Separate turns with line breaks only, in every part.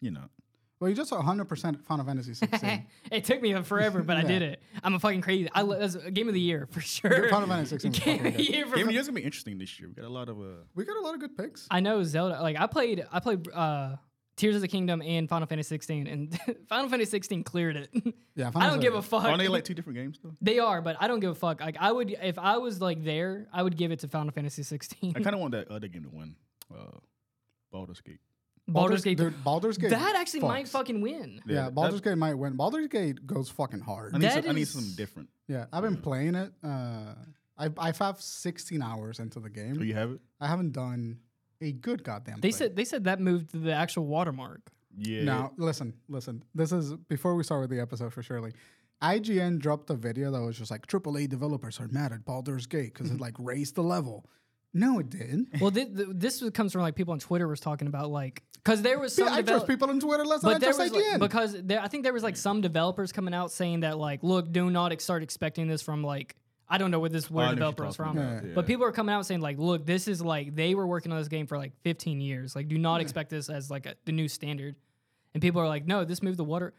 You're not.
Well, you just 100% Final Fantasy 16.
it took me forever, but I
Yeah.
did it. I'm a fucking crazy. I lo- that's a game of the year for sure.
Final Fantasy 16 was
Game
fucking
of the
good.
year for
Game of the Year's gonna be interesting this year. We got a lot of uh.
We got a lot of good picks.
I know Zelda. Like I played, I played uh, Tears of the Kingdom and Final Fantasy 16, and Final Fantasy 16 cleared it.
Yeah,
I
Final
don't give a fuck.
Aren't they like two different games though?
They are, but I don't give a fuck. Like I would, if I was like there, I would give it to Final Fantasy 16.
I kind of want that other game to win. Uh, Baldur's Gate.
Baldur's Gate.
Dude, Baldur's Gate.
that actually might
fucks.
fucking win.
Yeah,
that-
Baldur's Gate might win. Baldur's Gate goes fucking hard.
I need,
That
some, I need
is-
something different.
Yeah, I've been playing it. Uh, I've I've have 16 hours into the
Do
game.
you have it?
I haven't done a good goddamn.
They
thing.
said they said that moved the actual watermark.
Yeah.
Now listen, listen. This is before we start with the episode for surely. IGN dropped a video that was just like AAA developers are mad at Baldur's Gate because it like raised the level. No, it didn't.
Well, thi- th- this was- comes from like people on Twitter was talking about like because there was some
I
develop-
trust people on Twitter less than I
but there
trust
was like,
IGN.
because there, I think there was like some developers coming out saying that like look, do not ex- start expecting this from like I don't know where this
I
where
know what you're
developer was
talking
from,
about, yeah.
but people are coming out saying like look, this is like they were working on this game for like 15 years. Like do not expect this as like a, the new standard. And people are like, no, this moved the water.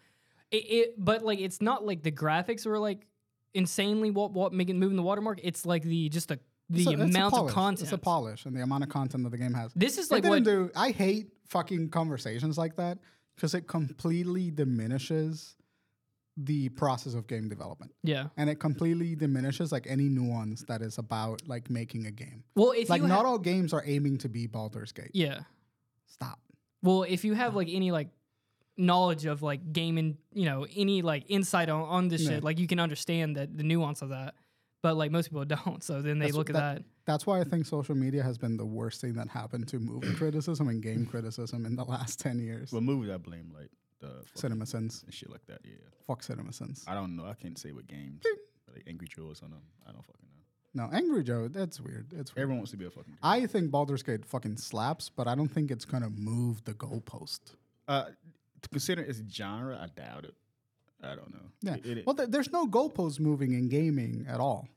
It, it but like it's not like the graphics were like insanely what what making moving the watermark. It's like the just the the
It's a- it's a
amount of
polish.
content.
It's a polish and the amount of content that the game has.
This is
It
like
didn't
what
do. I hate fucking conversations like that because it completely diminishes the process of game development,
yeah.
and it completely diminishes like any nuance that is about like making a game.
Well, if
like
you
not
ha-
all games are aiming to be Baldur's Gate.
yeah.
Stop.
Well, if you have like any like knowledge of like gaming, you know, any like insight on, on this
Yeah.
shit, like you can understand that the nuance of that. But like most people don't, so then they
That's-
look at that.
that- That's why I think social media has been the worst thing that happened to movie criticism and game criticism in the last ten years.
Well, movies I blame like the fucking
CinemaSins,
and shit like that. Yeah.
fuck CinemaSins.
I don't know. I can't say what games. Like Angry Joe or something. I don't fucking know.
No, Angry Joe. That's weird. It's weird.
Everyone wants to be a fucking. Joe.
I think Baldur's Gate fucking slaps, but I don't think it's gonna move the goalpost.
Uh, to consider its genre, I doubt it. I don't know.
Yeah.
It- it-
well, th- there's no goalpost moving in gaming at all.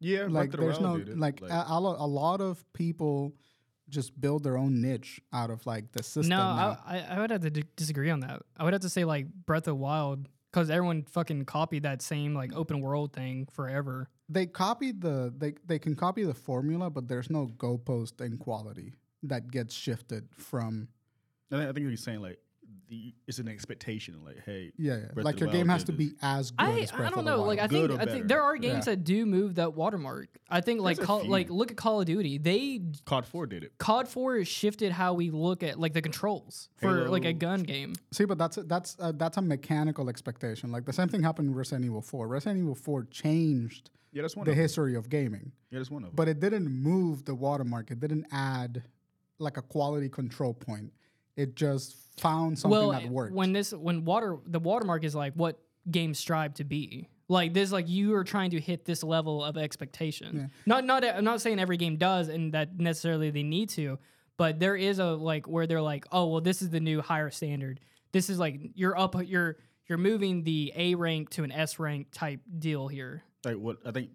yeah.
Like
Breath of the
there's no
Wild did it.
like, uh, a, a lo- a lot of people just build their own niche out of like the system.
No, I,
now.
I I would have to d- disagree on that. I would have to say like Breath of the Wild because everyone fucking copied that same like open world thing forever.
they copied the they they can copy the formula, but there's no goalpost in quality that gets shifted from
I think, I think you're saying like the, it's an expectation. Like, hey,
yeah, yeah.
Breath of
like
the
your game
Wild
has
did
to
this.
be as good.
I,
as Breath
I
of
don't
the
know.
Wild.
Like I
Good
think
or
I think
better.
there are games
Yeah.
that do move that watermark. I think like
a
Call,
few.
like look at Call of Duty. They
COD Four did it.
COD Four has shifted how we look at like the controls for like a
Halo.
gun game.
See, but that's that's uh, that's a mechanical expectation. Like the same thing happened with Resident Evil Four. Resident Evil Four changed
Yeah, that's one.
the
of them.
history of gaming,
Yeah, that's one of them.
but it didn't move the watermark. It didn't add like a quality control point. It just found something
well,
that worked.
when this when water the watermark is like what games strive to be. Like this, like you are trying to hit this level of expectation. Not not I'm not saying every game does, and that necessarily they need to, but there is a like where they're like, oh well, this is the new higher standard. This is like you're up, you're you're moving the A rank to an S rank type deal here.
like what I think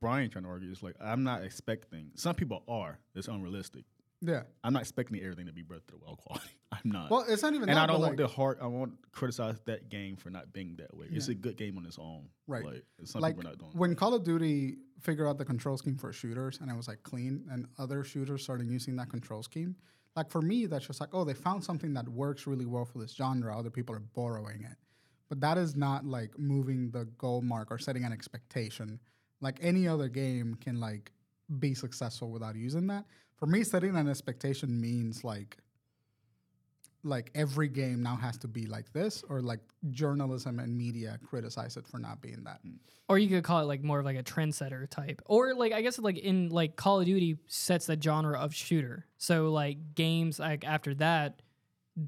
Brian trying to argue is like I'm not expecting. Some people are. It's unrealistic.
yeah.
I'm not expecting everything to be Breath of the Wild quality. I'm not.
Well, it's not even.
and
that,
I don't
but,
want
like,
the heart. I won't criticize that game for not being that way. It's a good game on its own.
Right.
Like some
like
people are not doing.
when Call of Duty figured out the control scheme for shooters, and it was like clean, and other shooters started using that control scheme. Like for me, that's just like, oh, they found something that works really well for this genre. Other people are borrowing it, but that is not like moving the goal mark or setting an expectation. Like any other game can like be successful without using that. For me, setting an expectation means like like every game now has to be like this or like journalism and media criticize it for not being that.
Hmm.
or you could call it like more of like a trendsetter type or like i guess like in like call of duty sets the genre of shooter so like games like after that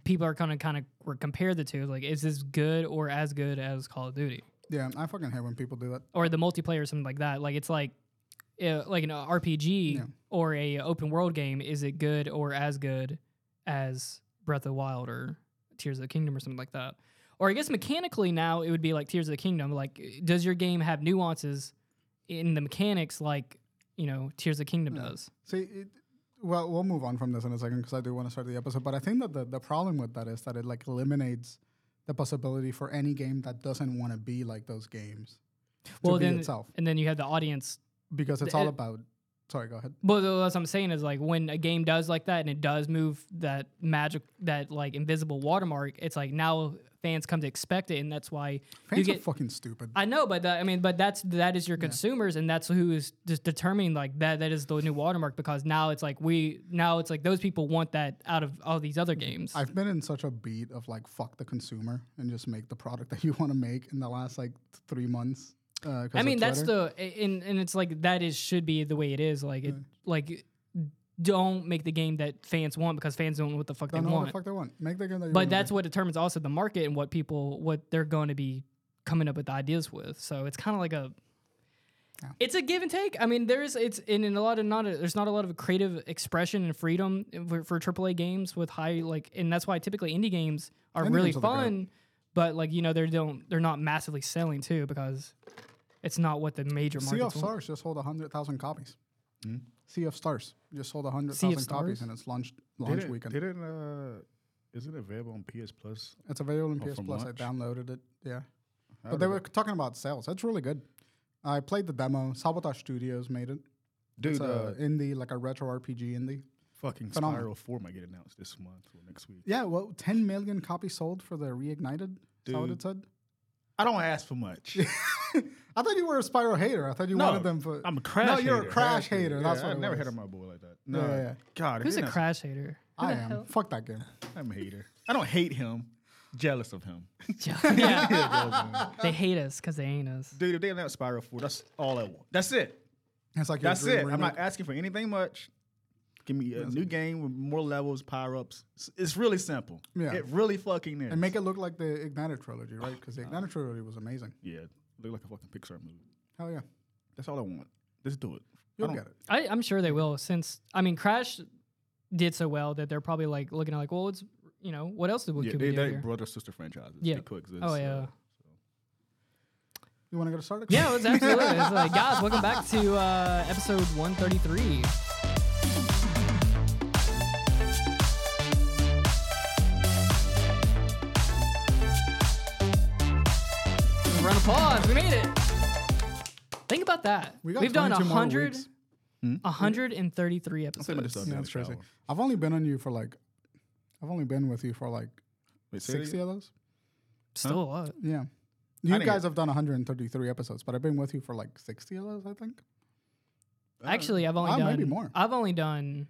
people are kind of kind of compare the two like is this good or as good as call of duty
Yeah, I fucking hate when people do that.
or the multiplayer or something like that like it's like uh, like an rpg or a uh, open world game is it good or as good as breath of the wild or tears of the kingdom or something like that or i guess mechanically now it would be like tears of the kingdom like does your game have nuances in the mechanics like you know tears of the kingdom does
See, it, well, we'll move on from this in a second because I do want to start the episode. But I think that the, the problem with that is that it like eliminates the possibility for any game that doesn't want to be like those games
well,
to be
then
itself
and then you have the audience.
because it's
the- e-
all
it-
about. Sorry, go ahead.
But that's what I'm saying is like when a game does like that and it does move that magic, that like invisible watermark. It's like now fans come to expect it, and that's why
Fans are
you get.
fucking stupid.
I know, but that, I mean, but that's that is your consumers, and that's who is just determining like that. That is the new watermark because now it's like we now it's like those people want that out of all these
Mm-hmm.
other games.
I've been in such a beat of like fuck the consumer and just make the product that you want to make in the last like th- three months. Uh, 'cause
I
of
mean, that's
Twitter. Mm.
the a- and and it's like that is should be the way it is. Like it like don't make the game that fans want because fans don't know what the fuck
don't
they
know what
want.
the fuck they want. Make the game that you
but
want.
that's what determines also the market and what people what they're going to be coming up with ideas with. So it's kind of like a
Yeah.
it's a give and take. I mean, there's it's in, in a lot of not a, there's not a lot of creative expression and freedom for, for AAA games with high like, and that's why typically indie games are
Indie
really
games are the great.
fun, but like you know they don't they're not massively selling too because it's not what the major
Sea of
markets want.
Stars just sold hundred thousand copies.
Hmm?
Sea of Stars just sold hundred
Sea of
thousand copies
Stars?
and it's launched launch
Didn't,
weekend.
didn't uh, is it available on PS Plus?
It's available in
Oh,
PS
from
Plus.
launch?
I downloaded it. Yeah,
How
but
did
they
it-
were talking about sales. That's really good. I played the demo. Sabotage Studios made it.
dude.
It's
Uh,
a indie, like a retro RPG indie.
fucking
phenomenal.
Spiral Four might get announced this month or next week.
Yeah, well, 10 million copies sold for the Reignited. Is that what it
Dude.
said?
I don't ask for much.
I thought you were a Spyro hater. I thought you wanted them for.
I'm a crash.
No, you're a
hater.
Crash hater. That's
yeah,
what
I
it
never
was.
hated my boy like that. No,
yeah, yeah.
God, if
Who's
you're
a
not-
crash hater? Who
I
the
am.
hell-
Fuck that game.
I'm a hater. I don't hate him. Jealous of him.
yeah,
Yeah,
they hate us because they ain't us.
dude, if they announce Spiral Four, that's all I want. That's it.
It's like your
That's
dream
it. I'm
remake.
not asking for anything much. Give me a new game with more levels, power ups. It's, it's really simple.
Yeah.
It really fucking is.
And make it look like the Ignited trilogy, right?
Oh,
Because the Ignited trilogy was amazing.
yeah, look like a fucking Pixar movie.
Hell yeah.
That's all I want. Just do it. I
You'll
don't-
get it.
I, I'm sure they will. Since I mean, Crash did so well that they're probably like looking at like, well, it's you know what else did we
Yeah,
could
they,
we do
they
here?
brother sister franchises.
Yeah.
They coexist.
Oh
so-
yeah,
uh, You want to get started?
yeah, it's absolutely. It's like, guys, welcome back to uh, episode 133. Round of applause. We made it. Think about that.
We got
have done
22 more
100,
weeks.
133
I'm thinking about
episodes.
this
Yeah,
in
that's
the shower.
crazy. I've only been on you for like, I've only been with you for like
Wait, say it
60
again?
of those.
Still a lot.
Yeah. You
didn't
guys
get-
have done 133 episodes, but I've been with you for like 60 of those, I think.
Uh,
Actually, I've only
Ah,
done
maybe more.
I've only done.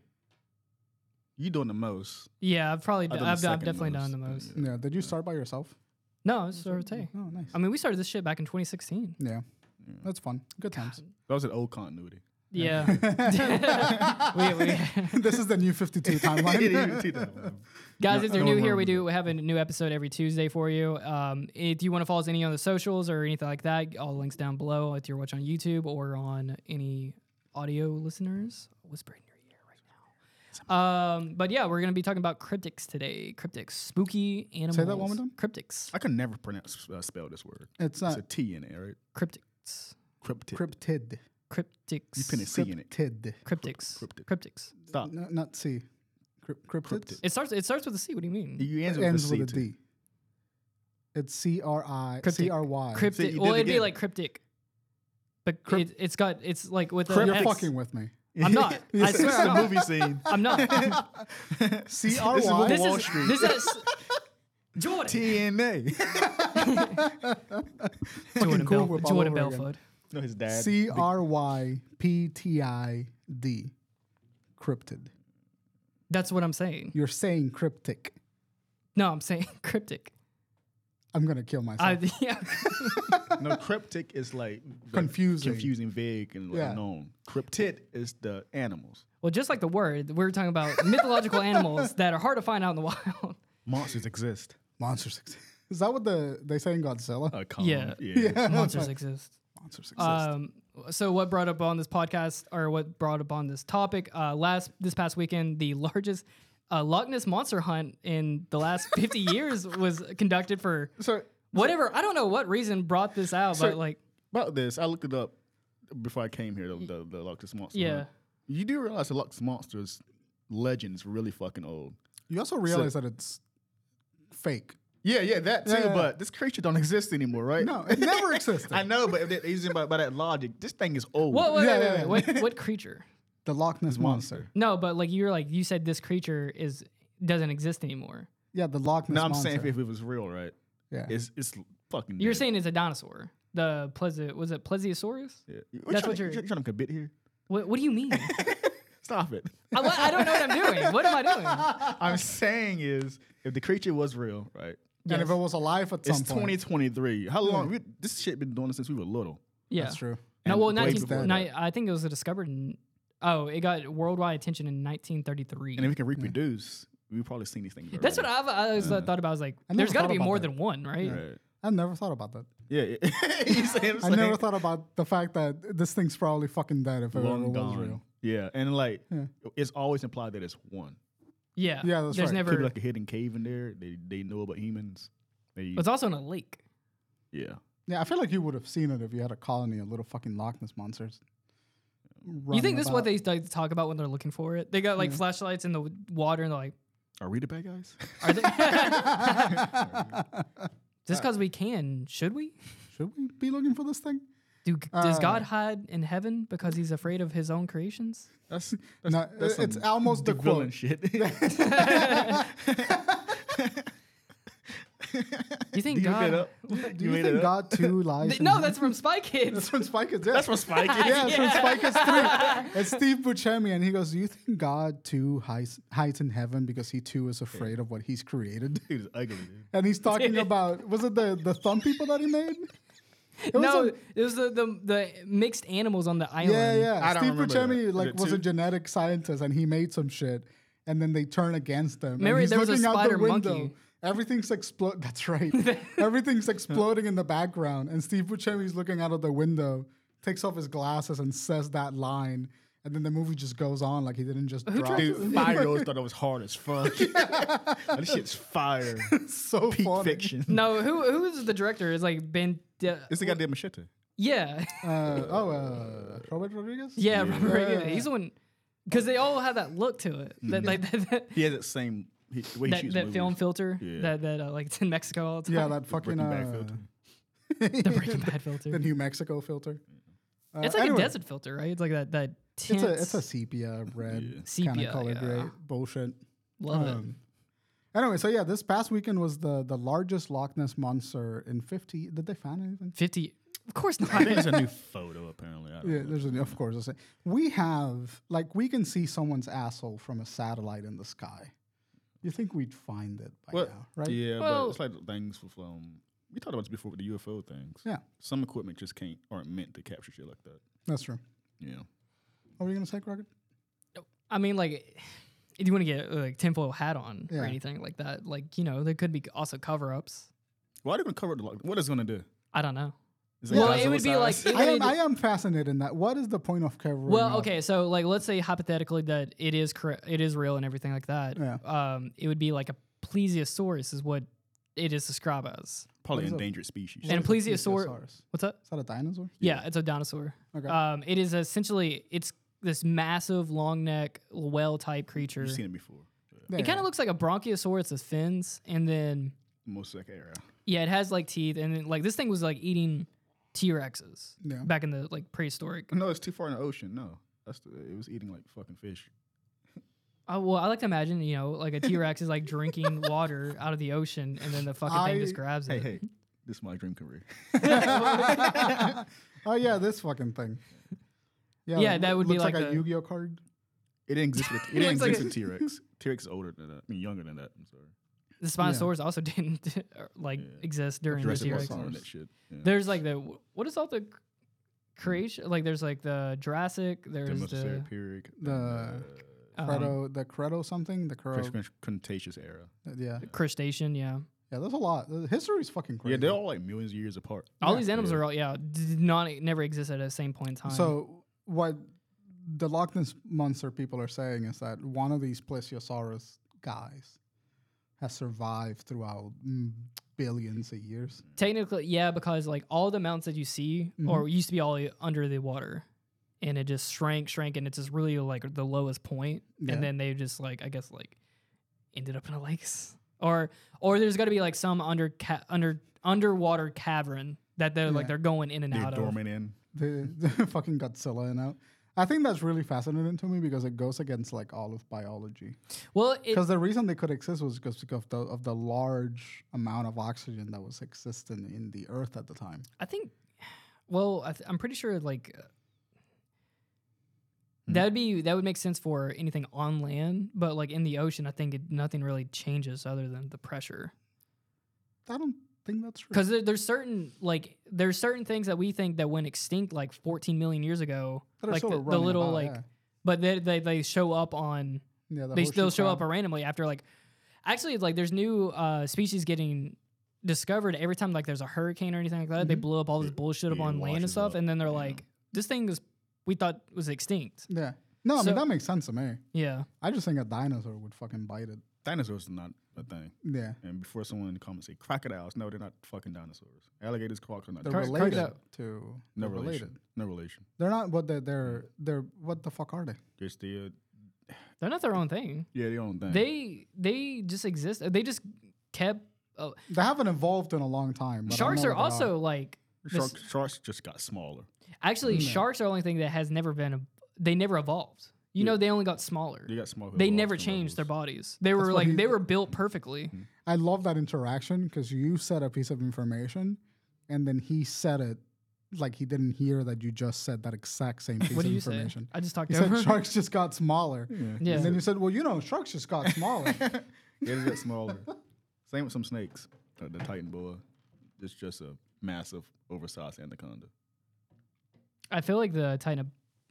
You doing the most.
Yeah, I've probably
I've
done,
done the
I've, done- I've
second
definitely done
most.
the most.
Yeah. Did you start by yourself?
No, it's Sorte.
Oh, nice.
I mean, we started this shit back in 2016.
Yeah. That's fun. Good times.
That was an old continuity.
Yeah. we, we,
this is the new 52 timeline.
You didn't see that one.
guys,
No-
if you're
no
new
one
here, we
remembers
do have a new episode every Tuesday for you. Um, if you want to follow us any on the socials or anything like that, all the links down below. If you're watching on YouTube or on any audio listeners, whisper in your ear right now. Um, but yeah, we're gonna be talking about cryptics today. Cryptics, spooky animals.
that one more time.
Cryptics,
I can never pronounce uh, spell this word.
It's
It's
not
a T in it, right?
cryptics,
Cryptic.
cryptid.
cryptics.
you pin a C in it.
Cryptid.
Cryptics.
Cryptic.
Cryptics.
Stop.
No, not C. Cryp- Ah. cryptid.
It starts. It starts with a C. What do you mean?
You answer
Ends with a
with the C.
D. It's C R I
Cryptic.
C R Y.
See,
Cryptic.
you
well,
did it
it'd be
again.
like cryptic, but
Cryp-
it, it's got. It's like with a
You're
X.
fucking with me.
I'm not. I
this
swear
is
I'm
a
not.
movie scene.
I'm not.
C R
what
Y.
this
Wall
is.
Street.
This is. Jordan.
TNA.
Jordan,
Cool
Bel-
Whip all
Jordan
over again.
Belford.
no, his dad.
C R Y P T I D. Cryptid.
That's what I'm saying.
You're saying cryptic.
No, I'm saying cryptic.
I'm gonna kill myself.
I, yeah.
no, cryptic is like the
Confusing.
confusing, vague, and like
Yeah.
known. Cryptid is the animals,
Well, just like the word, we're talking about mythological animals that are hard to find out in the
Oh,
wild.
monsters exist.
Monsters exist. Is that what the they say in Godzilla?
A con.
Yeah. Monsters exist.
Monsters exist.
Um, so what brought up on this podcast or what brought up on this topic uh, last this past weekend the largest uh, Loch Ness monster hunt in the last 50 years was conducted for
So
whatever I don't know what reason brought this out
So-
but like
about this, I looked it up before I came here. The, the, the Loch Ness monster.
Uh-huh.
Yeah.
Hunt. You do realize the Loch Ness monster is legend's really fucking old.
You also realize that it's fake.
Yeah, yeah, that too.
Yeah, yeah, yeah.
But this creature don't exist anymore, right?
No, it never existed.
I know, but if they're using by, by that logic, this thing is old.
What? Wait,
Yeah,
wait,
yeah, yeah.
wait, wait. What, what creature?
The Loch Ness monster.
No, but like you're like you said, this creature is doesn't exist anymore.
Yeah, the Loch Ness
No, I'm
monster.
saying if, if it was real, right?
yeah.
It's it's fucking.
You're
dead.
saying it's a dinosaur. The plesi was it plesiosaurus?
Yeah.
That's
trying
what
to,
you're-
you're trying to commit here.
What, what do you mean?
Stop it.
I, what- I don't know what I'm doing. What am I doing?
I'm saying is if the creature was real, right?
And
Yes.
if it was alive at some
It's
point,
2023. How long? We, this shit been doing this since we were little.
yeah.
that's true.
No,
And
well,
way
19,
before
ni-
that.
I think it was discovered in. Oh, it got worldwide attention in 1933.
And if we can reproduce, we've probably seen these things.
That's what I've I always uh, thought about. I was like,
I never
there's got to
thought
be
about
more
that.
than one, right?
I. Right.
I never thought about that.
Yeah. yeah. You see what I'm
I
saying?
never thought about the fact that this thing's probably fucking dead if it ever
Long
was
gone.
real.
Yeah, and like
Yeah.
it's always implied that it's one.
Yeah.
Yeah, that's
There's
right.
Could be
never.
like a hidden cave in there. They they know about humans. They
it's also in a lake.
yeah.
Yeah, I feel like you would have seen it if you had a colony of little fucking Loch Ness monsters.
You think
running
this is what
about.
they like, talk about when they're looking for it? They got like flashlights in the w- water and they're like,
Are we the bad guys?
are they? Just because we can, should we?
Should we be looking for this thing?
Do, does
Uh,
God hide in heaven because he's afraid of his own creations?
That's that's,
No,
that's
it's
some
almost the
Dick Villain
quote.
shit.
You think
you made
God?
it up.
Do you, think
up?
God too lies?
Th-
in
no,
heaven?
that's from Spy Kids.
that's from Spike. Is, yeah. That's
from Spike Kids.
Yeah, it's from Spike is three. It's Steve Buscemi, and he goes, "Do you think God too hides, hides in heaven because he too is afraid of what he's created?"
Dude is ugly. Dude.
And he's talking about was it the the thumb people that he made? It was
no,
a-
it was the, the the mixed animals on the island.
Yeah, yeah.
I don't
Steve
remember
Buscemi
that. Is
like
it
was
two?
a genetic scientist, and he made some shit, and then they turn against him. and
Remember,
he's
there was a
looking out
spider
the window.
monkey.
Everything's explode. That's right. Everything's exploding in the background, and Steve Buscemi's looking out of the window, takes off his glasses, and says that line. And then the movie just goes on like he didn't just drop. it.
Dude, five year olds thought I was hard as fuck. this shit's fire.
so
Peak
funny.
fiction.
No, who who's the director? It's like Ben. De-
It's the goddamn machete.
yeah.
Uh, oh, uh, Robert Rodriguez.
Yeah, Robert Rodriguez. He's the one because they all have that look to it,
Mm.
that like that that,
He has that same he, the way he
that,
shoots
that
movies.
film filter
Yeah.
that that uh, like it's in Mexico all the
Yeah,
time.
that fucking
Breaking Bad
uh,
filter.
the Breaking Bad filter.
the New Mexico filter. Uh,
it's like
anyway.
a desert filter, right? It's like that that
It's
tint.
a it's a sepia red kind
Sepia,
of color
yeah.
gray bullshit.
love
Um, Anyway, so yeah, this past weekend was the the largest Loch Ness monster in fifty. Did they find anything?
it. Fifty, of course not.
I think it's a new photo apparently. I don't
Yeah,
know.
there's a, of course. it's a- We have like we can see someone's asshole from a satellite in the sky. You think we'd find it by
What?
now, right?
Yeah,
Well-
but it's like the things with um. We talked about this before with the UFO things.
Yeah,
Some equipment just can't aren't meant to capture shit like that.
that's true.
You know.
What were you gonna say, Crockett?
I mean, like, if you want to get like tinfoil hat on or
Yeah.
anything like that, like you know, there could be also cover ups.
Why are they gonna cover the lock? What is it gonna do?
I don't know.
Is
Well,
Godzilla
it would be like
size?
it
I am
would,
I am fascinated in that. What is the point of covering?
well,
up?
okay. So like, let's say hypothetically that it is correct, it is real and everything like that.
Yeah.
Um, it would be like a plesiosaurus is what it is described as.
probably
What is a-
endangered species.
And
What is a
plesiosaur-
plesiosaurus?
What's that?
Is that a dinosaur?
Yeah, it's a dinosaur.
Okay.
Um, it is essentially it's this massive long neck whale type creature.
You've seen it before. Yeah.
Yeah,
It kind of looks like a bronchiosaurus with fins, and then
Mosaic era.
yeah, it has like teeth, and then, like this thing was like eating T Rexes
Yeah.
back in the like prehistoric.
No, it's too far in the ocean. No, that's the, it was eating like fucking fish.
Uh, well, I like to imagine you know like a T Rex is like drinking water out of the ocean, and then the fucking thing just
I-
grabs
Hey,
it.
hey, this is my dream career.
oh yeah, this fucking thing.
Yeah,
it
that would be
looks
like
a
a-
Yu-Gi-Oh card.
It didn't exist. With,
It
it didn't
looks like
exist
a-
with T Rex. T Rex is older than that. I mean, younger than that. I'm sorry.
The Spinosaurus also didn't uh, like exist during the
Jurassic
T
Park
Rex.
was on
T-Rex.
that shit. Yeah.
There's like the what is all the creation? Like there's like the Jurassic.
The
There's um, the
Mesozoic period.
the-
uh,
uh-huh.
Credo, the Credo something, the
Cretaceous-
Credo. Uh,
Cretaceous era.
Yeah,
crustacean. Yeah,
yeah. There's a lot. The history's fucking crazy.
Yeah, they're all like millions of years apart.
all
Yeah.
these animals
Yeah.
are all yeah did not never existed at the same point in time.
So what the Loch Ness monster people are saying is that one of these plesiosaurus guys has survived throughout mm, billions of years. Mm-hmm.
Technically, yeah, because like all the mountains that you see or used to be all under the water. and it just shrank, shrank, and it's just really like the lowest point.
Yeah.
And then they just like I guess like ended up in a lake, or or there's got to be like some under ca- under underwater cavern that they're like
Yeah.
they're going in and
They
out of.
dormant in.
the, the fucking Godzilla and out. I think that's really fascinating to me because it goes against like all of biology.
Well, it,
Because the reason they could exist was because of the, of the large amount of oxygen that was existing in the Earth at the time.
I think. Well, I th- I'm pretty sure like uh,
Hmm.
that would be that would make sense for anything on land, but like in the ocean, I think it, nothing really changes other than the pressure.
I don't think that's true.
Because there, there's certain like there's certain things that we think that went extinct like 14 million years ago,
That are
like
still
the, the
running
little
about,
like,
yeah.
but they, they they show up on
Yeah, the
they
horseshoe
still show up
crab.
randomly after like actually like there's new uh species getting discovered every time like there's a hurricane or anything like that they
Mm-hmm.
blow up all this bullshit up
yeah,
on land and
washes
stuff
up,
and then they're
yeah.
like this thing is we thought was extinct
Yeah. No, I
So-
mean, that makes sense to me.
yeah
I just think a dinosaur would fucking bite it.
Dinosaurs are not a thing.
Yeah.
And before someone in the comments say crocodiles, no, they're not fucking dinosaurs. Alligators, crocs are not.
They're
Cur-
dinosaurs.
related
crocodile-
to.
no
they're
relation. Mm.
related.
No relation.
They're not, but they're, they're, they're, what the fuck are they?
They're still
they're not their own thing
yeah, their own thing.
they they just exist they just kept oh
They haven't evolved in a long time. but I don't
sharks
know
are
what they
also like this-
sharks, sharks just got smaller.
actually
Hmm.
sharks are the only thing that has never been ev- they never evolved you know they only got smaller
They got smaller.
they
evolution
never changed their
levels.
bodies they
That's
were
what
like
he-
they were built perfectly
I love that interaction because you said a piece of information and then he said it like he didn't hear that you just said that exact same piece
what do
of
you say
information.
i just talked
You
over
said sharks just got smaller.
yeah
And then you said, well, you know, sharks just got smaller.
Yeah, they got smaller. Same with some snakes. Uh, the Titan boa. It's just a massive, oversized anaconda.
I feel like the Titan.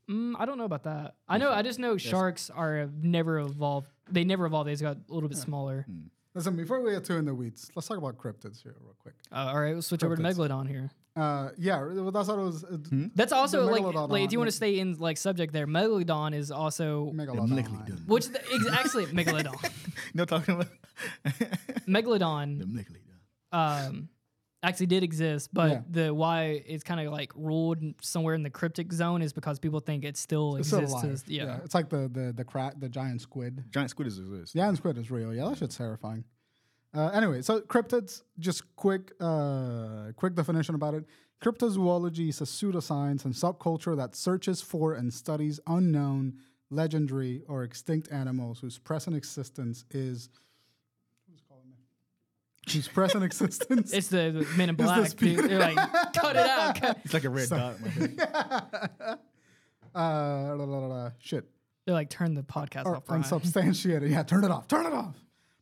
Mm, I don't know about that. I know. I just know sharks are never evolved. They never evolved. They just got a little bit smaller.
Hmm.
Listen, before we get too in the weeds, let's talk about cryptids here real quick.
Uh, all right, we'll switch over to
Cryptids.
megalodon here.
Uh, yeah, well, that's what it was. Uh,
That's also like,
megalodon
like, if you want
are-
to stay in like subject there, megalodon is also
Megalodon.
which the, ex- actually megalodon.
No talking about the
Megalodon
megalodon.
um, actually did exist, but
Yeah.
the why it's kind of like ruled somewhere in the cryptic zone is because people think it still
It's still
exists.
alive.
as- yeah.
It's like the the the cra- the giant squid.
Giant squid is exist.
The giant squid is real. Yeah, that shit's terrifying. Uh, anyway, so cryptids. Just quick, uh, quick definition about it. Cryptozoology is a pseudoscience and subculture that searches for and studies unknown, legendary, or extinct animals whose present existence is. Who's calling me? Whose present existence
It's the, the Men in Black. dude. They're like, cut it out. cut-"
It's like a red dot. in my head.
uh, la, la, la, la, shit.
They're like, turn the podcast
Or
off. Brian.
unsubstantiated. Yeah, turn it off. Turn it off.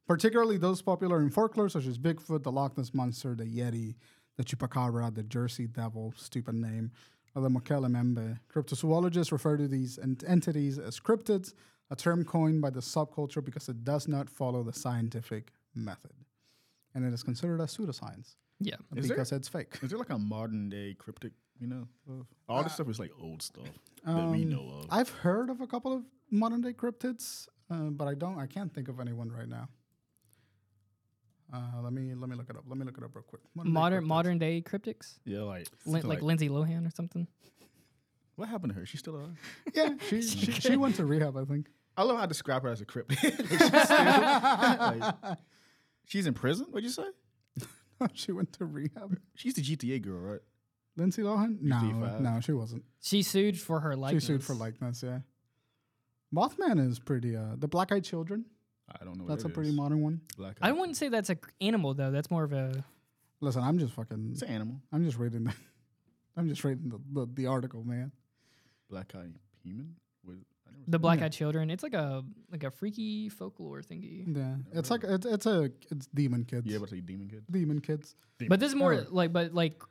Particularly those popular in folklore, such as Bigfoot, the Loch Ness Monster, the Yeti, the Chupacabra, the Jersey Devil, stupid name, or the Mokelemembe. Cryptozoologists refer to these ent- entities as cryptids, a term coined by the subculture because it does not follow the scientific method. And it is considered a pseudoscience
Yeah.
Is there-
because it's fake.
Is there like a modern day cryptic? You know, all this stuff is like old stuff that we know of.
I've heard of a couple of modern day cryptids, uh, but I don't. I can't think of anyone right now. Uh, let me let me look it up. Let me look it up real quick. Modern, day
modern
cryptids.
modern day cryptics,
yeah, like,
Lin-
something
like Lindsay Lohan or something.
what happened to her? She's still alive.
Yeah, she, she she went to rehab, I think.
I love how I describe her as a cryptic. Like, she's, still- like, she's in prison. What'd you say?
she went to rehab.
She's the GTA girl, right?
Lindsay Lohan? No,
GT5.
no, she wasn't.
She sued for her likeness.
She sued for likeness. Yeah, Mothman is pretty. Uh, the Black Eyed Children.
I don't know. what
That's a
Oh, it
pretty
is.
modern one.
Black
I
eye.
wouldn't say that's an animal though. That's more of a.
Listen, I'm just fucking.
It's an animal.
I'm just reading. The, I'm just reading the, the the article, man.
Black eye human. What- I never-
The Black Eyed Children. It's like a like a freaky folklore thingy.
Yeah, it's like it's it's a it's demon kids.
Yeah, but say demon kid.
demon kids.
But this is more like but like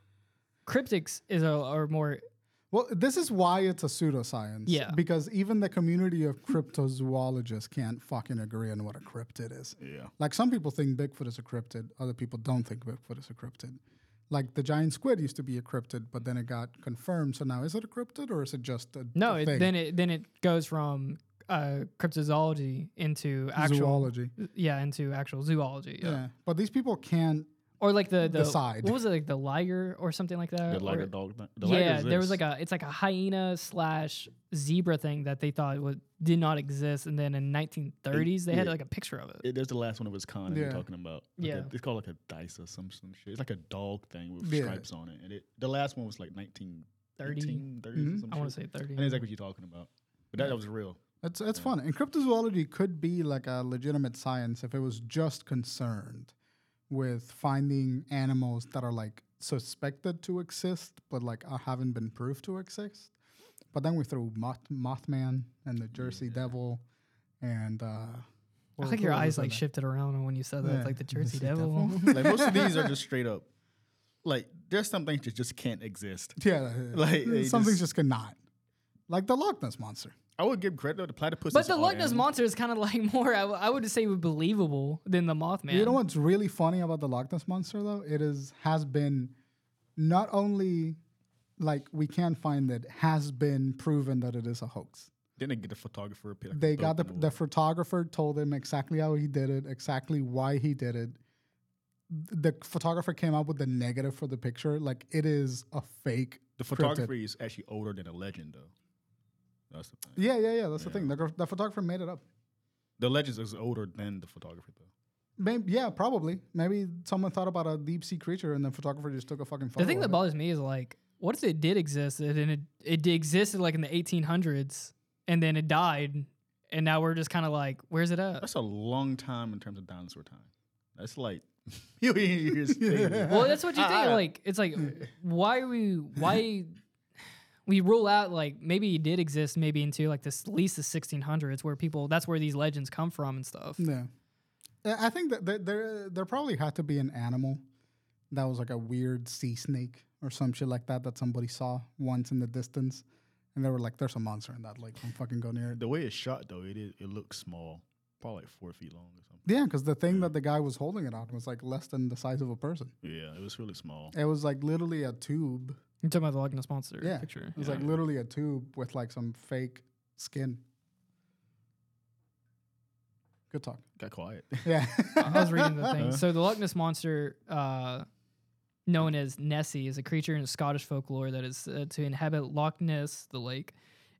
cryptics is a are more
Well, this is why it's a pseudoscience.
Yeah.
Because even the community of cryptozoologists can't fucking agree on what a cryptid is.
Yeah.
Like some people think Bigfoot is a cryptid, other people don't think Bigfoot is a cryptid. Like the giant squid used to be a cryptid, but then it got confirmed. So now is it a cryptid or is it just a
no.
a
It,
thing?
then it then it goes from uh cryptozoology into actual
zoology?
yeah into actual zoology. Yeah.
Yeah. But these people can't
or like the the,
side.
What was it like the liger or something like that?
The
Uh, or-
liger dog. thing- The
yeah, there was like a it's like a hyena slash zebra thing that they thought was, did not exist, and then in 1930s they had
yeah.
like a picture of it.
It, there's the last one of its kind that
Yeah.
you're talking about. Like a-
Yeah.
it's called like a dice or some, some shit. It's like a dog thing with
Yeah.
stripes on it. And it, the last one was like 19,
30.
18, 30s
Mhm.
or some
I want
shit.
to
I
say 30.
know exactly what you're talking about. But that, that was real.
It's it's fun. And cryptozoology could be like a legitimate science if it was just concerned with finding animals that are like suspected to exist but like uh, haven't been proved to exist. But then we threw Moth, Mothman and the Jersey Devil and uh
I
what-
think your
what
eyes
was in
like
there?
shifted around when you said that,
Yeah.
like the Jersey Devil.
like most of these are just straight up. Like there's some things that just can't exist.
Yeah,
Like,
like
they
something just,
just-
could not. Like the Loch Ness monster.
I would give credit to the platypus.
But
is
the
all
Loch Ness
animal.
monster is kind of like more I, w- I would say believable than the Mothman.
You know what's really funny about the Loch Ness monster though? It is has been not only like we can find it has been proven that it is a hoax.
Then they get the photographer. a pic of
They
dope
got the
in
the photographer told him exactly how he did it, exactly why he did it. The photographer came up with the negative for the picture. Like it is a fake.
The photography is actually older than a legend, though. That's the thing.
Yeah, yeah, yeah. That's the thing. The, gr- the photographer made it up.
The legends is older than the photography, though.
Maybe, yeah, probably. Maybe someone thought about a deep sea creature and the photographer just took a fucking photo.
The thing
of
that
it.
bothers me is like, what if it did exist and it it did- existed like in the 1800s and then it died and now we're just kind of like, where's it at?
That's a long time in terms of dinosaur time. That's like million years. later.
Well, that's what you
I-
think.
I-
Like, it's like, why are we why we rule out like maybe it did exist maybe into like this at least the 1600s where people that's where these legends come from and stuff.
Yeah, I I think that there, there there probably had to be an animal that was like a weird sea snake or some shit like that that somebody saw once in the distance, and they were like, "There's a monster in that lake. Don't fucking go near it."
The way it's shot, though, it is, it looks small, probably like four feet long or something.
Yeah, because the thing that the guy was holding it on was like less than the size of a person.
Yeah, it was really small.
It was like literally a tube.
You're talking about the Loch Ness monster
Yeah,
picture.
It was like literally a tube with like some fake skin. Good talk.
Got quiet.
Yeah.
I was reading the thing. So the Loch Ness monster, uh, known as Nessie, is a creature in Scottish folklore that is said to inhabit Loch Ness, the lake,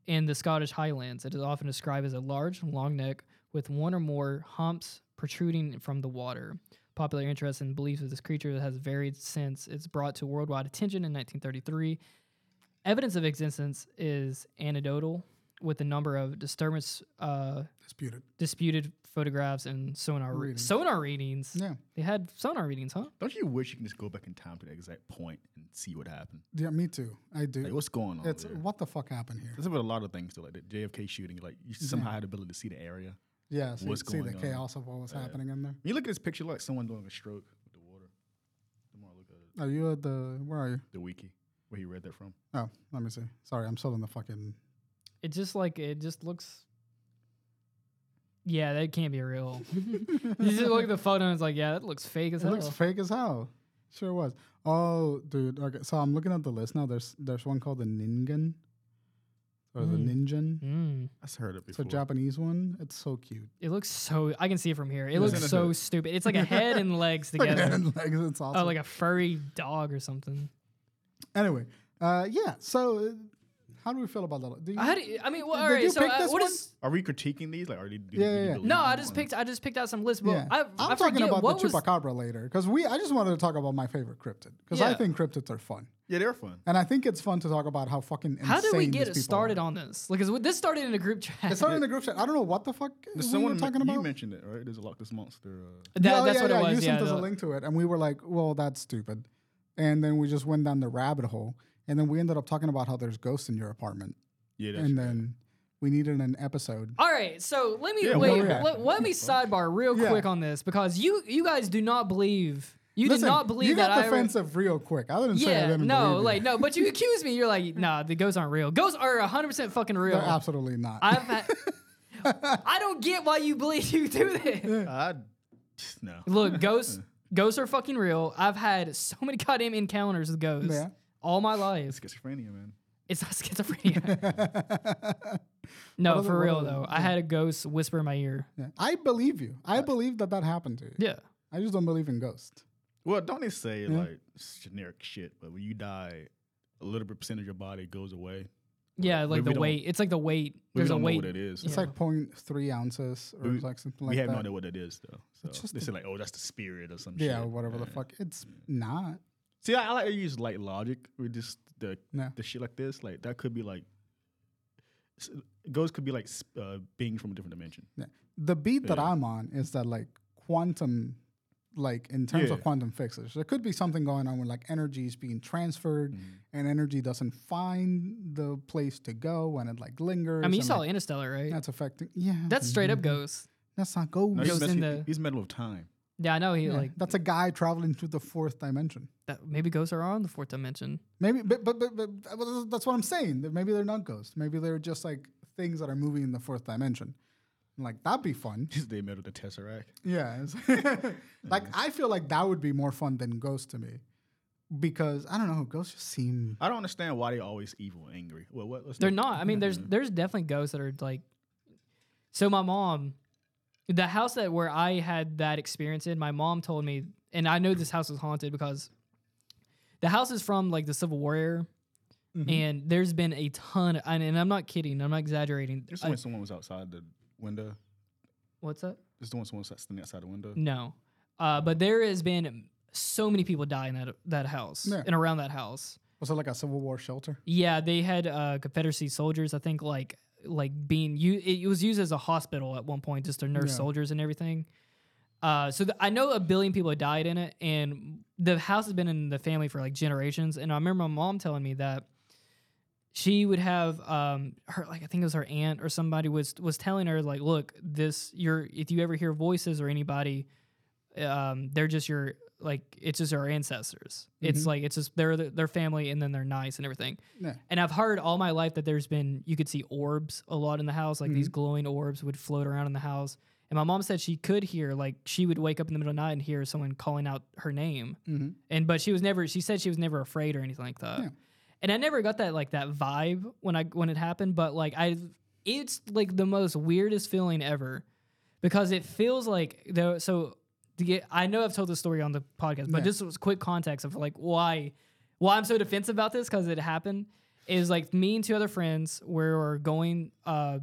in the Scottish Highlands. It is often described as a large, long neck with one or more humps protruding from the water. Popular interest and beliefs of this creature has varied since it's brought to worldwide attention in 1933. Evidence of existence is anecdotal, with a number of disturbance. Uh,
Disputed.
disputed photographs and sonar re-
Readings.
sonar readings.
Yeah.
They had sonar readings, huh?
Don't you wish you can just go back in time to the exact point and see what happened?
Yeah, me too. I do.
Like, what's going on?
it's
there?
what the fuck happened here?
That's about a lot of things, though. Like the JFK shooting, like you somehow had the ability to see the area.
Yeah, so you
what's
can see the
going on.
chaos of what was happening in there.
When you look at this picture, like someone doing a stroke with the water. The more I look at it,
Are Oh, you at the where are you?
the wiki where you read that from.
Oh, let me see. Sorry, I'm still in the fucking
It just like it just looks. Yeah, that can't be real. you just look at the photo and it's like, yeah, that looks fake as
It
hell.
looks fake as hell. Sure was. Oh, dude. Okay, so I'm looking at the list now. There's there's one called the Ningen. Or the
Mm.
Ninjan.
Mm.
I've heard it
It's a
Hmm. before.
Japanese one. It's so cute.
It looks so. I can see it from here. It
Isn't
looks
it
so
a-
stupid. It's like a head and legs together.
And legs, it's awesome.
Oh, like a furry dog or something.
anyway, uh, yeah. So, uh, how do we feel about that? Do you,
How do you, I mean, well, all
Did
right.
you
So
pick
uh,
this
what
one?
is?
Are we critiquing these? Like, are they? Do
Yeah, yeah, yeah.
No, I just picked. I just picked out some lists. Well,
yeah.
I,
I'm
I
talking
forget
about the
what was-
chupacabra later because we. I just wanted to talk about my favorite cryptid because I
Yeah.
think cryptids are fun.
Yeah, they're fun.
And I think it's fun to talk about how fucking insane
How did we get it
these people
started
are.
on this? Like, 'cause this started in a group chat.
It started in the group chat. I don't know what the fuck we
There's
were
someone
talking
you
about.
mentioned it, right? There's a Loch Ness monster. Uh,
That,
Yeah, oh,
that's
yeah,
what
yeah.
it was.
You
Yeah,
sent us
the-
a link to it, and we were like, "Well, that's stupid." And then we just went down the rabbit hole, and then we ended up talking about how there's ghosts in your apartment,
yeah, that's
and then we needed an episode.
All right, so let me
Yeah,
wait.
where we at?
Let, let me sidebar real
Yeah.
quick on this because you you guys do not believe you did not believe
you
that
got
I.
defensive real quick. I didn't say I
yeah,
didn't
no,
believe you.
like no, but you accuse me. You're like, nah, the ghosts aren't real. Ghosts are 100 percent fucking real.
They're absolutely not.
I've had, I don't get why you believe you do this.
I no.
Look, ghosts ghosts are fucking real. I've had so many goddamn encounters with ghosts
Yeah.
all my life.
Schizophrenia, man.
It's not schizophrenia. no,
other-
for
what
real
other-
though. I had a ghost whisper in my ear.
Yeah. I believe you. I believe that that happened to you.
Yeah.
I just don't believe in ghosts.
Well, don't they say
Yeah.
like it's generic shit, but when you die, a little bit percent of your body goes away.
Yeah,
But
like
we
the
don't-
weight. It's like the weight.
We
There's a
don't know
weight.
what it is.
It's
Yeah.
like 0.3 ounces or
We-
like something
we
like
have no
that.
idea what that is though. So
It's just
they
a-
say like, oh, that's the spirit or some shit.
yeah, whatever the
Yeah.
fuck. It's not.
See, I, I like to use like logic with just the
No.
the shit like this. Like that could be like s- ghosts could be like sp- uh, beings from a different dimension.
Yeah. The beat that
Yeah.
I'm on is that like quantum, like in terms of
Yeah.
quantum fixes, there could be something going on where like energy is being transferred
Mm-hmm.
and energy doesn't find the place to go and it like lingers.
I mean, you
and,
saw
like,
Interstellar, right?
that's affecting. Yeah,
That's straight up ghosts.
That's not ghost.
No, he's,
Goes
messing,
in the-
he's metal of time.
Yeah, I know. He
Yeah,
like
that's a guy traveling to the fourth dimension.
that, maybe ghosts are on the fourth dimension.
Maybe, but but, but but that was- that's what I'm saying. that Maybe they're not ghosts. Maybe they're just like things that are moving in the fourth dimension. Like that'd be fun.
He's the metal of the tesseract.
Yeah. it's- like I feel like that would be more fun than ghosts to me. Because I don't know, ghosts just seem
I don't understand why they always evil, and angry. Well, what? Let's
They're not. I mean, there's there's definitely ghosts that are like. So my mom, the house that where I had that experience in, my mom told me, and I know this house is haunted because the house is from like the Civil War era, and there's been a ton. and, and I'm not kidding. I'm not exaggerating.
This is
I-
when someone was outside the window.
what's that?
This is the one someone was standing outside the window.
No, uh, but there has been so many people die in that that house
Yeah.
and around that house.
was it like a Civil War shelter?
Yeah, they had uh, Confederacy soldiers. I think like like being you, it was used as a hospital at one point, just to nurse
Yeah.
soldiers and everything. Uh, so th- I know a billion people had died in it, and the house has been in the family for like generations. And I remember my mom telling me that she would have um her like I think it was her aunt or somebody was was telling her like, look, this your if you ever hear voices or anybody, um, they're just your like it's just our ancestors. It's like it's just they're their family and then they're nice and everything.
Yeah.
And I've heard all my life that there's been you could see orbs a lot in the house, like
Mm-hmm.
these glowing orbs would float around in the house. And my mom said she could hear, like she would wake up in the middle of the night and hear someone calling out her name.
Mhm.
And but she was never she said she was never afraid or anything like that.
Yeah.
And I never got that like that vibe when I when it happened, but like I it's like the most weirdest feeling ever because it feels like though so to get, I know I've told this story on the podcast, but
Yeah.
just was quick context of like why why I'm so defensive about this because it happened is like me and two other friends we were going uh,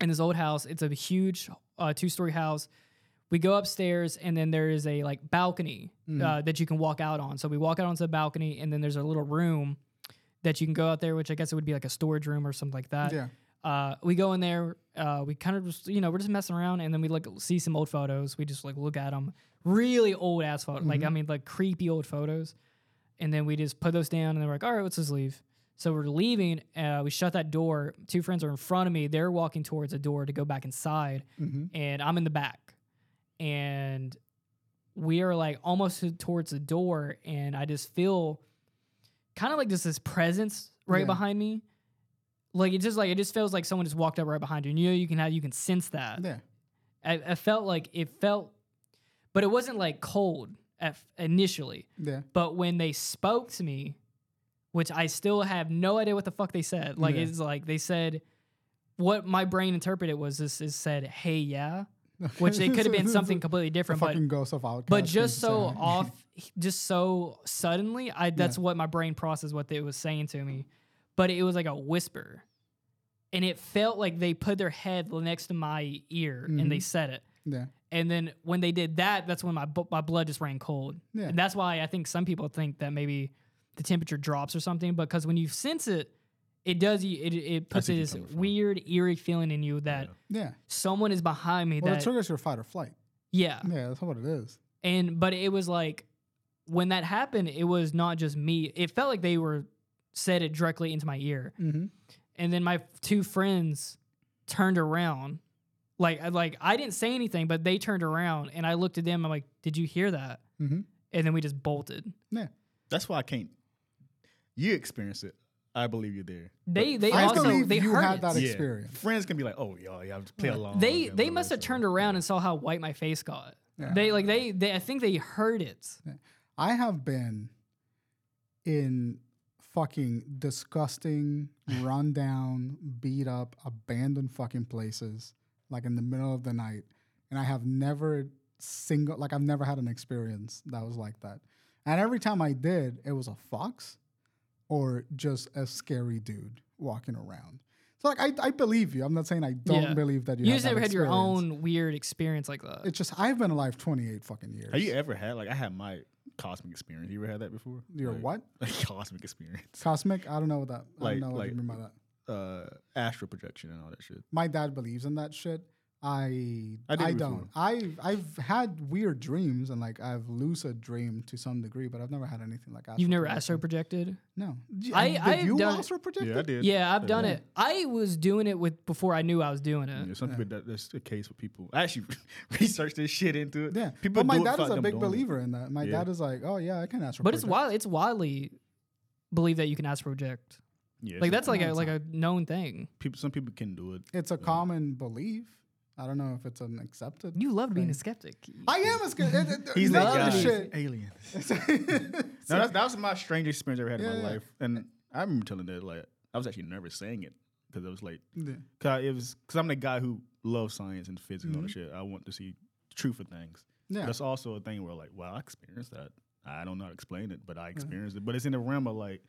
in this old house. It's a huge uh, two story house. We go upstairs and then there is a like balcony uh, that you can walk out on. So we walk out onto the balcony and then there's a little room that you can go out there, which I guess it would be like a storage room or something like that.
Yeah.
Uh, we go in there. Uh, we kind of just, you know, we're just messing around, and then we like see some old photos. We just like look at them, really old ass photo, like I mean, like creepy old photos. And then we just put those down, and then we're like, all right, let's just leave. So we're leaving. Uh, we shut that door. Two friends are in front of me. They're walking towards a door to go back inside,
mm-hmm.
and I'm in the back. And we are like almost towards the door, and I just feel kind of like just this presence right
Yeah.
behind me. Like it just like it just feels like someone just walked up right behind you. And you know you can have you can sense that.
Yeah.
I, I felt like it felt, but it wasn't like cold at f- initially.
Yeah.
But when they spoke to me, which I still have no idea what the fuck they said. Like
Yeah.
it's like they said what my brain interpreted was this is said, hey yeah. Which it could have been something completely
The
different. But
fucking ghost of Outcast.
but just
came to
so
say hi.
off just so suddenly i that's what my brain processed what it was saying to me but it was like a whisper and it felt like they put their head next to my ear and they
Mm-hmm.
said it
Yeah.
and then when they did that that's when my bu- my blood just ran cold
Yeah.
and that's why i think some people think that maybe the temperature drops or something because when you sense it it does you it, it puts
see you
this
coming from.
weird eerie feeling in you that
Yeah.
someone is behind me
Well, it
that Uh,
triggers your fight or flight.
yeah
Yeah, that's what it is.
and but it was like when that happened, it was not just me. It felt like they were said it directly into my ear.
Mm-hmm.
And then my two friends turned around. Like I like I didn't say anything, but they turned around and I looked at them, I'm like, Did you hear that?
Mhm.
And then we just bolted.
Yeah.
That's why I can't. You experience it. I believe you're there.
They they
I
also
believe
they
you
heard
had
it.
that
Yeah.
experience.
Friends can be like, oh, y'all, y'all just play along.
they
yeah,
they
blah,
must
blah,
have
blah.
turned around and saw how white my face got.
Yeah.
They like they, they I think they heard it.
I have been in fucking disgusting, rundown, beat up, abandoned fucking places, like in the middle of the night, and I have never single like I've never had an experience that was like that. And every time I did, it was a fox or just a scary dude walking around. So like I, I believe you. I'm not saying I don't
Yeah.
believe that you,
You
had
just
that
never had your
experience.
own weird experience like that.
It's just I've been alive 28 fucking years.
Have you ever had like I had my cosmic experience? You ever had that before?
Your
Like-
what?
cosmic experience,
Cosmic? I don't know what that. I
Like-
don't know what
like-
you mean by that.
uh, astral projection, and all that shit.
My dad believes in that shit. I
I did
I,
it
don't.
before.
I I've had weird dreams and like I've lucid dreamed to some degree, but I've never had anything like.
You've never
astral
astro projected?
projection. No. Did
I- I've
you
done it.
astral project?
Yeah, I did.
Yeah, I've done
Yeah.
it. I was doing it with before I knew I was doing it.
Yeah, some people that, that's the case with people. I actually researched this shit into it.
Yeah.
people.
but my
do it
dad is
without
a
them
big
doing it.
believer in that. My
Yeah.
dad is like, oh yeah, I can astral.
But it's
project."
wild. It's widely believed that you can astro project.
Yeah,
Like
so
that's like a
it's
like a known thing.
people. Some people can do it.
It's a common belief. I don't know if it's an accepted.
You love being a
thing.
skeptic.
I am a skeptic.
He's that
Love
guy.
this
shit.
Aliens. no, that's, that was my strangest experience I ever had in
Yeah.
my life, and I remember telling that like I was actually nervous saying it because I was like,
Yeah.
cause I- it was because I'm the guy who loves science and physics and all that shit. I want to see truth of things.
Mm-hmm. Yeah.
That's also a thing where like, well, I experienced that. I don't know how to explain it, but
Uh-huh.
I experienced it. But it's in the realm of like,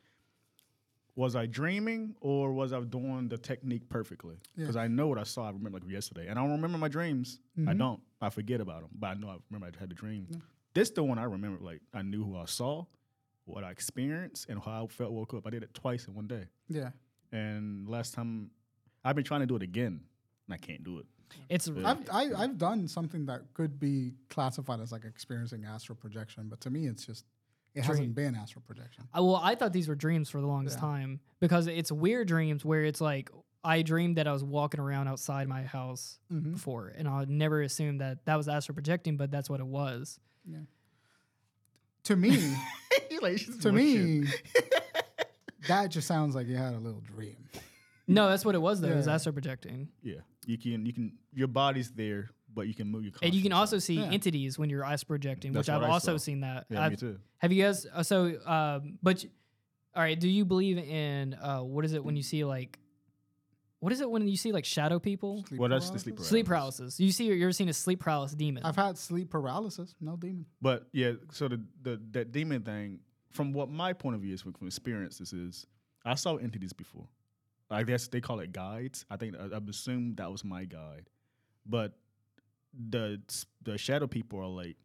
was I dreaming or was I doing the technique perfectly?
Yeah.
Because I know what I saw. I remember like yesterday, and I don't remember my dreams.
Mm-hmm.
I don't. I forget about them, but I know I remember I had the dream. This the one I remember. Like I knew who I saw, what I experienced, and how I felt. Woke up. I did it twice in one day.
yeah.
And last time, I've been trying to do it again, and I can't do it.
It's
I've, I, I've done something that could be classified as like experiencing astral projection, but to me, it's just it hasn't been astral projection.
I, well, I thought these were dreams for the longest time because it's weird dreams where it's like I dreamed that I was walking around outside my house
Mm-hmm.
before, and I never assumed that that was astral projecting, but that's what it was.
To me,
Like, it's
to
bullshit.
me, that just sounds like you had a little dream.
No, that's what it was though. It was
Yeah.
astral projecting,
Yeah, you can. You can. Your body's there, but you can move your.
and you can
conscience.
also see
Yeah.
entities when you're astral projecting,
That's
which I've
what I
also
saw.
seen that.
Yeah, me
I've-
too.
Have you guys? uh, So, um, but, you- all right. Do you believe in uh, what is it when you see like, what is it when you see like shadow people?
Sleep
Well, that's the sleep
Sleep paralysis. You see, you ever seen a sleep paralysis demon?
I've had sleep paralysis, no
Uh,
demon.
But yeah, so the, the that demon thing, from what my point of view is from, from experiences is, I saw entities before. I guess they call it guides. I think I, I've assumed that was my guide, but the the shadow people are like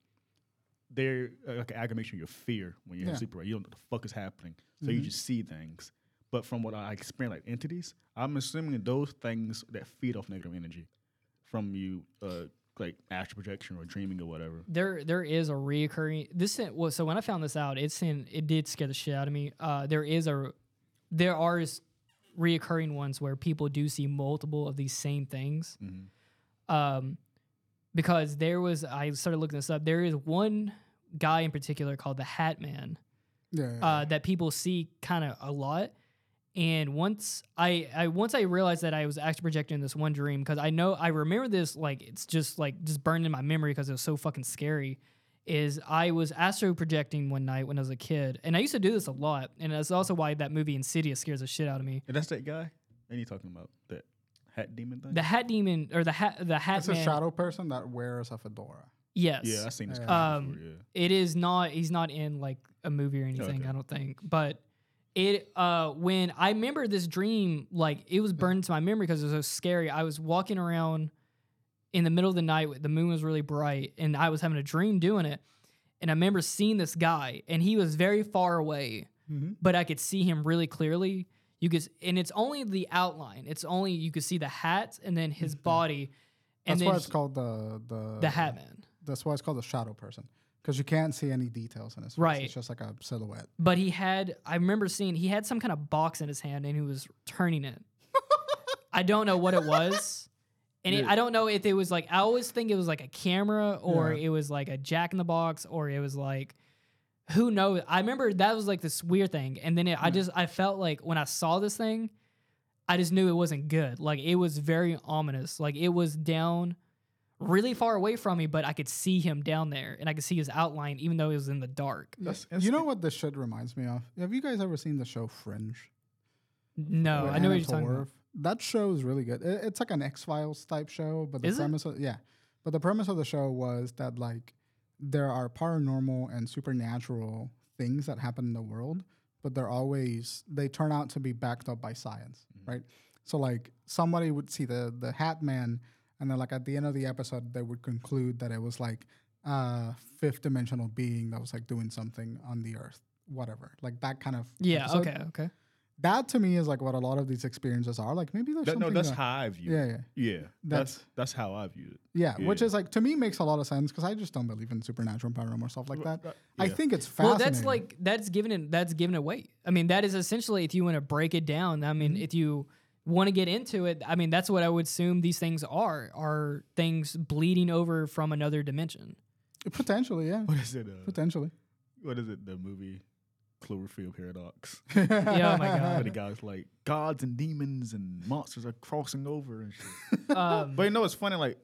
they're uh, like an aggravation of your fear when you're
Yeah.
in sleep. paralysis. You don't know what the fuck is happening, so you just see things. But from what I experience, like entities, I'm assuming those things that feed off negative energy from you, uh, like astral projection or dreaming or whatever.
there there is a reoccurring this sent well so when i found this out it's in it did scare the shit out of me uh there is a there are s- reoccurring ones where people do see multiple of these same things
Mm-hmm.
um because there was i started looking this up there is one guy in particular called the hat man
Yeah, yeah,
uh, that people see kind of a lot. And once I, I once I realized that I was actually projecting this one dream because I know I remember this like it's just like just burned in my memory because it was so fucking scary. Is I was astro projecting one night when I was a kid, and I used to do this a lot, and that's also why that movie Insidious scares the shit out of me.
And that's that guy? And you talking about that hat demon thing?
The Hat Demon or the Hat the Hat
that's
Man,
a shadow person that wears a fedora.
yes,
yeah, I seen this.
Um,
Um, before, yeah.
it is not he's not in like a movie or anything
Okay.
i don't think but it uh when i remember this dream like it was burned to my memory because it was so scary i was walking around in the middle of the night the moon was really bright and i was having a dream doing it and i remember seeing this guy and he was very far away but i could see him really clearly you could s- and it's only the outline it's only you could see the hat and then his body
That's
and then
why it's
he-
called the the
the hat man
That's why it's called the shadow person because you can't see any details in his face.
Right.
It's just like a silhouette.
But he had, I remember seeing, he had some kind of box in his hand and he was turning it. I don't know what it was. And it, I don't know if it was like, I always think it was like a camera or
Yeah.
it was like a jack in the box or it was like, who knows? I remember that was like this weird thing. And then it, I just, I felt like when I saw this thing, I just knew it wasn't good. Like it was very ominous. Like it was down really far away from me, but I could see him down there and I could see his outline even though it was in the dark.
That's
You know what this shit reminds me of? Have you guys ever seen the show Fringe?
No,
with
I know
Anna
what you're talking about.
Torv. That show is really good. It- it's like an X Files type show, but the
Is it?
premise, of- yeah, But the premise of the show was that like there are paranormal and supernatural things that happen in the world, but they're always they turn out to be backed up by science, right? So like somebody would see the the Hat Man, and then like at the end of the episode, they would conclude that it was like a fifth dimensional being that was like doing something on the Earth, whatever, like that kind of
Yeah.
episode.
Okay. Okay.
That to me is like what a lot of these experiences are. Like maybe there's
That- no,
something
that's
that-
how I view
yeah,
it.
yeah.
Yeah, that's
That's-
that's, how I view it.
Yeah, which
Yeah.
is like to me makes a lot of sense because I just don't believe in supernatural and paranormal stuff like that. I
yeah.
think it's
Well,
fascinating.
that's like that's given it that's given away. I mean, that is essentially if you want to break it down. I mean, if you want to get into it, I mean, that's what I would assume these things are are things bleeding over from another dimension.
potentially, yeah,
What is it? Uh,
potentially.
what is it? The movie Cloverfield Paradox.
Yeah, oh my
Where the
god.
guy's like, gods and demons and monsters are crossing over and shit.
Um,
but you know, it's funny. Like,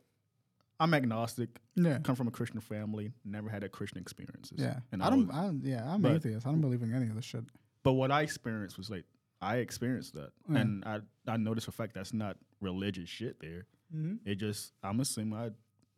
I'm agnostic.
Yeah,
Come from a Christian family. Never had a Christian experiences.
yeah.
And
I
I
don't.
was-
I don't yeah, I'm
but-
atheist. I don't believe in any of this shit.
but what I experienced was like, I experienced that,
Yeah.
and I I noticed the fact that's not religious shit. There,
Mm-hmm.
it just I'm assuming I.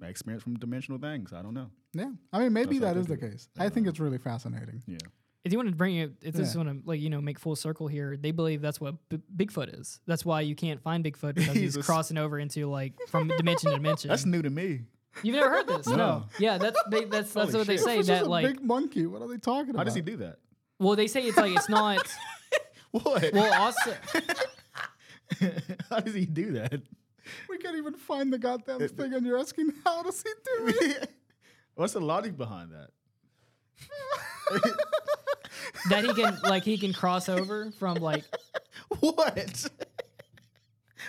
I experienced from dimensional things. I don't know.
Yeah, I mean maybe
That's how I
that is the
think of it.
case. I think it's really fascinating.
Yeah.
if you want to bring it, if just
Yeah.
want to like you know make full circle here, they believe that's what B- Bigfoot is. That's why you can't find Bigfoot because he's
He's a s-
crossing over into like from dimension to dimension.
That's new to me.
You've never heard this? No.
No.
Yeah, that's they, that's that's
Holy
what they
shit.
say
It's just
that
a
like
big monkey. What are they talking about?
How does he do that?
well they say it's like it's not
What?
well also
How does he do that?
We can't even find the goddamn thing, and you're asking how does he do it?
What's the logic behind that?
that he can like he can cross over from like
What?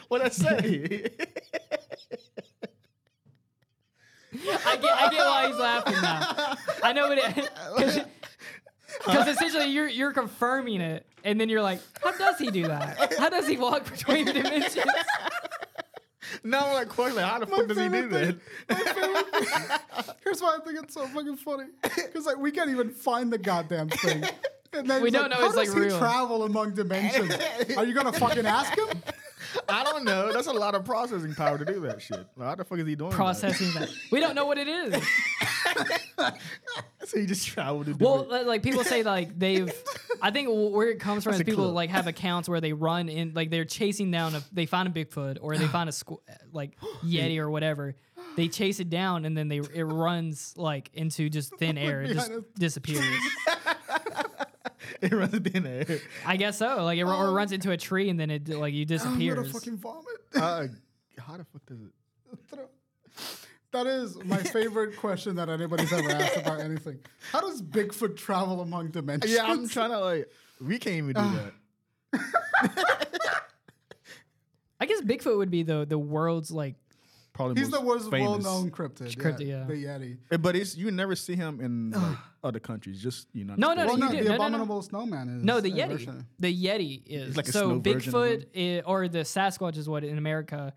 what I say?
I get I get why he's laughing now. I know it because essentially you're you're confirming it, and then you're like, how does he do that? How does he walk between dimensions?
now I'm like questioning how the fuck does he do
favorite
that?
thing- Here's why I think it's so fucking funny. Because like we can't even find the goddamn thing. And then
We
it's
don't know
How
it's,
does
like,
he
real."
travel among dimensions? Are you gonna fucking ask him?
I don't know. That's a lot of processing power to do that shit. Like, how the fuck is he doing? that?
Processing that we don't know what it is.
So he just traveled to do
Well,
it.
li- like people say, like they've. I think wh- where it comes from is
That's a
people
clue.
like have accounts where they run in, like they're chasing down a, they find a Bigfoot or they find a squ- like Yeti or whatever. They chase it down and then they it runs like into just
Oh
thin air. It just
Behind us.
disappears.
It runs in thin air.
I guess so. Like it ru-
Oh
or runs into a tree and then it like you
I'm
disappears.
gonna fucking vomit.
Uh, how the fuck does it?
Throw- That is my favorite question that anybody's ever asked about anything. How does Bigfoot travel among dimensions?
Yeah, I'm trying to like. We can't even do that.
I guess Bigfoot would be the the world's like
Probably
He's the most well-known cryptid.
Cryptid, yeah.
The Yeti.
Eh, But it's you never see him in like, other countries. Just you know.
No, no,
Well,
you
no,
did-
the
no, no, no.
abominable snowman is
No, the
a
Yeti.
version.
The Yeti is
like a
so
snow version of
Bigfoot i or the Sasquatch is what in America.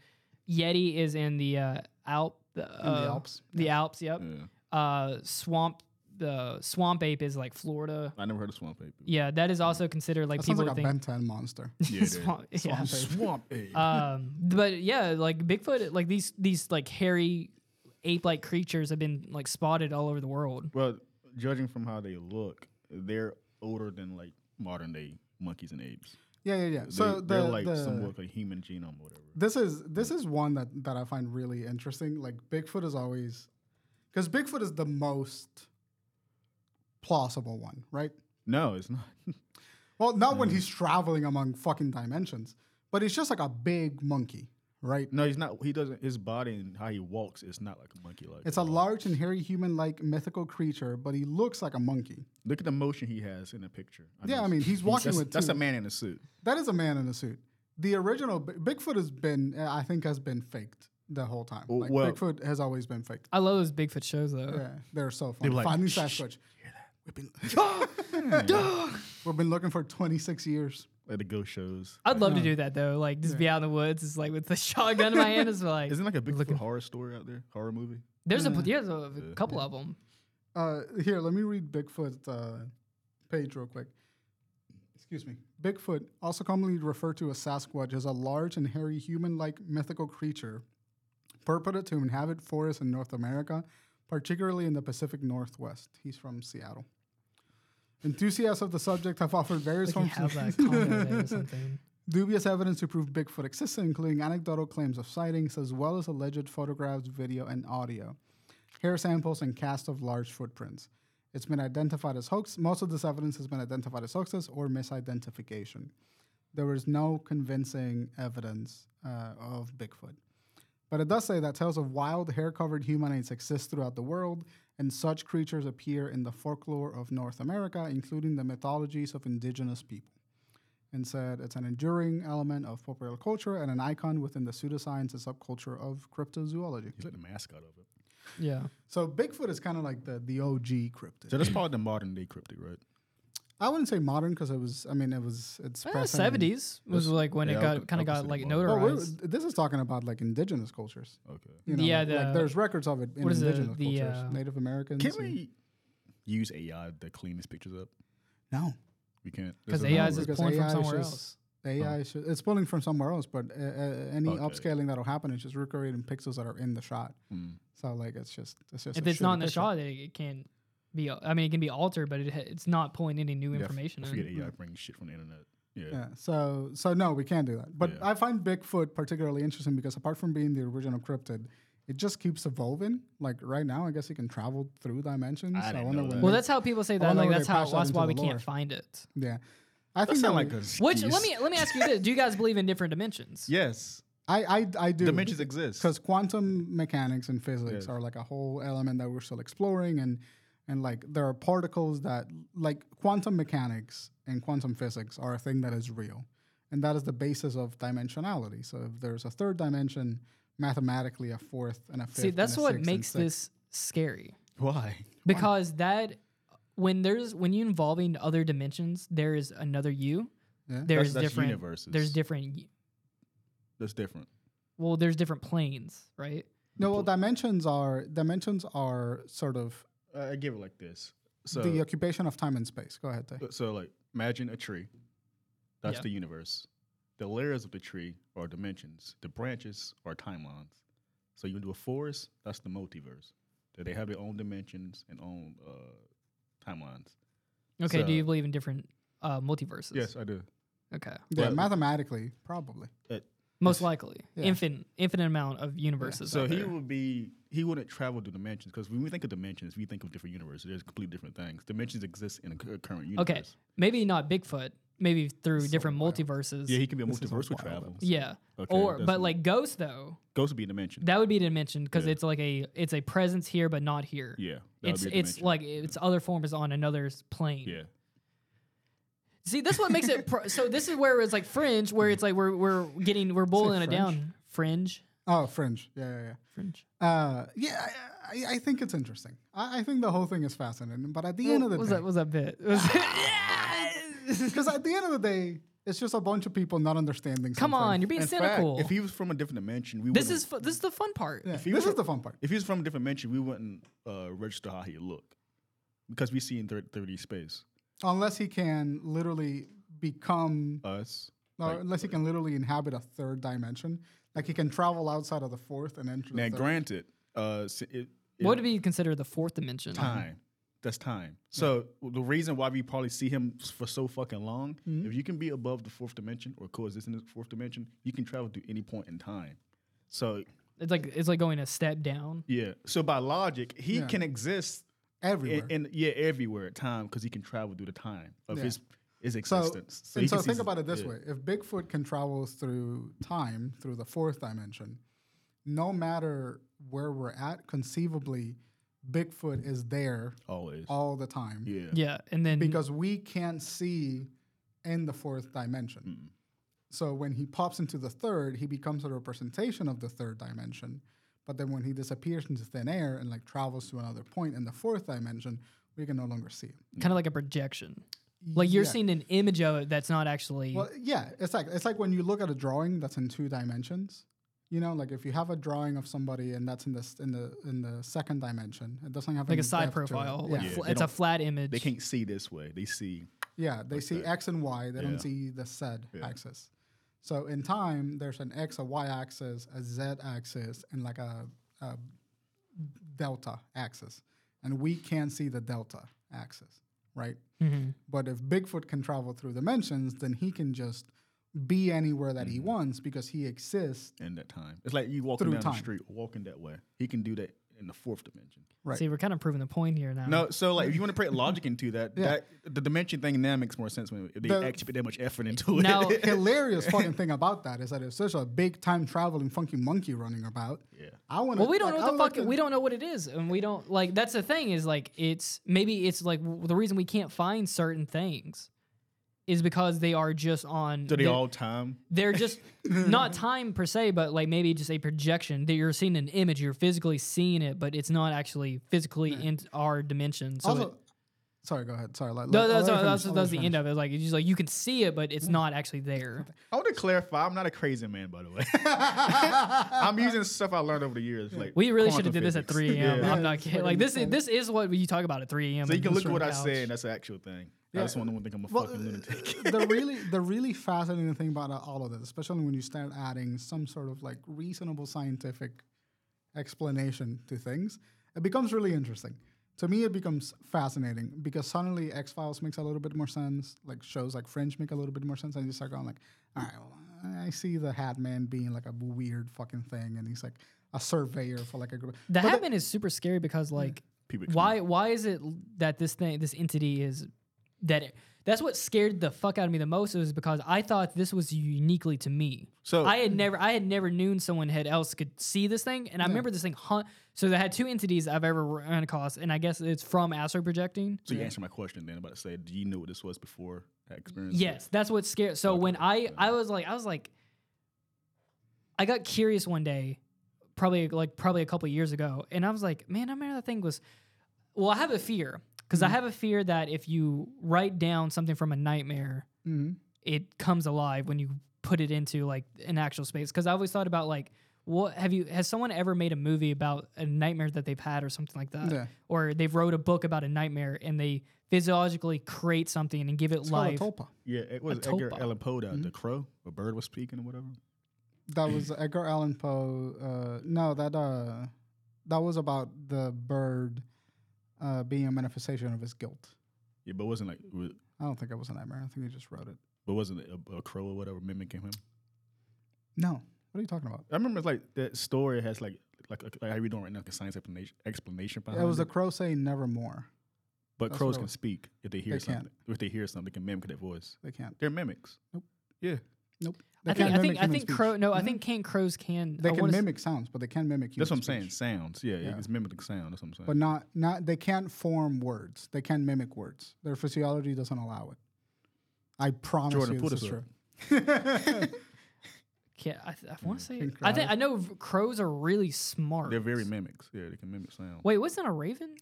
Yeti is in the uh, Alp, the, uh,
Alps,
The Alps, yep.
Yeah.
Uh, swamp, the swamp ape is like Florida.
I never heard of swamp ape.
Yeah, that is also considered like
That sounds
people
like a
think
Ben 10 monster.
Yeah, dude.
swamp. Yeah.
Swamp ape.
um, but yeah, like Bigfoot, like these these like hairy ape-like creatures have been like spotted all over the world.
Well, judging from how they look, they're older than like modern day monkeys and apes.
Yeah, yeah, yeah. So
they, are
the,
like
the,
somewhat like human genome, or whatever.
this is this is one that that I find really interesting. Like Bigfoot is always because Bigfoot is the most plausible one, right?
No, it's not.
Well, not
Mm.
when he's traveling among fucking dimensions, but he's just like a big monkey, right?
no, he's not. He doesn't. His body and how he walks is not like a monkey. Like
It's a large and hairy human-like mythical creature, but he looks like a monkey.
Look at the motion he has in the picture.
Yeah, I mean, he's walking
that's,
with
that's
two-
a man in a suit.
That is a man in a suit. The original Bi- Bigfoot has been, uh, I think, has been faked the whole time.
Well,
Like
Oh, well-
Bigfoot has always been faked.
I love those Bigfoot shows though.
Yeah, they're so funny.
were like,
Finding
"Shh,
Sasquatch. We've been, we've been looking for 26 years.
Like the ghost shows.
I'd love to do that though. Like just be out in the woods, just like with the shotgun in my hand. Is like
Isn't like a big horror story out there? Horror movie.
there's
Mm.
a there's a couple of them.
Uh, here, let me read Bigfoot's uh, page real quick. Excuse me. Bigfoot, also commonly referred to as Sasquatch, is a large and hairy human like mythical creature perpetuum inhabit forests in North America, particularly in the Pacific Northwest. He's from Seattle. Enthusiasts of the subject have offered various
Like he
forms
has
of
that comment or something.
dubious evidence to prove Bigfoot existed, including anecdotal claims of sightings, as well as alleged photographs, video, and audio, hair samples, and casts of large footprints. It's been identified as hoax. Most of this evidence has been identified as hoaxes or misidentification. There was no convincing evidence uh, of Bigfoot. But it does say that tales of wild, hair covered humanoids exist throughout the world, and such creatures appear in the folklore of North America, including the mythologies of indigenous people. And said it's an enduring element of popular culture and an icon within the pseudoscience and subculture of cryptozoology.
He's like the mascot of it.
Yeah.
So Bigfoot is kind of like the, the OG cryptid.
So that's probably the modern day cryptic, right?
I wouldn't say modern because it was, I mean, it was, it's
Eh,
present in-
70s was like when
yeah,
it
I
got
would-
kind
I
of
would
got
say
like
modern.
Well, Oh, we're-
notarized.
this is talking about like indigenous cultures.
Okay.
You know,
Yeah,
like, like
the-
there's records of it in
what is it,
indigenous
the,
cultures,
uh,
Native Americans.
Can
and-
we use AI to clean these pictures up?
No,
We can't.
'Cause
There's a
AI
number.
is just
because
pulling from
AI is
somewhere
just-
else.
AI is ju- it's pulling from somewhere else, but uh, uh, any
Oh. Okay.
upscaling that'll happen is just recreating pixels that are in the shot.
Mm.
So like it's just it's just
If
a
it's not
shitty
in the
picture.
shot, it, it can't be. I mean, it can be altered, but it, ha- it's not pulling any new
Yeah, f-
information.
Forget
in.
AI brings shit from the internet. Yeah.
Yeah. So so no, we can't do that. But
Yeah.
I find Bigfoot particularly interesting because apart from being the original cryptid, it just keeps evolving. Like right now, I guess he can travel through dimensions.
I didn't know that.
Well,
they-
that's how people say
wonder
that. Like
where
that's
they
how
patched that
that's why
into
we
the lore.
can't find it.
yeah. I
That
think that
sound like
we-
a
Which
excuse.
let me let me ask you this: Do you guys believe in different dimensions?
Yes,
I I I do
dimensions exist.
because quantum mechanics and physics
Yes.
are like a whole element that we're still exploring and and like there are particles that like quantum mechanics and quantum physics are a thing that is real and that is the basis of dimensionality so if there's a third dimension mathematically a fourth and a fifth
See,
and
that's
a
what
sixth and
makes
sixth.
this scary
Why?
because that when there's when you involving other dimensions, there is another you.
Yeah.
There's
that's
different
universes.
There's different. y-
That's different.
Well, there's different planes, right?
no well dimensions are dimensions are sort of
Uh, I give it like this. So, Uh,
the occupation of time and space go ahead Tay.
so like imagine a tree. That's
Yeah.
the universe. The layers of the tree are dimensions. The branches are timelines. So you do a forest. That's the multiverse. That they have their own dimensions and own uh, timelines.
Okay.
So-
do you believe in different uh, multiverses?
Yes, I do.
Okay.
yeah
Well-
mathematically probably
uh,
Most likely,
Yeah.
infinite infinite amount of universes.
So
out
he
there.
would be he wouldn't travel to dimensions because when we think of dimensions, we think of different universes. There's completely different things. Dimensions exist in a cur- current universe.
okay. Maybe not Bigfoot. Maybe through different multiverses.
Yeah, he can be a
This is a
multiversal
wild
travel.
Yeah.
Okay,
or
that's
but
m-
like ghosts though,
Ghost would be a dimension.
that would be a dimension because
Yeah.
it's like a it's a presence here but not here.
yeah. That
It's
would be a
it's
dimension.
like its other form is on another s- plane.
yeah.
See, this what makes it pro- so. This is where it's like fringe, where it's like we're we're getting we're boiling it
fringe?
down. Fringe,
oh fringe yeah yeah yeah
fringe.
Uh, yeah, I, I, I think it's interesting. I, I think the whole thing is fascinating. But at the end of the
was
day,
that was that bit? Was
because at the end of the day, it's just a bunch of people not understanding.
Come
something.
on, you're being
In fact,
cynical.
if he was from a different dimension, we
this
wouldn't-
is fu- this is the fun part.
Yeah,
he
this
were-
is the fun part.
if he was from a different dimension, we wouldn't uh, register how he looked because we see in thir- 3D space
Unless he can literally become,
us.
or
like-
unless he can literally inhabit a third dimension, like he can travel outside of the fourth and enter.
Now,
the third.
granted, uh, s- it, it-
What would be considered the fourth dimension?
time. That's time. So the reason why we probably see him s- for so fucking long, if you can be above the fourth dimension or coexist in the fourth dimension, you can travel to any point in time. So
It's like it's like going a step down.
yeah. So by logic, he
Yeah.
can exist
everywhere.
in, in yeah everywhere at time because he can travel through the time of
Yeah.
his his
so,
existence. he
and so
can see
think
his-
about it this
yeah.
way: if Bigfoot can travel through time, through the fourth dimension, no matter where we're at, conceivably, Bigfoot is there
Always.
all the time
yeah. Mm-hmm.
Yeah, and then
because we can't see in the fourth dimension. So when he pops into the third, he becomes a representation of the third dimension. But then when he disappears into thin air and like travels to another point in the fourth dimension, we can no longer see him.
kind of like a projection. Like you're
Yeah.
seeing an image of it that's not actually.
Well, yeah, it's like it's like when you look at a drawing that's in two dimensions. You know, like if you have a drawing of somebody and that's in the s- in the in the second dimension, it doesn't have
like
any
a side
depth to it.
profile.
mm, Yeah,
Like
Yeah,
fl-
they
it's a
don't-
flat image.
They can't see this way. They see
Yeah, they see
that.
X and Y. They
Yeah.
don't see the said
Yeah.
axis. So in time, there's an x, a y axis, a z axis, and like a, a delta axis, and we can't see the delta axis, right?
Mm-hmm.
But if Bigfoot can travel through dimensions, then he can just be anywhere that
Mm-hmm.
he wants because he exists.
in that time. It's like you walking
Through
down
time.
the street, walking that way. He can do that in the fourth dimension.
Right.
See, we're kind of proving the point here now.
No, so like if you want to put logic into that,
Yeah.
that the dimension thing now makes more sense when they
The-
actually put that much effort into it.
Now-
Hilarious fucking thing about that is that if there's a big time traveling funky monkey running about,
Yeah.
I want.
Well, we don't know what the fuck.
Like
we don't know what it is, and we don't like. That's the thing is like it's maybe it's like w- the reason we can't find certain things is because they are just on.
to the
they're-
all time.
They're just not time per se, but like maybe just a projection that you're seeing an image, you're physically seeing it, but it's not actually physically in our dimension. So.
also,
it,
sorry, go ahead. Sorry, like,
no, that's, that's, that's, the end of it. Like, it's just like you can see it, but it's
Mm.
not actually there.
I want to clarify, I'm not a crazy man, by the way. I'm using stuff I learned over the years. Like
We really should
quantum
have did this at
physics.
3 a.m.
Yeah.
I'm not kidding. Like this, is, this is what you talk about at 3 a.m.
So you
in
can
this
look at what
room
I
couch.
said, and that's the actual thing. I just want to think I'm a fucking lunatic.
the really the really fascinating thing about all of this, especially when you start adding some sort of like reasonable scientific explanation to things, it becomes really interesting. To me, it becomes fascinating because suddenly X Files makes a little bit more sense. Like shows like Fringe make a little bit more sense, and you start going like, all right, well, I see the Hat Man being like a weird fucking thing, and he's like a surveyor for like a group.
The Hatman is super scary because like
People
why why is it l- that this thing this entity is that it, that's what scared the fuck out of me the most is because I thought this was uniquely to me.
So-
I had never I had never known someone had else could see this thing and I remember this thing hunt so they had two entities I've ever run across and I guess it's from astro projecting.
So you answer my question then about to say, do you know what this was before that experience?
Yes, that's what scared. So when I I was like I was like I got curious one day, probably like probably a couple years ago, and I was like, man, I remember that thing was. Well, I have a fear because
Mm-hmm.
I have a fear that if you write down something from a nightmare,
Mhm.
it comes alive when you put it into like an actual space. Because I always thought about like. What have you? Has someone ever made a movie about a nightmare that they've had, or something like that,
Yeah.
or they've wrote a book about a nightmare and they physiologically create something and give it
It's called a
life?
tulpa.
Yeah, it was
A Mm-hmm.
Edgar
topa.
Allan Poe, that the crow, a bird was speaking or whatever.
That was Edgar Allan Poe. Uh, no, that uh, that was about the bird uh, being a manifestation of his guilt.
Yeah, but wasn't like, wa-
I don't think it was a nightmare. I think he just wrote it.
but wasn't it a, a crow or whatever mimicking him?
No, what are you talking about?
I remember like that story has like like, like how we doing right now, like a science explanation explanation behind
It was
it.
the crow saying "Nevermore."
but
that's
crows
what I
can
was-
speak if they hear
They can't.
something. If they hear something, they can mimic that voice.
They can't.
They're mimics.
Nope.
Yeah.
Nope. They
I think
can't
I think
mimic
I
human
think
speech. Mm-hmm.
crow. No, I think can crows can.
They
I
can
wanna s-
mimic sounds, but they can mimic. Human
That's what I'm saying.
speech.
Sounds. Yeah,
Yeah.
it's mimicking sound. That's what I'm saying.
But not not they can't form words. They can mimic words. Their physiology doesn't allow it. I promise
Jordan,
you,
pull
this is
this
true.
up.
Can, I, th- I want to say.
Can
I think
crows-
I know v- crows are really smart.
They're very mimics. Yeah, they can mimic sound.
Wait, wasn't a raven?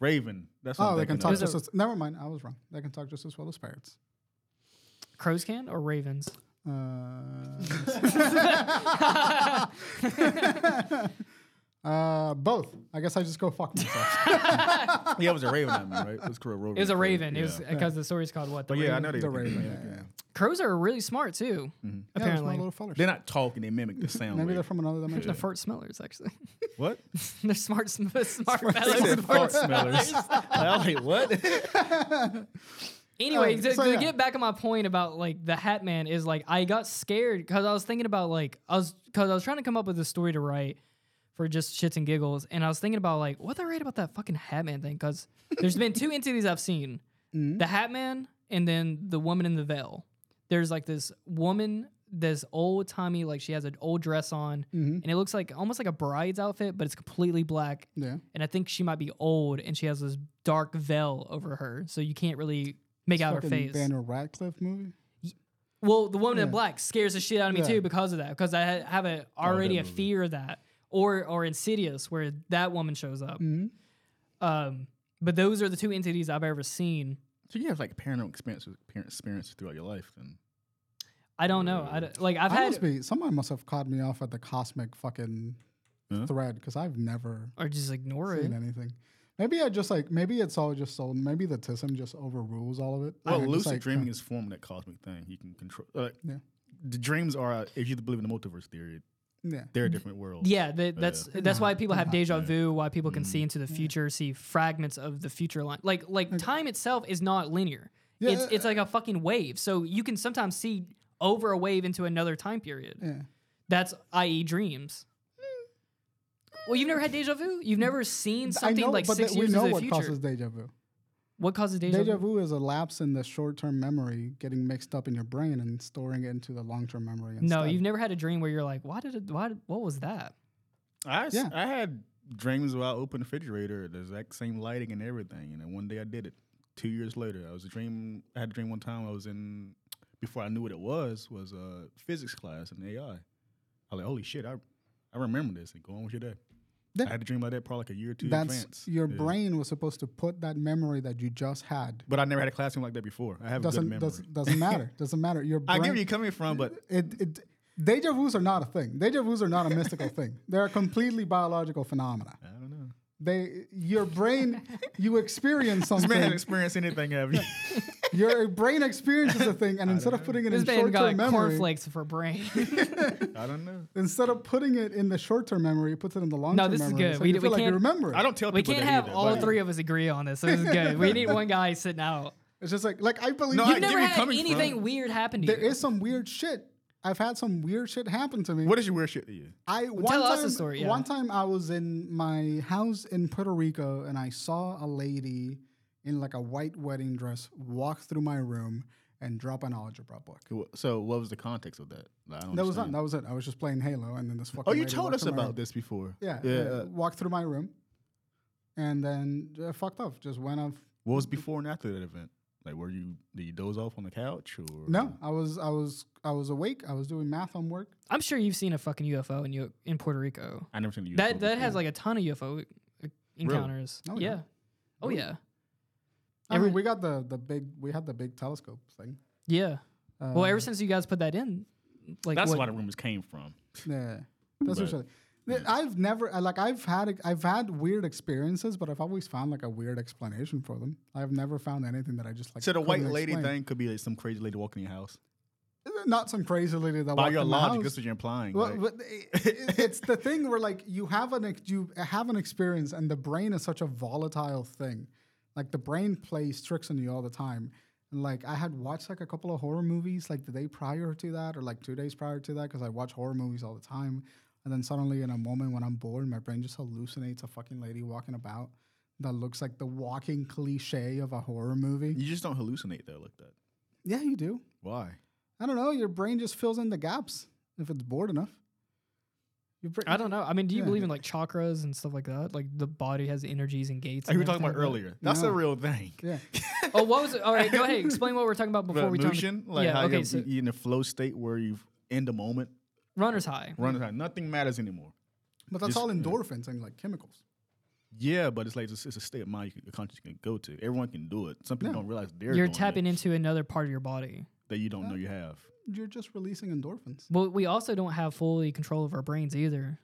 Raven. That's what
Oh,
I'm
they can
thinking
talk
of.
There's
just
a-
as. Never mind, I was wrong. They can talk just as well as parrots.
Crows can or ravens?
Uh, uh, both. I guess I just go fuck myself.
yeah, it was a raven. I mean, right? It was crow. Raven.
It was a
crow.
raven.
Yeah.
It was because the story's called what? The
But yeah, I
Raven?
know they
the
can mimic
raven. Yeah,
it,
yeah, yeah.
Crows are really smart too.
Yeah, those my
Apparently,
little fellers.
They're not talking. They mimic the sound.
Maybe
wave.
they're from another
the
dimension.
fart smellers actually.
what?
they're smart, sm- smart
They
fellas.
said fart smellers. I was like, what?
Anyway,
Oh,
to,
so
to
yeah.
get back on my point about like the Hat Man is like I got scared because I was thinking about like I was because I was trying to come up with a story to write for just shits and giggles, and I was thinking about like what did I write about that fucking Hat Man thing because there's been two entities I've seen,
Mm-hmm.
the Hat Man and then the woman in the veil. There's like this woman, this old timey like she has an old dress on,
Mm-hmm.
and it looks like almost like a bride's outfit, but it's completely black,
Yeah.
and I think she might be old, and she has this dark veil over her, so you can't really make out her
Fucking
face.
Daniel Radcliffe movie.
Well, the woman in black scares the shit out of me
Yeah. Oh,
too because of that, because I ha- have a, already a
movie.
fear of that, or or Insidious, where that woman shows up.
Mm-hmm.
Um, but those are the two entities I've ever seen.
So you have like paranormal experiences, parent experiences throughout your life, then.
I don't know. I don't- like I've
I must
had
be. Someone must have caught me off at the cosmic fucking
Huh?
thread because I've never
or just ignore it.
seen anything. Maybe I just like. Maybe it's all just sold. Maybe the tism just overrules all of it.
Well,
And I just,
lucid
like,
dreaming is form of that cosmic thing. You can control. Uh,
Yeah.
the dreams are if you believe in the multiverse theory,
Yeah.
they're a different world.
Yeah, the, that's that's why people have deja
Mm-hmm.
Yeah.
vu, why people can see into the future, see fragments of the future line. Like like time itself is not linear.
Yeah, uh,
It's it's like a fucking wave. So you can sometimes see over a wave into another time period.
Yeah.
That's i.e. dreams. Well, you've never had deja vu. You've never seen something like
but
six
th- we
years
know
into the
what
future.
causes deja vu.
what causes deja,
Deja
vu?
vu is a lapse in the short-term memory getting mixed up in your brain and storing it into the long-term memory. Instead.
No, you've never had a dream where you're like, why did it? Why? did- What was that?
I, s-
Yeah.
I had dreams where I opened the refrigerator, the exact same lighting and everything. And then one day I did it. Two years later, I was a dream. I had a dream one time. I was in before I knew what it was was a physics class in AI. I was like, holy shit, I I remember this. And go on with your day.
Yeah.
I had a dream like that probably like a year or two in
That's
advance.
your
Yeah.
brain was supposed to put that memory that you just had.
But I never had a classroom like that before. I have a good
Doesn't
memory.
doesn't, doesn't matter. Doesn't matter. Your
I
brain,
get where you're coming from, but
it, it deja vu's are not a thing. Deja vu's are not a mystical thing. They're a completely biological phenomena.
I don't know.
They your brain you experience
This man
something.
hasn't experienced anything, have you?
your brain experiences a thing, and instead of putting it
This
in
man got
short-term
like
memory,
cornflakes for brain.
I don't know.
instead of putting it in the short-term memory, it puts it in the long-term.
this is
memory,
good.
So
We-
you
we
feel like you
can't-
remember. It.
I don't tell
we
people
can't
that
have
either,
all
but-
three of us agree on this. So this is good. we need one guy sitting out.
It's just like like I believe
No,
you-
I get
You've never
where you're
had
coming from.
anything weird happen to
there
you.
is some weird shit. I've had some weird shit happen to me.
What is your weird shit to you?
I one
tell
time,
us a story, yeah.
One time I was in my house in Puerto Rico and I saw a lady in like a white wedding dress walk through my room and drop an algebra book.
So what was the context of that? I don't
That was not.
understand.
That was it. I was just playing Halo, and then this fucking.
Oh, you
lady
told
walked
us
through my
about
room.
this before.
Yeah,
Yeah.
yeah.
uh,
walked through my room, and then uh, fucked off. Just went off.
what was before and after that event? Like, were you did you doze off on the couch or
No, I was, I was, I was awake. I was doing math homework.
I'm sure you've seen a fucking UFO in U- in Puerto Rico.
I never seen you.
That that has like a ton of UFO e, encounters.
Oh,
yeah.
yeah.
Oh yeah.
I
Every-
mean, we got the the big, we had the big telescope thing.
Yeah.
Uh,
Well, ever since you guys put that in, like
That's
what,
where the rumors came from.
Yeah, that's
But-
what usually. Th- I've never I- like I've had I've had weird experiences, but I've always found like a weird explanation for them. I've never found anything that I just like.
So the white
couldn't
lady
explain.
thing could be like some crazy lady walking in your house.
not some crazy lady that
By
walked
your
in my
logic,
house.
that's what you're implying.
Well,
like-
but it- it- it's the thing where like you have an ex- you have an experience, and the brain is such a volatile thing. Like the brain plays tricks on you all the time. And like I had watched like a couple of horror movies like the day prior to that, or like two days prior to that, because I watch horror movies all the time. And then suddenly, in a moment when I'm bored, my brain just hallucinates a fucking lady walking about that looks like the walking cliche of a horror movie.
you just don't hallucinate though like that.
Yeah, you do.
Why?
I don't know. Your brain just fills in the gaps if it's bored enough. Your bra-
I don't know. I mean, do you
Yeah.
believe in like chakras and stuff like that? Like the body has energies and gates.
Like we were
and
talking about
everything
earlier. That's a
No.
real thing.
Yeah.
like that? Oh, what was it? All right, go ahead. Explain what we're talking about before
But
we turn. to-
motion, like
yeah.
how
okay.
you're,
So
you're in a flow state where you in the moment,
runner's high.
running time. Nothing matters anymore.
But that's
Just- uh,
all endorphins and like chemicals.
Yeah, but it's like it's, it's a state of mind you can, conscious can go to. Everyone can do it. Some people
Yeah.
don't realize they're
You're
doing it
tapping into another part of your body.
that you don't know you have.
You're just releasing endorphins.
Well, we also don't have fully control of our brains either.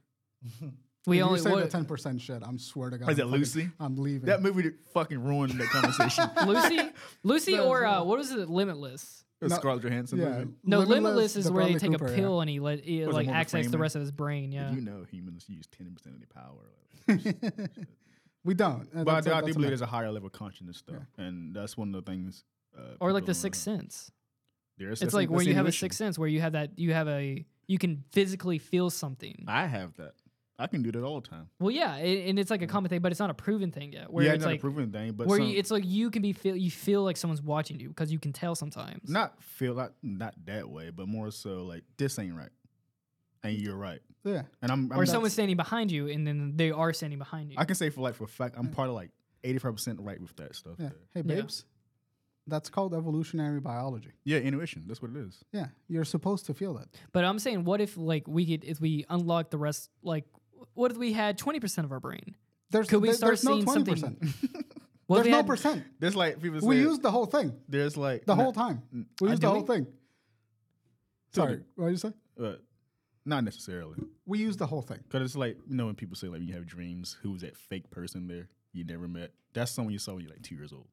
We
If
only
you say
what-
the ten percent shit. I'm swear to God.
Is
I'm
that
fucking-
Lucy?
I'm leaving.
That movie fucking ruined that conversation.
Lucy, Lucy, or uh, what is it? Limitless.
The
No,
Scarlett Johansson.
yeah.
movie.
No,
Limitless,
Limitless, is
the
where they
Bradley
take
Cooper, yeah.
a pill and he let it,
Was it
like
Morgan
access the
Freeman?
rest of his brain. Yeah.
You know humans use ten percent of their power.
We don't.
But
Uh,
I
that's
do,
a-
I
that's
do
a
believe
myth.
there's a higher level of consciousness though, and that's one of the things. Uh,
or like
people
the
don't
sixth
know.
sense.
There is-
It's
that's
like
in-
where
that's
you have a
intuition.
sixth sense where you have that you have a you can physically feel something.
I have that. I can do that all the time.
Well, yeah, a- and it's like a common thing, but it's not a proven thing yet. Where
Mm. yeah,
it's
not a
like
proven thing, but
where
some,
you, it's like you can be feel you feel like someone's watching you because you can tell sometimes.
not feel like not that way, but more so like this ain't right, and you're right,
Yeah.
and I'm, I'm
or someone's standing behind you and then they are standing behind you.
I can say for like for a fact, I'm part of like 85 percent right with that stuff.
Yeah.
there.
Hey,
Yeah.
babes. That's called evolutionary biology.
Yeah, intuition. That's what it is.
Yeah. You're supposed to feel that.
But I'm saying, what if like we could if we unlock the rest? Like, what if we had twenty percent of our brain?
There's,
Could we
there-
start
there's no
seeing something-
20%.
What if
There's
we
no
had-
percent.
There's like people say
We used the whole thing.
there's like
The
no-
whole time. We
Uh,
used
do
the whole
we?
thing. Sorry. What did you say?
uh, not necessarily.
We used the whole thing.
Because it's like, you know, when people say, like, you have dreams, who was that fake person there you never met? That's someone you saw when you're like two years old,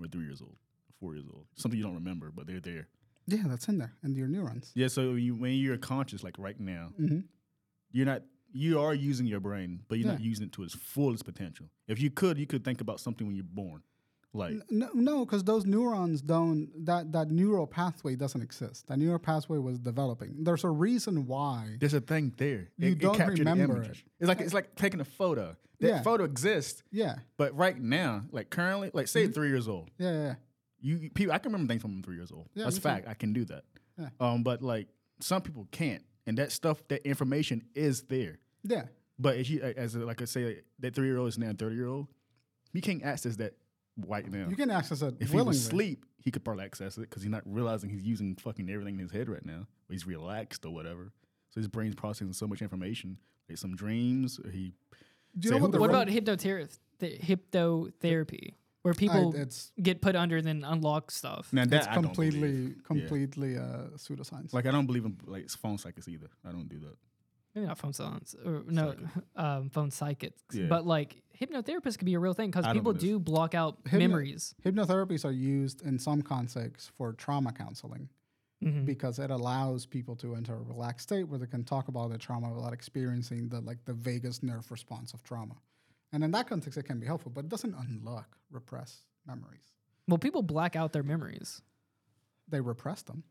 or three years old, four years old. Something you don't remember, but they're there.
Yeah, that's in there, and your neurons.
Yeah, so when you, when you're conscious, like right now,
hmm
you're not you are using your brain, but you're not
Yeah.
using it to its fullest potential. If you could, you could think about something when you're born, like
N- No, because those neurons don't. That that neural pathway doesn't exist. That neural pathway was developing. There's a reason why.
there's a thing there.
You don't
captured the
remember
images.
it.
It's like it's like taking a photo. That
Yeah.
photo exists,
Yeah,
but right now, like currently, like say
Mm-hmm.
three years old,
yeah, yeah.
you you- people I can remember things from when I'm three years old.
Yeah,
That's
me too.
fact. I can do that.
Yeah.
Um, but like some people can't, and that stuff, that information is there.
yeah.
But if you, as like I say, that three year old is now thirty year old, he can't access that right now.
yeah. You can access it
if he
willingly.
was asleep, he could probably access it because he's not realizing he's using fucking everything in his head right now. He's relaxed or whatever, so his brain's processing so much information, like some dreams. Or he
Do you
Say
know
who
what the
the
What
re-
about hypnother- th- hypnotherapy, where
I-
people
it's
get put under and then unlock stuff?
now
it's
that I don't believe.
completely completely uh, pseudoscience.
Like I don't believe in like phone psychics either. I don't do that.
Maybe not phone silence or no um, phone psychics,
Yeah.
but like hypnotherapists could be a real thing because
I don't
people
believe-
do block out
Hypno-
memories.
Hypnotherapies are used in some contexts for trauma counseling
Mm-hmm.
because it allows people to enter a relaxed state where they can talk about the trauma without experiencing the like the vagus nerve response of trauma. And in that context, it can be helpful, but it doesn't unlock repress memories.
Well, people black out their memories.
They repress them.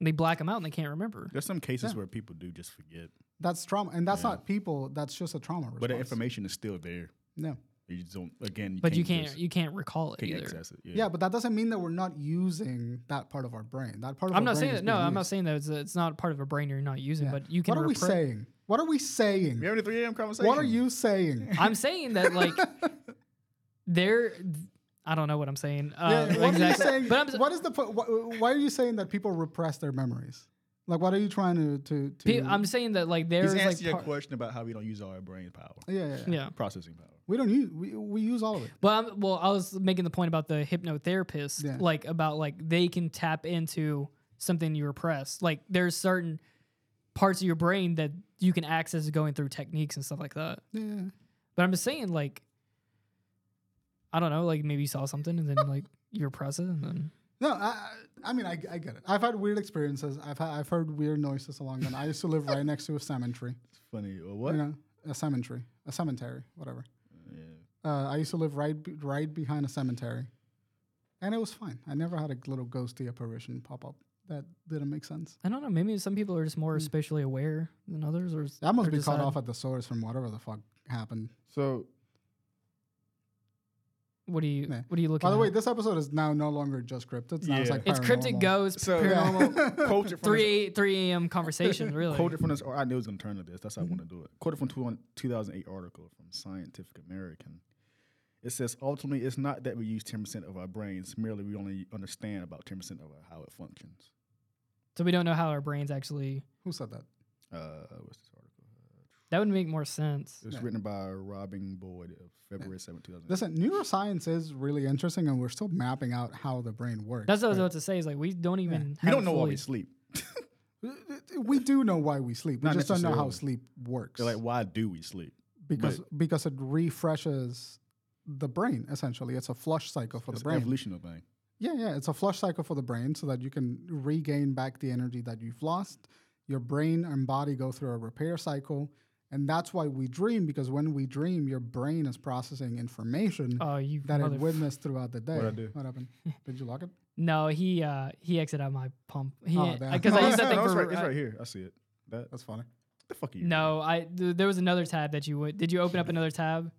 They black them out and they can't remember.
There's some cases
Yeah.
where people do just forget,
That's trauma, and that's
Yeah.
not people. That's just a trauma response.
but the information is still there.
no.
You just don't again. You
But
can't
you can't
just-
you can't recall it
can't
either.
access it. Yeah.
Yeah, but that doesn't mean that we're not using that part of our brain. That part of our
I'm not
brain
saying
is
that. No,
being
I'm not
used.
saying that it's, it's not part of a brain you're not using,
Yeah.
but you can.
What are we
repre-
saying? What are we saying?
You having a 3 a.m. conversation?
What are you saying?
I'm saying that like there. I don't know what I'm saying. Uh,
Yeah, what are you
exactly.
saying?
But I'm s-
what is the po- wh- why are you saying that people repress their memories? Like, what are you trying to to? to
pe- I'm saying that like
He's
there's
answering
like
your
par-
question about how we don't use all our brain power,
yeah, yeah, yeah.
yeah.
processing power.
We don't use we, we use all of it.
Well, I'm, well, I was making the point about the hypnotherapist,
Yeah.
like about like they can tap into something you repress. Like there's certain parts of your brain that you can access going through techniques and stuff like that.
Yeah, yeah.
But I'm just saying, like, I don't know, like maybe you saw something and then like you repress it and then
No, I I I mean I, I get it. I've had weird experiences. I've had, I've heard weird noises along them. I used to live right next to a cemetery.
It's funny. Or what?
You know, a cemetery, a cemetery, whatever.
Yeah.
Uh, I used to live right be- right behind a cemetery, and it was fine. I never had a little ghosty apparition pop up that didn't make sense.
I don't know. Maybe some people are just more
Mm.
spatially aware than others, or
That must
or
be
just
caught
had-
off at the source from whatever the fuck happened.
So
What do you
Yeah.
What do you look?
By the way, this episode is now no longer just cryptids. Now it's
Yeah.
like
it's cryptic
paranormal.
ghost
So-
paranormal
quote it from this,
three three a.m. conversation. Really, Mm-hmm.
quote it from this. Or I knew it was gonna turn to this. That's how I want to do it. Quote it from two- 2008 article from Scientific American. It says ultimately, it's not that we use 10 percent of our brains. Merely, we only understand about 10 percent of our- how it functions.
So we don't know how our brains actually.
Who said that?
Uh, what's this article?
That would make more sense.
It was
Yeah.
written by Robin Boyd of February 7, 2008.
Listen, neuroscience is really interesting, and we're still mapping out how the brain works.
That's what I was about to say. Is like we don't even.
we
have
don't know why
fully-
we sleep.
we do know why we sleep. We
Not
just don't know how
necessarily.
sleep works
They're like, why do we sleep?
because because it refreshes the brain. Essentially, it's a flush cycle for
It's
the
an
brain.
evolutionary thing.
Yeah, yeah, it's a flush cycle for the brain so that you can regain back the energy that you've lost. Your brain and body go through a repair cycle, and that's why we dream because when we dream, your brain is processing information
Oh, you.
that
mother-
it witnessed throughout the day.
What'd I do?
What happened? Did you lock it?
no, he uh he exited out my pump. He
Oh, damn.
because I used that
No,
thing
it's,
for.
right, it's
I-
right here. I see it. That
That's funny.
the fuck are you?
No, I th- there was another tab that you would. Did you open up another tab,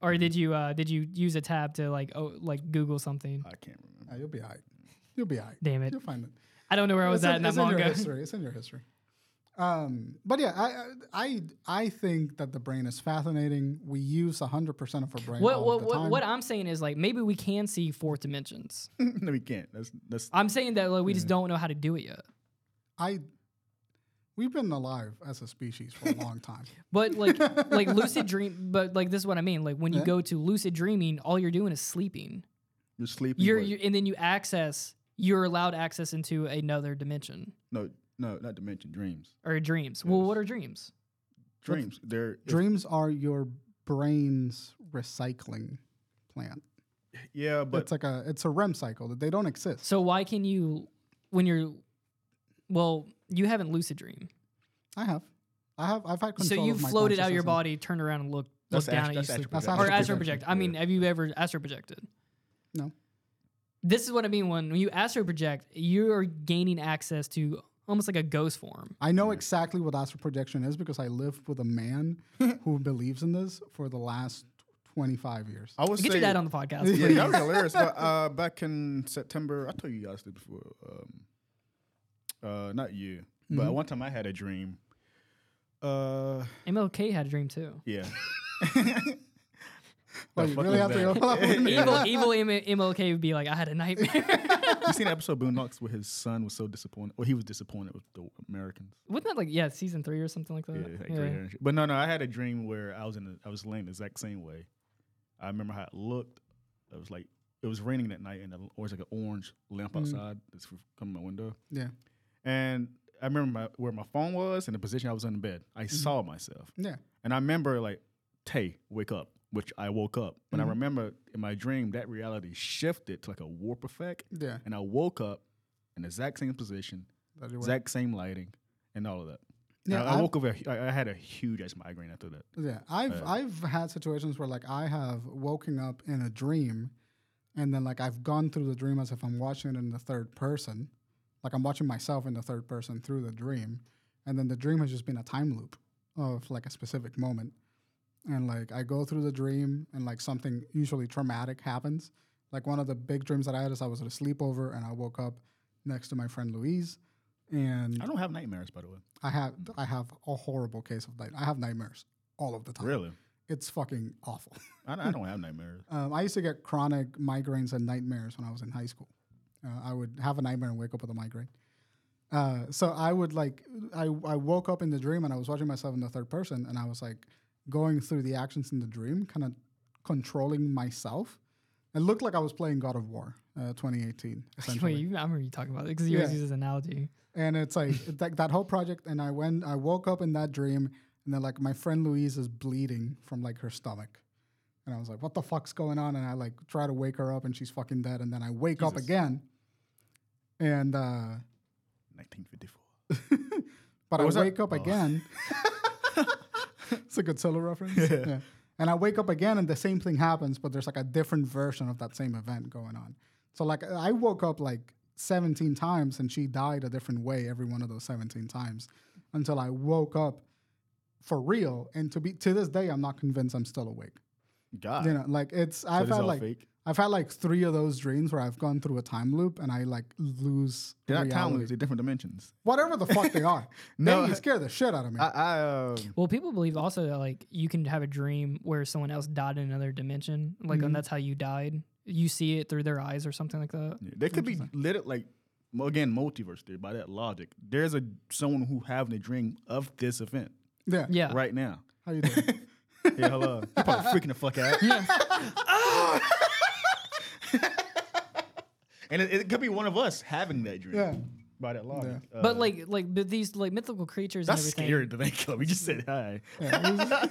or did you uh did you use a tab to like oh like Google something?
I can't remember.
Yeah, Ah, you'll be all right. You'll be all right.
Damn it!
You'll find it.
I don't know where I was
it's
at in that
it's in your
manga.
history. It's in your history. Um, but yeah, I, I I think that the brain is fascinating. We use hundred percent of our brain.
What
all
what
of the
what,
time.
what I'm saying is like maybe we can see fourth dimensions.
no, we can't. That's that's
I'm saying that like we just don't know how to do it yet.
I we've been alive as a species for a long time.
But like like lucid dream, but like this is what I mean. Like when you
Yeah.
go to lucid dreaming, all you're doing is sleeping.
you're sleeping.
You're,
but-
you and then you access you're allowed access into another dimension
no no not to mention dreams.
or dreams. Well,
Yes.
what are dreams?
Dreams. They're if-
Dreams are your brain's recycling plant.
yeah, but
it's like a it's a REM cycle that they don't exist.
So why can you? when you're well, you haven't lucid dream.
I have. I have. I've had
So
control.
you
of my
floated out of your
consciousness.
body, turned around and looked
That's
looked down
ast-
at you
that's
sleep.
astral
That's
or
astral
astral project.
projection,
I mean,
yeah.
have you ever astral projected?
No.
This is what I mean when when you astral project, you're gaining access to almost like a ghost form.
I know exactly what astral projection is because I lived with a man who believes in this for the last 25 years.
I would
Get
say
your dad on the podcast.
Yeah, that was hilarious. But uh, back in September, I told you guys this before. Um, uh, not you, but one time I had a dream. Uh,
MLK had a dream too.
yeah.
Oh,
The
you
fuck
really
was
have to
that?
go. hold on, wait a minute.
Evil, evil M- MLK would be like, I had a nightmare.
you seen the episode of Boondocks where his son was so disappointed, or he was disappointed with the Americans.
Wasn't that like yeah, season three or something like
Yeah,
that?
had gray hair and shit. But no, no, I had a dream where I was in, a, I was laying the exact same way. I remember how it looked. It was like it was raining that night, and there was like an orange lamp outside that's coming my window.
Yeah.
And I remember my, where my phone was and the position I was in the bed. I saw myself.
Yeah.
And I remember like, Tay, wake up, which I woke up. But I remember in my dream that reality shifted to like a warp effect.
Yeah.
And I woke up in the exact same position,
That you were-
exact same lighting, and all of that.
Yeah,
Yeah, I,
I've-
woke up. with a hu- I I had a huge ass migraine after that.
Yeah, I've I've had situations where like I have woken up in a dream, and then like I've gone through the dream as if I'm watching it in the third person, like I'm watching myself in the third person through the dream, and then the dream has just been a time loop of like a specific moment, and like I go through the dream and like something usually traumatic happens. Like one of the big dreams that I had is I was at a sleepover and I woke up next to my friend Louise, and
I don't have nightmares, by the way.
I have I have a horrible case of night. I have nightmares all of the time
Really,
it's fucking awful.
I, I don't have nightmares.
Um, I used to get chronic migraines and nightmares when I was in high school. Uh, I would have a nightmare and wake up with a migraine. Uh, so I would like, I, I woke up in the dream and I was watching myself in the third person and I was like going through the actions in the dream, kind of controlling myself. It looked like I was playing God of War uh, 2018, essentially.
Wait, you, I remember you talking about it because you always
Yeah.
use this analogy.
and it's like that, that whole project and i went i woke up in that dream and then like my friend louise is bleeding from like her stomach and i was like what the fuck's going on and i like try to wake her up and she's fucking dead and then i wake up
Jesus.
again and uh
1954.
but
was
i
that-
wake up
Oh.
again it's a good solo reference yeah. and i wake up again and the same thing happens but there's like a different version of that same event going on so like i woke up like 17 times and she died a different way every one of those 17 times until i woke up for real and to be to this day i'm not convinced i'm still awake
God,
you know like it's
Ah.
i've
this
had
all
like
fake?
i've had like three of those dreams where i've gone through a time loop and i like lose
they're not
reality.
timeless. They're different dimensions.
whatever the fuck they are
No,
no they
I-
scare the shit out of me
I, I uh,
Well, people believe also that like you can have a dream where someone else died in another dimension, like
Mm-hmm.
and that's how you died. You see it through their eyes or something like that.
Yeah, they could be lit like mo- again multiverse theory by that logic. There's a someone who having a dream of this event
yeah
Yeah.
right now.
how you doing
Yeah, hello. You're probably freaking the fuck out. and it, it could be one of us having that dream.
Yeah.
By that logic. Uh,
But like like but these like mythical creatures
that's
and everything.
scary to think of. We just said hi. It's like-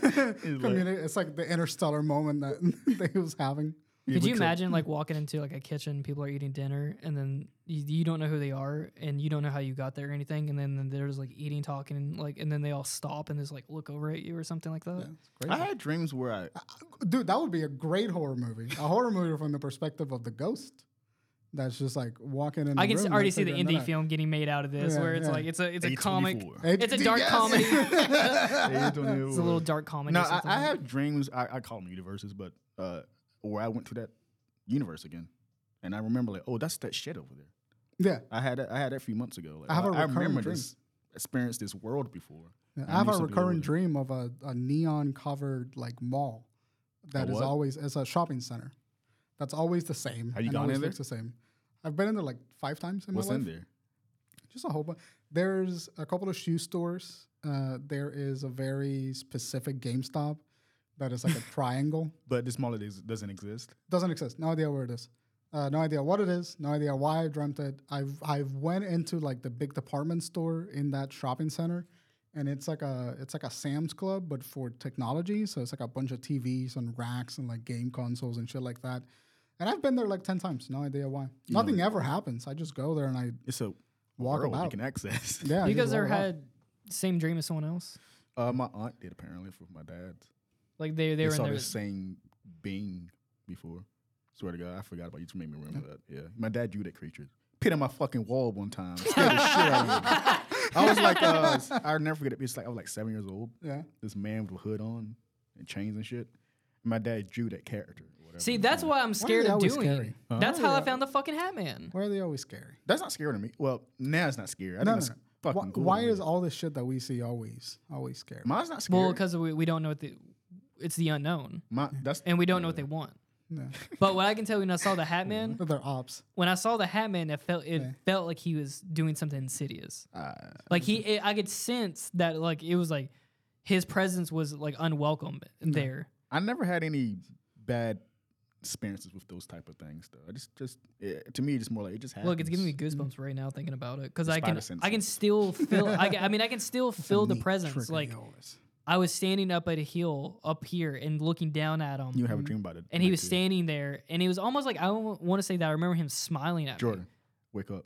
Communi- it's like the interstellar moment that, that he was having.
Could
we
you imagine
mm.
like walking into like a kitchen, people are eating dinner, and then you, you don't know who they are, and you don't know how you got there or anything, and then they're just like eating, talking, and like, and then they all stop and just like look over at you or something like that.
I had dreams where I
Dude, that would be a great horror movie. A horror movie from the perspective of the ghost. That's just like walking in.
I
the
can s
room and
already see the
figuring
indie
it
film getting made out of this,
Yeah,
where it's
yeah.
like it's a it's a comic,
A24.
out.
it's a dark
Yes!
comedy, it's
it's
a little dark comedy.
No,
or
I,
something
I have dreams. I, I call them universes, but uh, where I went to that universe again, and I remember like, oh, that's that shit over there.
Yeah,
I had that, I had that a few months ago. Like,
I have a recurring
remember
dream.
this experienced this world before.
yeah.
and
I have
knew
a
something over
recurrent
there.
dream of a, a neon covered like mall that is
what?
always as a shopping center. That's always the same.
Have you
and
gone
always
in there?
looks the same. I've been in there like five times in
What's
my
in
life.
there?
just a whole bunch. There's a couple of shoe stores. Uh, there is a very specific GameStop that is like a triangle.
But this mall is, doesn't exist.
Doesn't exist. No idea where it is. Uh, no idea what it is. No idea why I dreamt it. I've I've went into like the big department store in that shopping center, and it's like a it's like a Sam's Club but for technology. So it's like a bunch of TVs and racks and like game consoles and shit like that. And I've been there like ten times. No idea why. Nothing ever happens. I just go there and I
It's a
Walk
world you
about.
can access.
Yeah,
you
just
guys ever
walk about.
had same dream as someone else?
Uh, my aunt did apparently for my dad.
Like they
They,
they were in
saw
their
the same being before. Swear to God, I forgot about you. Just made me remember that. Yeah, my dad drew that creature. Pit on my fucking wall one time. Scared the shit out of me. I was like, uh, I'll never forget it. It's like I was like seven years old.
Yeah.
This man with a hood on and chains and shit. my dad drew that character. or whatever.
See, that's what I'm scared
they
of
always
doing.
scary?
That's how I found the fucking Hat Man.
Why are they always scary?
That's not scary to me. Well, now it's not scary. I think
No, no,
it's
no.
fucking
Why,
cool.
why is all this shit that we see always always scary?
mine's not scary?
Well, because we, we don't know what the it's the unknown,
My, that's
and we don't know what they want.
No.
But what I can tell you when I saw the Hat Man,
They're ops.
when I saw the Hat Man, it felt it
Mm-hmm. Yeah.
felt like he was doing something insidious.
uh,
Like he, it, I could sense that like it was like his presence was like unwelcome there.
I never had any bad experiences with those type of things though. I just just it, to me, it's more like it just happens.
Look, it's giving me goosebumps right now thinking about it because
The
I can
spider
I can
senses.
still feel I, ca- I mean I can still feel the
Neat trick
presence.
of
Like
yours.
I was standing up at a hill up here and looking down at him.
you have a dream about it.
Mm-hmm. and he
like
was
this.
standing there, and it was almost like I don't want to say that. I remember him smiling at
Jordan, wake up.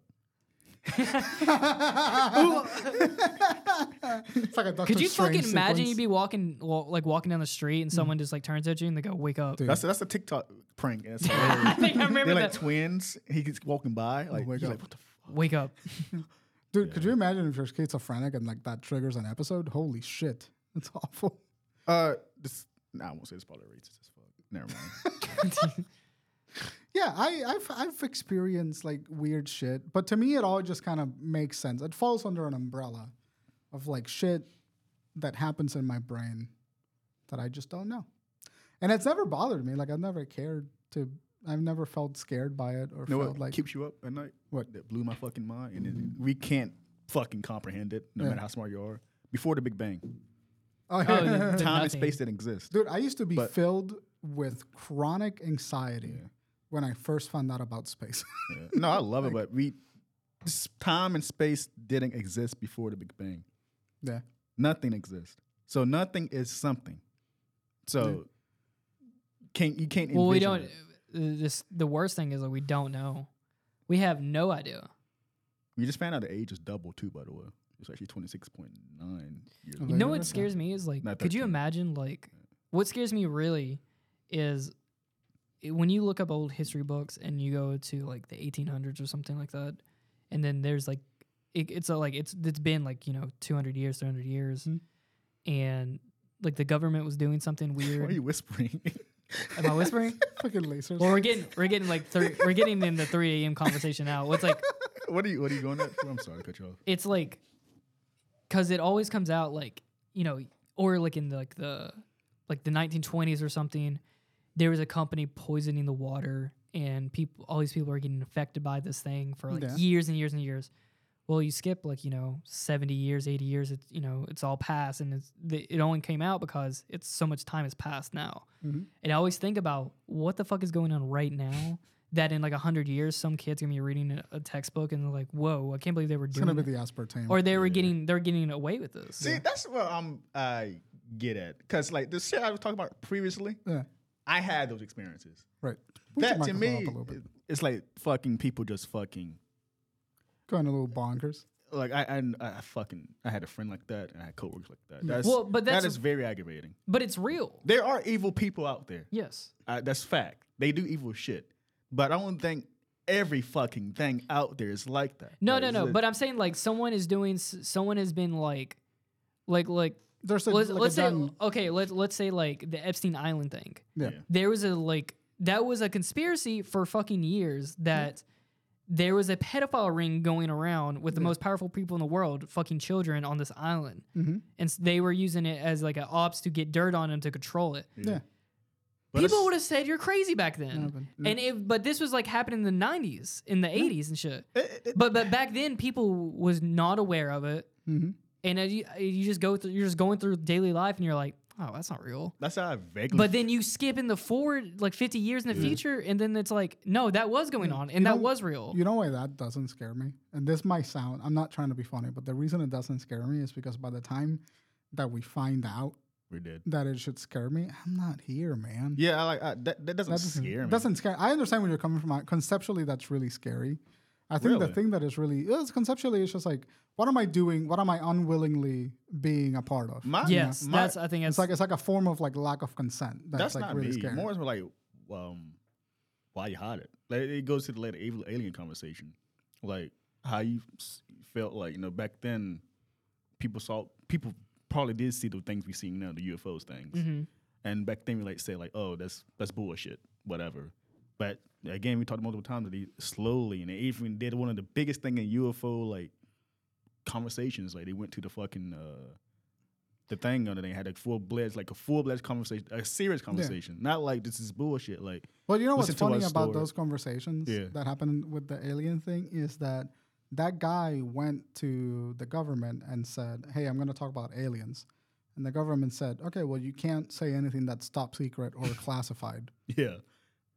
it's like a Doctor
me. Could you
Strange
fucking imagine
sequence.
you'd be walking, well, like walking down the street, and someone just like turns at you and they go, "Wake up!"
That's that's a TikTok prank. and It's
I
hilarious.
think I remember
They're like
that.
twins. He keeps walking by. Like,
wake
he's
up.
like, what the fuck?
Wake up!
Dude, could you imagine if you're schizophrenic and like that triggers an episode? Holy shit, that's awful.
Uh, this. Nah, I won't say it's probably racist as fuck. Never mind.
Yeah, I, I've I've experienced like weird shit, but to me, it all just kind of makes sense. It falls under an umbrella of like shit that happens in my brain that I just don't know, and it's never bothered me. Like I've never cared to. I've never felt scared by it or
you know
felt
what
like
keeps you up at night? Mm-hmm.
What?
that blew my fucking mind, and it, we can't fucking comprehend it, no matter how smart you are. Before the Big Bang,
oh,
Oh,
yeah.
there's
time and
nothing.
space didn't exist.
Dude, I used to be
But-
filled with chronic anxiety when I first found out about space.
Yeah. No, I love it, but we s- time and space didn't exist before the Big Bang.
yeah.
Nothing exists. So nothing is something. So can't you can't
Well, we
envision
don't. uh,
it.
This the worst thing is like we don't know. We have no idea.
We just found out the age is double too, by the way. It's actually twenty six point nine years.
Oh,
old.
You know what
that's
scares me is like,
Not
could you
13.
imagine like, what scares me really is i- when you look up old history books and you go to like the 1800s or something like that, and then there's like, it, it's a, like it's it's been like you know 200 years, 300 years,
Hmm.
Mhm.
and like the government was doing something
Why are
weird.
you whispering?
Am I whispering?
Fucking lasers.
well, we're getting we're getting like three, we're getting in the 3 a.m. conversation now. What's like
what are you what are you going at? I'm sorry, to cut you off.
it's like because it always comes out like you know or like in the, like the like the 1920s or something there was a company poisoning the water and people all these people are getting affected by this thing for like
Yeah.
years and years and years well you skip like you know 70 years 80 years it's you know it's all past and it's the, it only came out because it's so much time has passed now
Mm-hmm.
and i always think about what the fuck is going on right now that in like 100 years some kid's gonna be reading a, a textbook and they're like whoa i can't believe they were
it's
doing
gonna
that
be the aspartame.
or they were getting they're getting away with this.
See, that's what I'm I get at. Cause like the shit I was talking about previously,
yeah,
I had those experiences.
right. Move your
That to
microphone
me,
up a little bit.
it's like fucking people just fucking
going a little bonkers.
like I, I I fucking I had a friend like that and I had coworkers like
Mm.
that. That's,
Well, but that's-
that is very aggravating.
But it's real.
There are evil people out there.
Yes.
Uh, that's fact. They do evil shit. But I don't think every fucking thing out there is like that.
No,
Like,
no,
it's
no.
a-
But I'm saying like someone is doing s- someone has been like like like
There's a,
let's,
like a
let's say
gun-
okay, let's let's say like the Epstein Island thing.
yeah.
Yeah.
There was a like that was a conspiracy for fucking years that there was a pedophile ring going around with the most powerful people in the world fucking children on this island.
Mm-hmm.
And s- they were using it as like an ops to get dirt on them to control it.
yeah,
but
People
it's-
would have said you're crazy back then, and it, but this was like happening in the '90s, in the '80s, and shit. But but back then, people was not aware of it,
Mm-hmm.
and uh, you, uh, you just go through, you're just going through daily life, and you're like, oh, that's not real.
that's how I vaguely.
Mm.
But then you skip in the forward like 50 years in the future, and then it's like, no, that was going on, and that
know-
was real.
You know why that doesn't scare me? And this might sound I'm not trying to be funny, but the reason it doesn't scare me is because by the time that we find out
we did.
that it should scare me, I'm not here, man.
Yeah, I like I, that. That doesn't
That doesn't-
scare me.
Doesn't scare. I understand where you're coming from. Conceptually, that's really scary. I think the
Really?
thing that is really it's conceptually it's just like what am I doing? What am I unwillingly being a part of?
My,
yes,
my-
that's I think
it's
it's
like it's like a form of like lack of consent. That's,
that's
like
not
really
me.
scary.
More is more like, um, why you hide it? Like, it goes to the later av- alien conversation, like how you s- felt like you know back then. People saw people probably did see the things we see now, the UFOs things,
Mm-hmm.
and back then we like say like, oh, that's that's bullshit, whatever. But again, we talked multiple times that they slowly and they even did one of the biggest thing in UFO like conversations. Like they went to the fucking. Uh, the thing on it. They had a full fledged, like a full fledged conversation, a serious conversation, not like this is bullshit. Like,
Well, you know what's
Listen to
funny
us,
about
Lord.
those conversations
Yeah.
that happened with the alien thing is that that guy went to the government and said, "Hey, I'm going to talk about aliens." And the government said, "Okay, well, you can't say anything that's top secret or classified."
yeah,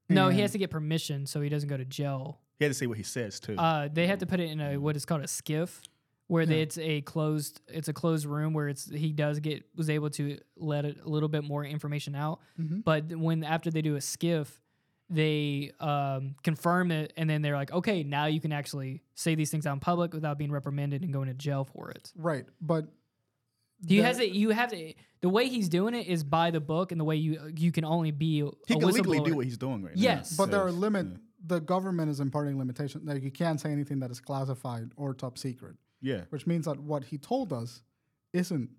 no, he
And-
has to get permission so he doesn't go to jail.
he had to say what he says too.
Uh, they
Mm.
have to put it in a what is called a skiff, where they- it's a closed it's a closed room where it's he does get was able to let it, a little bit more information out. But when after they do a skiff, they um, confirm it, and then they're like, okay, now you can actually say these things out in public without being reprimanded and going to jail for it.
right, but
He
the-
has it. You have to. The way he's doing it is by the book, and the way you you can only be a
he can legally do
whistleblower.
what he's doing right
Yes.
now.
But there are
So,
limit. The government is imparting limitation. Like you can't say anything that is classified or top secret,
Yeah,
which means that what he told us isn't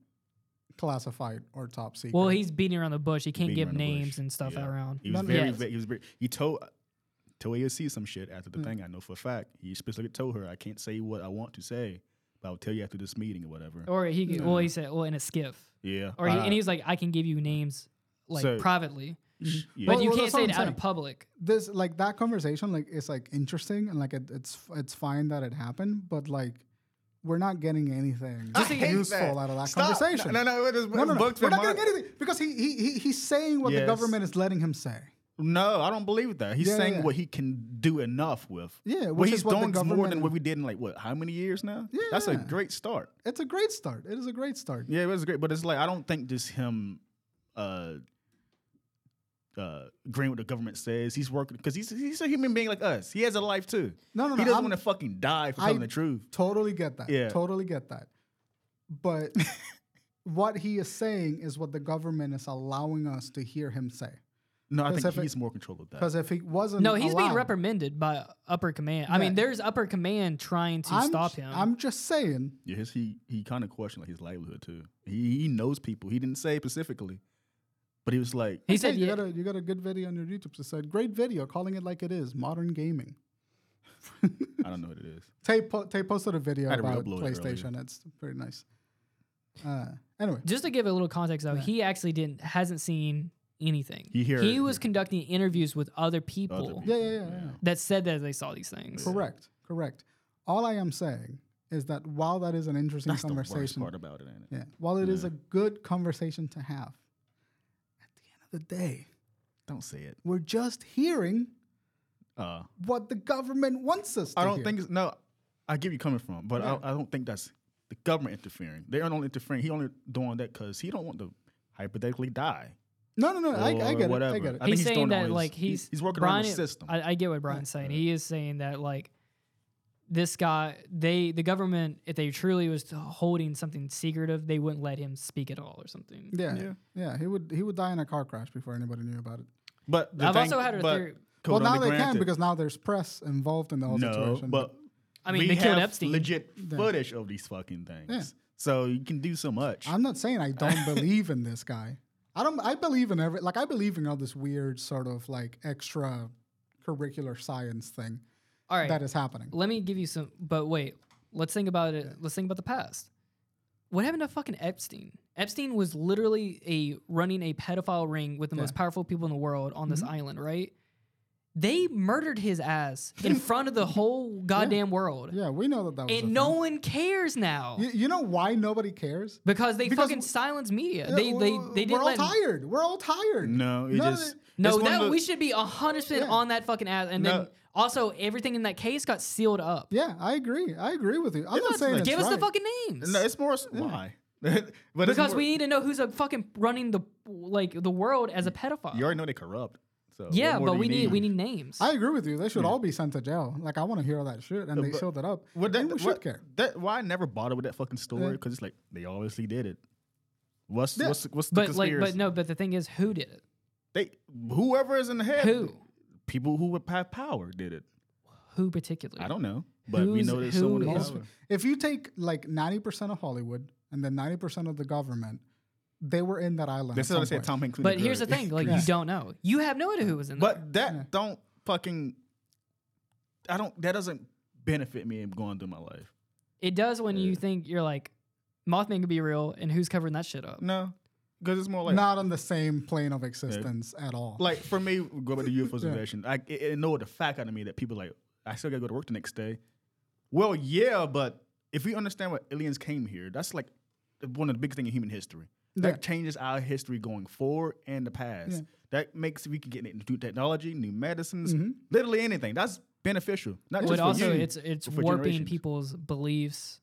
classified or top secret.
Well, he's beating around the bush. He can't
Beating
give
around the bush.
names and stuff
Yeah.
around.
he was
None of
very,
that.
va- he was very, he told. Told AOC some shit after
Hmm.
the thing. I know for a fact he specifically told her I can't say what I want to say, but I'll tell you after this meeting or whatever.
Oh,
Or he could- well he said well in a skiff.
Yeah,
Or he,
Uh,
and he was like I can give you names like
So-
privately,
yeah.
but
Well,
you
well,
can't
that's what
say it
I'm
out in
saying.
public.
this like that conversation like is like interesting and like it, it's it's fine that it happened, but like we're not getting anything
I hate
useful
that.
out of that
Stop.
conversation.
No, no, it is-
no, no, no.
bugs
We're
my
not
mind.
getting anything because he he, he he's saying what the
Yes.
government is letting him say.
No, I don't believe that. He's
Yeah,
saying
yeah.
what he can do enough with.
Yeah,
what
which
he's
is what the
doing is more
government
than
and-
what we did in like what? How many years now? that's a
Yeah.
great start.
It's a great start. It is a great start.
Yeah, it was great, but it's like I don't think just him uh uh agreeing with the government says he's working because he's he's a human being like us. He has a life too.
No, no,
He
no,
doesn't
I'm-
want to fucking die for
I-
telling the truth.
Totally get that.
Yeah.
Totally get that. But what he is saying is what the government is allowing us to hear him say.
No, I
Because
think
if it-
he's more control of that.
Because if he wasn't,
No, he's being
allowed-
reprimanded by upper command. I mean,
Right.
there's upper command trying to
I'm,
stop him.
I'm just saying.
Yeah, his, he he kind of questioned like his livelihood too. He he knows people. He didn't say specifically, but he was like,
he
Hey,
said,
you
yeah,
got a you got a good video on your YouTube. It said great video, calling it like it is, modern gaming.
I don't know what it is.
Tay, po- Tay posted a video
I had to
about
re-upload it earlier.
PlayStation. It's pretty nice. Uh, anyway,
just to give a little context though, he actually didn't hasn't seen anything.
You hear
he
it.
was conducting interviews with other people,
Other people.
yeah, yeah, yeah, yeah.
that said that they saw these things.
correct, correct. All I am saying is that while that is an interesting
That's the worst
conversation,
part about it, ain't it?
yeah, while it is a good conversation to have, at the end of the day,
Don't say it.
we're just hearing
Uh,
what the government wants us. to
I don't
hear.
think it's, no. I get where you're coming from, but I, I don't think that's the government interfering. They're not interfering. He only doing that because he don't want to hypothetically die.
No, no, no. I,
or
I get it. I
whatever.
get it.
I think
he's,
he's
saying
doing it on
that
his-
like
he-
he's
he's working around the
Brian-
system.
I, I get what Brian's saying. He is saying that like this guy, they the government, if they truly was to holding something secretive, they wouldn't let him speak at all or something.
Yeah, yeah,
Yeah.
He would he would die in a car crash before anybody knew about it.
But the
I've
thing-
also had a
but
theory-
Code
well, now
Under
they can
granted-
because now there's press involved in the whole
no,
situation.
but
I mean,
we
they killed
have
Epstein.
Legit footage of these fucking things,
Yeah.
so you can do so much.
I'm not saying I don't believe in this guy. I don't. I believe in every like I believe in all this weird sort of like extra curricular science thing
all right,
that is happening.
let me give you some. But wait, let's think about it. Let's think about the past. What happened to fucking Epstein? Epstein was literally a running a pedophile ring with the most powerful people in the world on this
Mm-hmm.
island, right? They murdered his ass in front of the whole goddamn world.
Yeah, we know that that was. a
and no one cares now
thing. You, you know why nobody cares?
because they
Because
fucking
w-
silence media. They
Yeah,
they
we're-
they
We're
didn't
all
let
tired. We're all tired.
no, it
None of
just
it-
no
it's one of
that
the-
we should be hundred percent
Yeah.
on that fucking ass. And
No.
then also everything in that case got sealed up.
Yeah, I agree. I agree with you. I'm not
that's
saying
like-
it's
Give us the
right.
fucking names
No, it's more s- why. but it's
because
more-
we need to know who's a fucking running the like the world as a pedophile.
you already know they corrupt, So what
yeah,
more
but
do you
we need we need names.
I agree with you. They should all be sent to jail. Like I want to hear all that shit, and they
Uh, but-
sealed it up.
Well,
Then
that,
we should
what-
care.
that- why I never bothered with that fucking story
Yeah.
because it's like they obviously did it. What's
Yeah.
what's what's the
but
conspiracy?
like, but no, but the thing is, who did it?
They whoever is in the head,
Who?
people who would have power did it.
Who particularly?
I don't know, but we
Who's-
know that
who
someone
is-
has
Most,
power.
if you take like ninety percent of Hollywood and then ninety percent of the government, they were in that island.
This is
at
what I
some
said.
point.
Tom Hanks. and
But here's the
drugs.
thing: like,
Yeah.
you don't know. You have no idea who was in there.
But that don't fucking. I don't. That doesn't benefit me in going through my life.
It does when you think you're like, Mothman could be real, and who's covering that shit up?
No, because it's more like
Not on the same plane of existence at all.
like for me go back to UFOs invasion. I it, it know the fact out of me that people like I still gotta go to work the next day. Well, yeah, but if we understand what aliens came here, that's like one of the biggest things in human history. That
Yeah.
changes our history going forward and the past. That makes we can get into new technology, new medicines, literally anything. That's beneficial. Not
But
just for
also,
you,
it's it's
but for
warping
generations.
people's beliefs.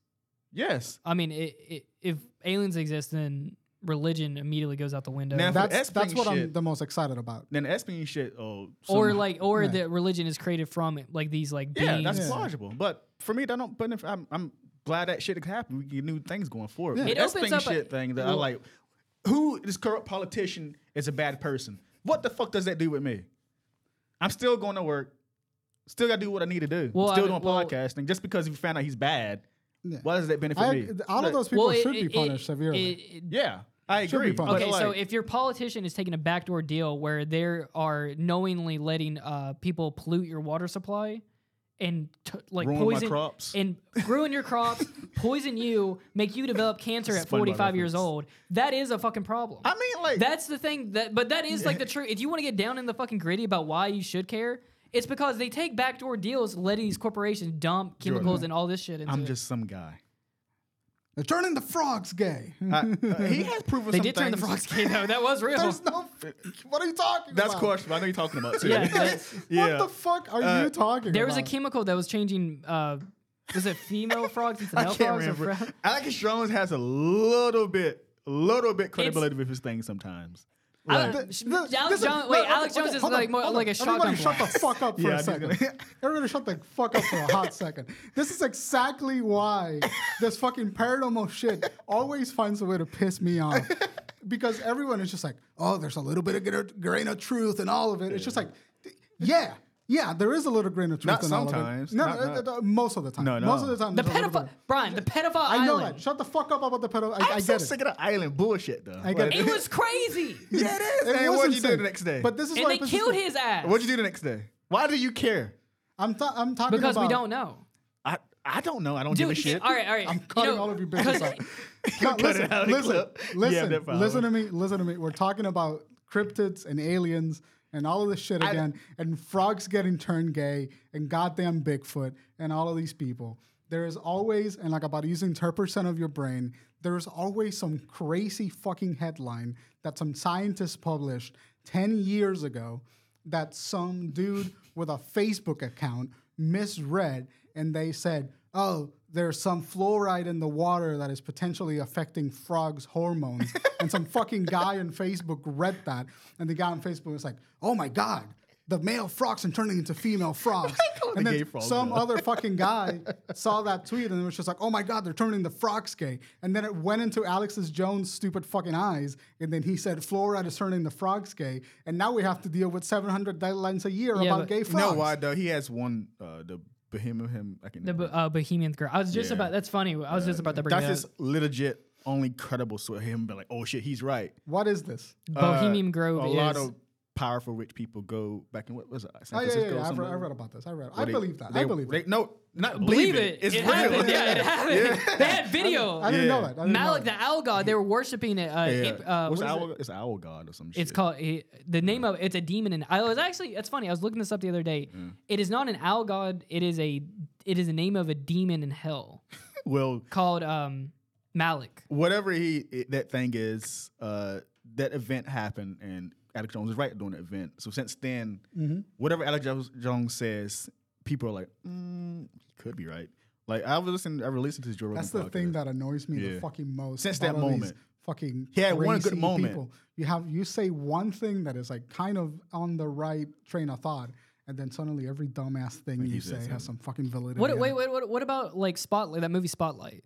Yes.
I mean, it, it, if aliens exist, then religion immediately goes out the window.
Now, for
that's that's
Esping
what I'm
shit.
the most excited about.
Then the espionage shit. Oh,
or
some-
like, or
Yeah.
that religion is created from it, like these like beings.
yeah, that's
Yeah.
plausible. But for me, that don't. Benefit, I'm, I'm glad that shit happened. We get new things going forward.
Yeah.
But
It
that's
opens
thing
up a-
shit thing that I
well-
like. Who this corrupt politician is a bad person? What the fuck does that do with me? I'm still going to work. Still got to do what I need to do.
Well, I
still
mean,
doing
well-
podcasting. Just because you found out he's bad, why does that benefit
I,
me?
all of
Like,
those people
it-
should
it-
be
it-
punished severely.
it- it-
Yeah, I
Should be
agree. but
punished.
Okay, so
like-
if your politician is taking a backdoor deal where they are knowingly letting uh, people pollute your water supply and t- like
Ruin my
poison
crops.
and ruin your crops, poison you, make you develop cancer at
Spongebob
45 years
reference.
old, that is a fucking problem.
I mean, like
That's the thing that, but that is like the truth. If you want to get down in the fucking gritty about why you should care, it's because they take backdoor deals, letting these corporations dump chemicals and all this shit. Into
I'm
it.
just some guy.
They're turning the frogs gay.
I- uh, he has proven
They
some
did turn the
things-
frogs gay though. That was real.
There's no. What are you talking
That's
about?
questionable. I know you're talking about too.
Yeah.
Yeah.
What the fuck are
Uh,
you talking
There
about?
was a chemical that was changing. Uh, was it female frogs into male frogs? or fro-
Alex Jones has a little bit, little bit credibility with his thing sometimes.
I
Like-
don't-
Th-
sh-
th-
Alex
this is-
Jones.
no,
Wait,
okay,
Alex
okay,
Jones is
hold on,
like more
hold
like
on.
a shotgun
Everybody shut
blast.
the fuck up for
Yeah, I
a
knew you were
second. Everybody shut the fuck up for a hot second. This is exactly why this fucking paranormal shit always finds a way to piss me off. Because everyone is just like, oh, there's a little bit of gra- grain of truth in all of it. It's just like, d- yeah, yeah, there is a little grain of truth
Not
in
sometimes.
all of it.
Not-
No, no,
not-
no, no, most of the time.
No, no.
Most of the time.
The
there's a little bit
pedophile,
of-
Brian. The pedophile
I know
island.
that. Shut the fuck up about the pedophile. I,
I'm
I
so
get it.
sick of the island bullshit though.
I get
Like,
It was crazy,
yeah, it is. man.
was
what'd you do
insane.
the next day?
But this is
and
why
they
it pisses
killed
me-
his ass.
what'd you do the next day? Why do you care?
I'm, ta- I'm talking
Because
about
we don't know.
I I don't know. I don't give a
Dude,
shit.
all right, all right.
I'm
You
cutting
know,
all of your business out. No,
Cut it out of the clip. Yeah,
listen,
that follows.
listen to me, listen to me. We're talking about cryptids and aliens and all of this shit
I-
again, and frogs getting turned gay, and goddamn Bigfoot, and all of these people. There is always, and like about using 10% of your brain, there is always some crazy fucking headline that some scientist published 10 years ago that some dude with a Facebook account misread and they said, oh, there's some fluoride in the water that is potentially affecting frogs' hormones. and some fucking guy on Facebook read that. And the guy on Facebook was like, oh my God, the male frogs are turning into female frogs. and
the
then
gay frogs
some
that.
other fucking guy saw that tweet and was just like, oh my God, they're turning the frogs gay. And then it went into Alex's Jones' stupid fucking eyes. And then he said, fluoride is turning the frogs gay. And now we have to deal with 700 deadlines a year
Yeah,
about
but-
gay
You know
frogs.
why though? He has one uh, the behemoth him. I can.
The bo- uh, Bohemian girl. I was just
Yeah.
about. That's funny. I was just about to bring
that's
that
his legit only credible source. Him be like, oh shit, he's right.
What is this?
up. Bohemian
Uh,
Grove
A lot
is-
of powerful rich people go back in what was it? San
Oh, yeah,
Francisco
yeah,
or
yeah. I've
something?
read, I read about this. I read. I
They-
believe that.
they-
I believe
they-
that.
No, not
Believe it.
It's
it
real.
happened. Yeah, it happened. They had video.
I didn't know
Yeah.
that. I didn't know
Malik the
that.
owl god. They were worshiping it. Uh,
Yeah.
hip- uh,
What's
what is it?
owl, It's owl god or some shit.
It's called it, the name of it's a demon. And I was actually that's funny. I was looking this up the other day.
Mm-hmm.
It is not an owl god. It is a it is the name of a demon in hell
well,
called um Malik.
whatever he it, that thing is, uh, that event happened, and Alex Jones was right during the event. So since
Mm-hmm.
then, whatever Alex Jo- Jones says, people are like, mm, he could be right. Like I was listening, I listened to this Joe Rogan.
That's the thing
podcast.
that annoys me
Yeah.
the fucking most.
Since
about
that
all these
moment.
fucking
He had one good
crazy
moment.
People. You have you say one thing that is like kind of on the right train of thought, and then suddenly every dumbass thing you
he said
say
something.
has some fucking validity.
What,
in
wait,
it.
wait, what, what about like Spotlight? That movie Spotlight,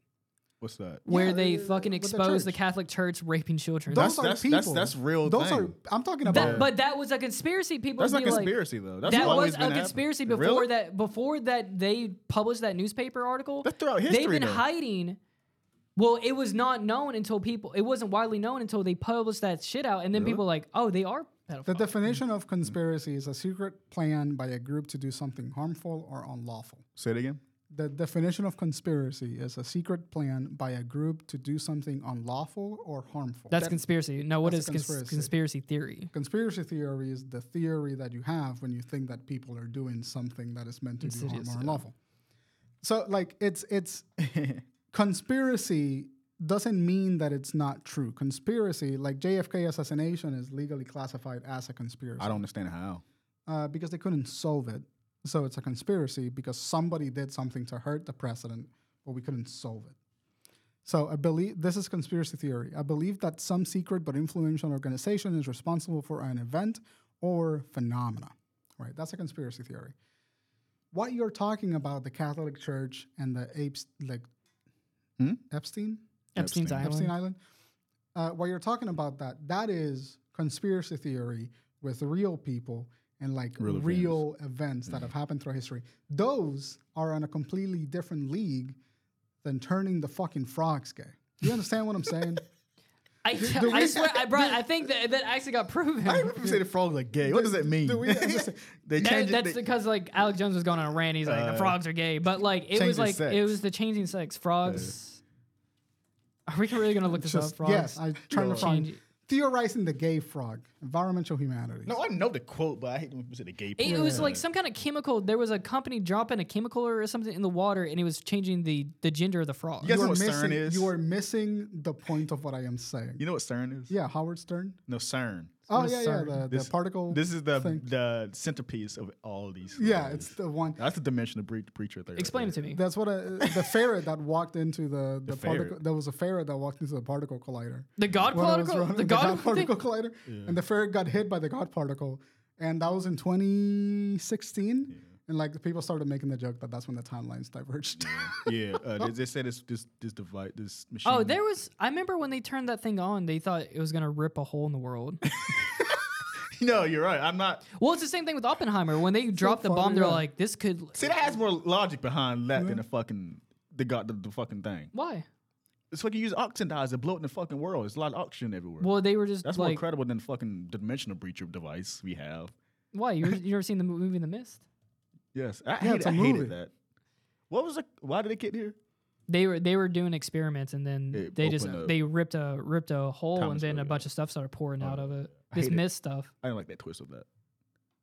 What's that?
where
Yeah,
they
uh,
fucking
with the
expose the,
church.
Catholic Church raping children.
That's-
Those are
that's-
people.
that's- that's real
Those are.
thing.
I'm talking about.
that, but that was a conspiracy. People
That's
would
not
be like,
conspiracy though. That's
that
always
was
been
a
happening.
conspiracy before
Really?
that. Before that, they published that newspaper article.
That's throughout
They've
history,
been
though.
hiding. Well, it was not known until people. It wasn't widely known until they published that shit out, and then people were like, oh, they are pedophiles.
The definition of conspiracy is a secret plan by a group to do something harmful or unlawful.
Say it again.
The definition of conspiracy is a secret plan by a group to do something unlawful or harmful.
that's conspiracy. No, what is
that's a
cons-
conspiracy.
conspiracy theory?
Conspiracy theory is the theory that you have when you think that people are doing something that is meant to do harm
Insidious,
or
yeah.
unlawful. So, like, it's it's conspiracy doesn't mean that it's not true. Conspiracy, like JFK assassination, is legally classified as a conspiracy
I don't understand how.
uh, because they couldn't solve it. So it's a conspiracy because somebody did something to hurt the president, but we couldn't solve it. So I believe this is conspiracy theory. I believe that some secret but influential organization is responsible for an event or phenomena. Right? That's a conspiracy theory. What you're talking about, the Catholic Church and the apes, like
Hmm?
Epstein,
Epstein.
Epstein's Island.
Epstein Island. Uh, while you're talking about that, that is conspiracy theory with real people and like
Real
real,
events.
events, that have happened throughout history. Those are on a completely different league than turning the fucking frogs gay. You understand what I'm saying?
I, I swear, I brought. I think that that actually got proven.
I remember people say the frogs like gay. What does that mean?
do we understand-
they
That-
change
that's
it. they-
because like Alex Jones was going on a rant. He's like, the frogs are gay, but like it
changing
was like
Uh, sex. Uh,
it was the changing sex. Frogs. Are we really gonna look this
Just
up? Frogs.
yes, I'm trying to find
Change-
theorizing the gay frog, environmental humanities.
no, I know the quote, but I hate when people say the gay.
It was like some kind of chemical. There was a company dropping a chemical or something in the water, and it was changing the the gender of the frog.
guys-
you
That's
are
what CERN
missing.
is.
You are missing the point of what I am saying.
You know what CERN is?
Yeah, Howard Stern.
No, CERN.
Oh
is
yeah, yeah,
CERN?
the, the
This-
particle.
This is the
thing.
the centerpiece of all these.
Oh, yeah,
theories.
it's the one.
that's the dimension of breach, breacher theory.
Explain it to me.
That's what a, the ferret that walked into the, the,
ferret.
particle. There was a ferret that walked into the particle collider.
The God
When I was
particle.
running
The God
particle
particle.
collider, and the ferret got hit by the God particle, and that was in 2016. And like the people started making the joke that that's when the timelines diverged.
Yeah, uh, they, they said this this this device this machine.
Oh, there was. I remember when they turned that thing on, they thought it was gonna rip a hole in the world.
No, you're right. I'm not.
well, it's the same thing with Oppenheimer. When they dropped the bomb,
funny,
they're
yeah.
like, "This could."
See, that has more logic behind that than the fucking they got the, the fucking thing.
Why?
It's like you use oxidizer, to blow it in the fucking world. There's a lot of oxygen everywhere.
Well, they were just
That's more
like,
credible than the fucking dimensional breacher device we have.
"Why? You you never seen the mo- movie The Mist?"
Yes, I,
Yeah,
hate-
it's a
I hated
movie.
that. What was the? Why did it get here?
They were they were doing experiments, and then
It
they just
opened up.
they ripped a ripped a hole,
Thomas
and then a
Williams.
bunch of stuff started pouring out of it.
I
This
hate it.
Mist stuff.
I didn't like that twist of that.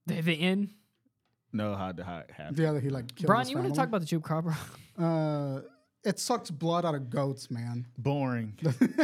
The, the end.
No, how did how it happened?
the other, he like killed
Brian,
his
you want to
family.
talk about the chupacabra?
Uh, it sucks blood out of goats, man.
Boring.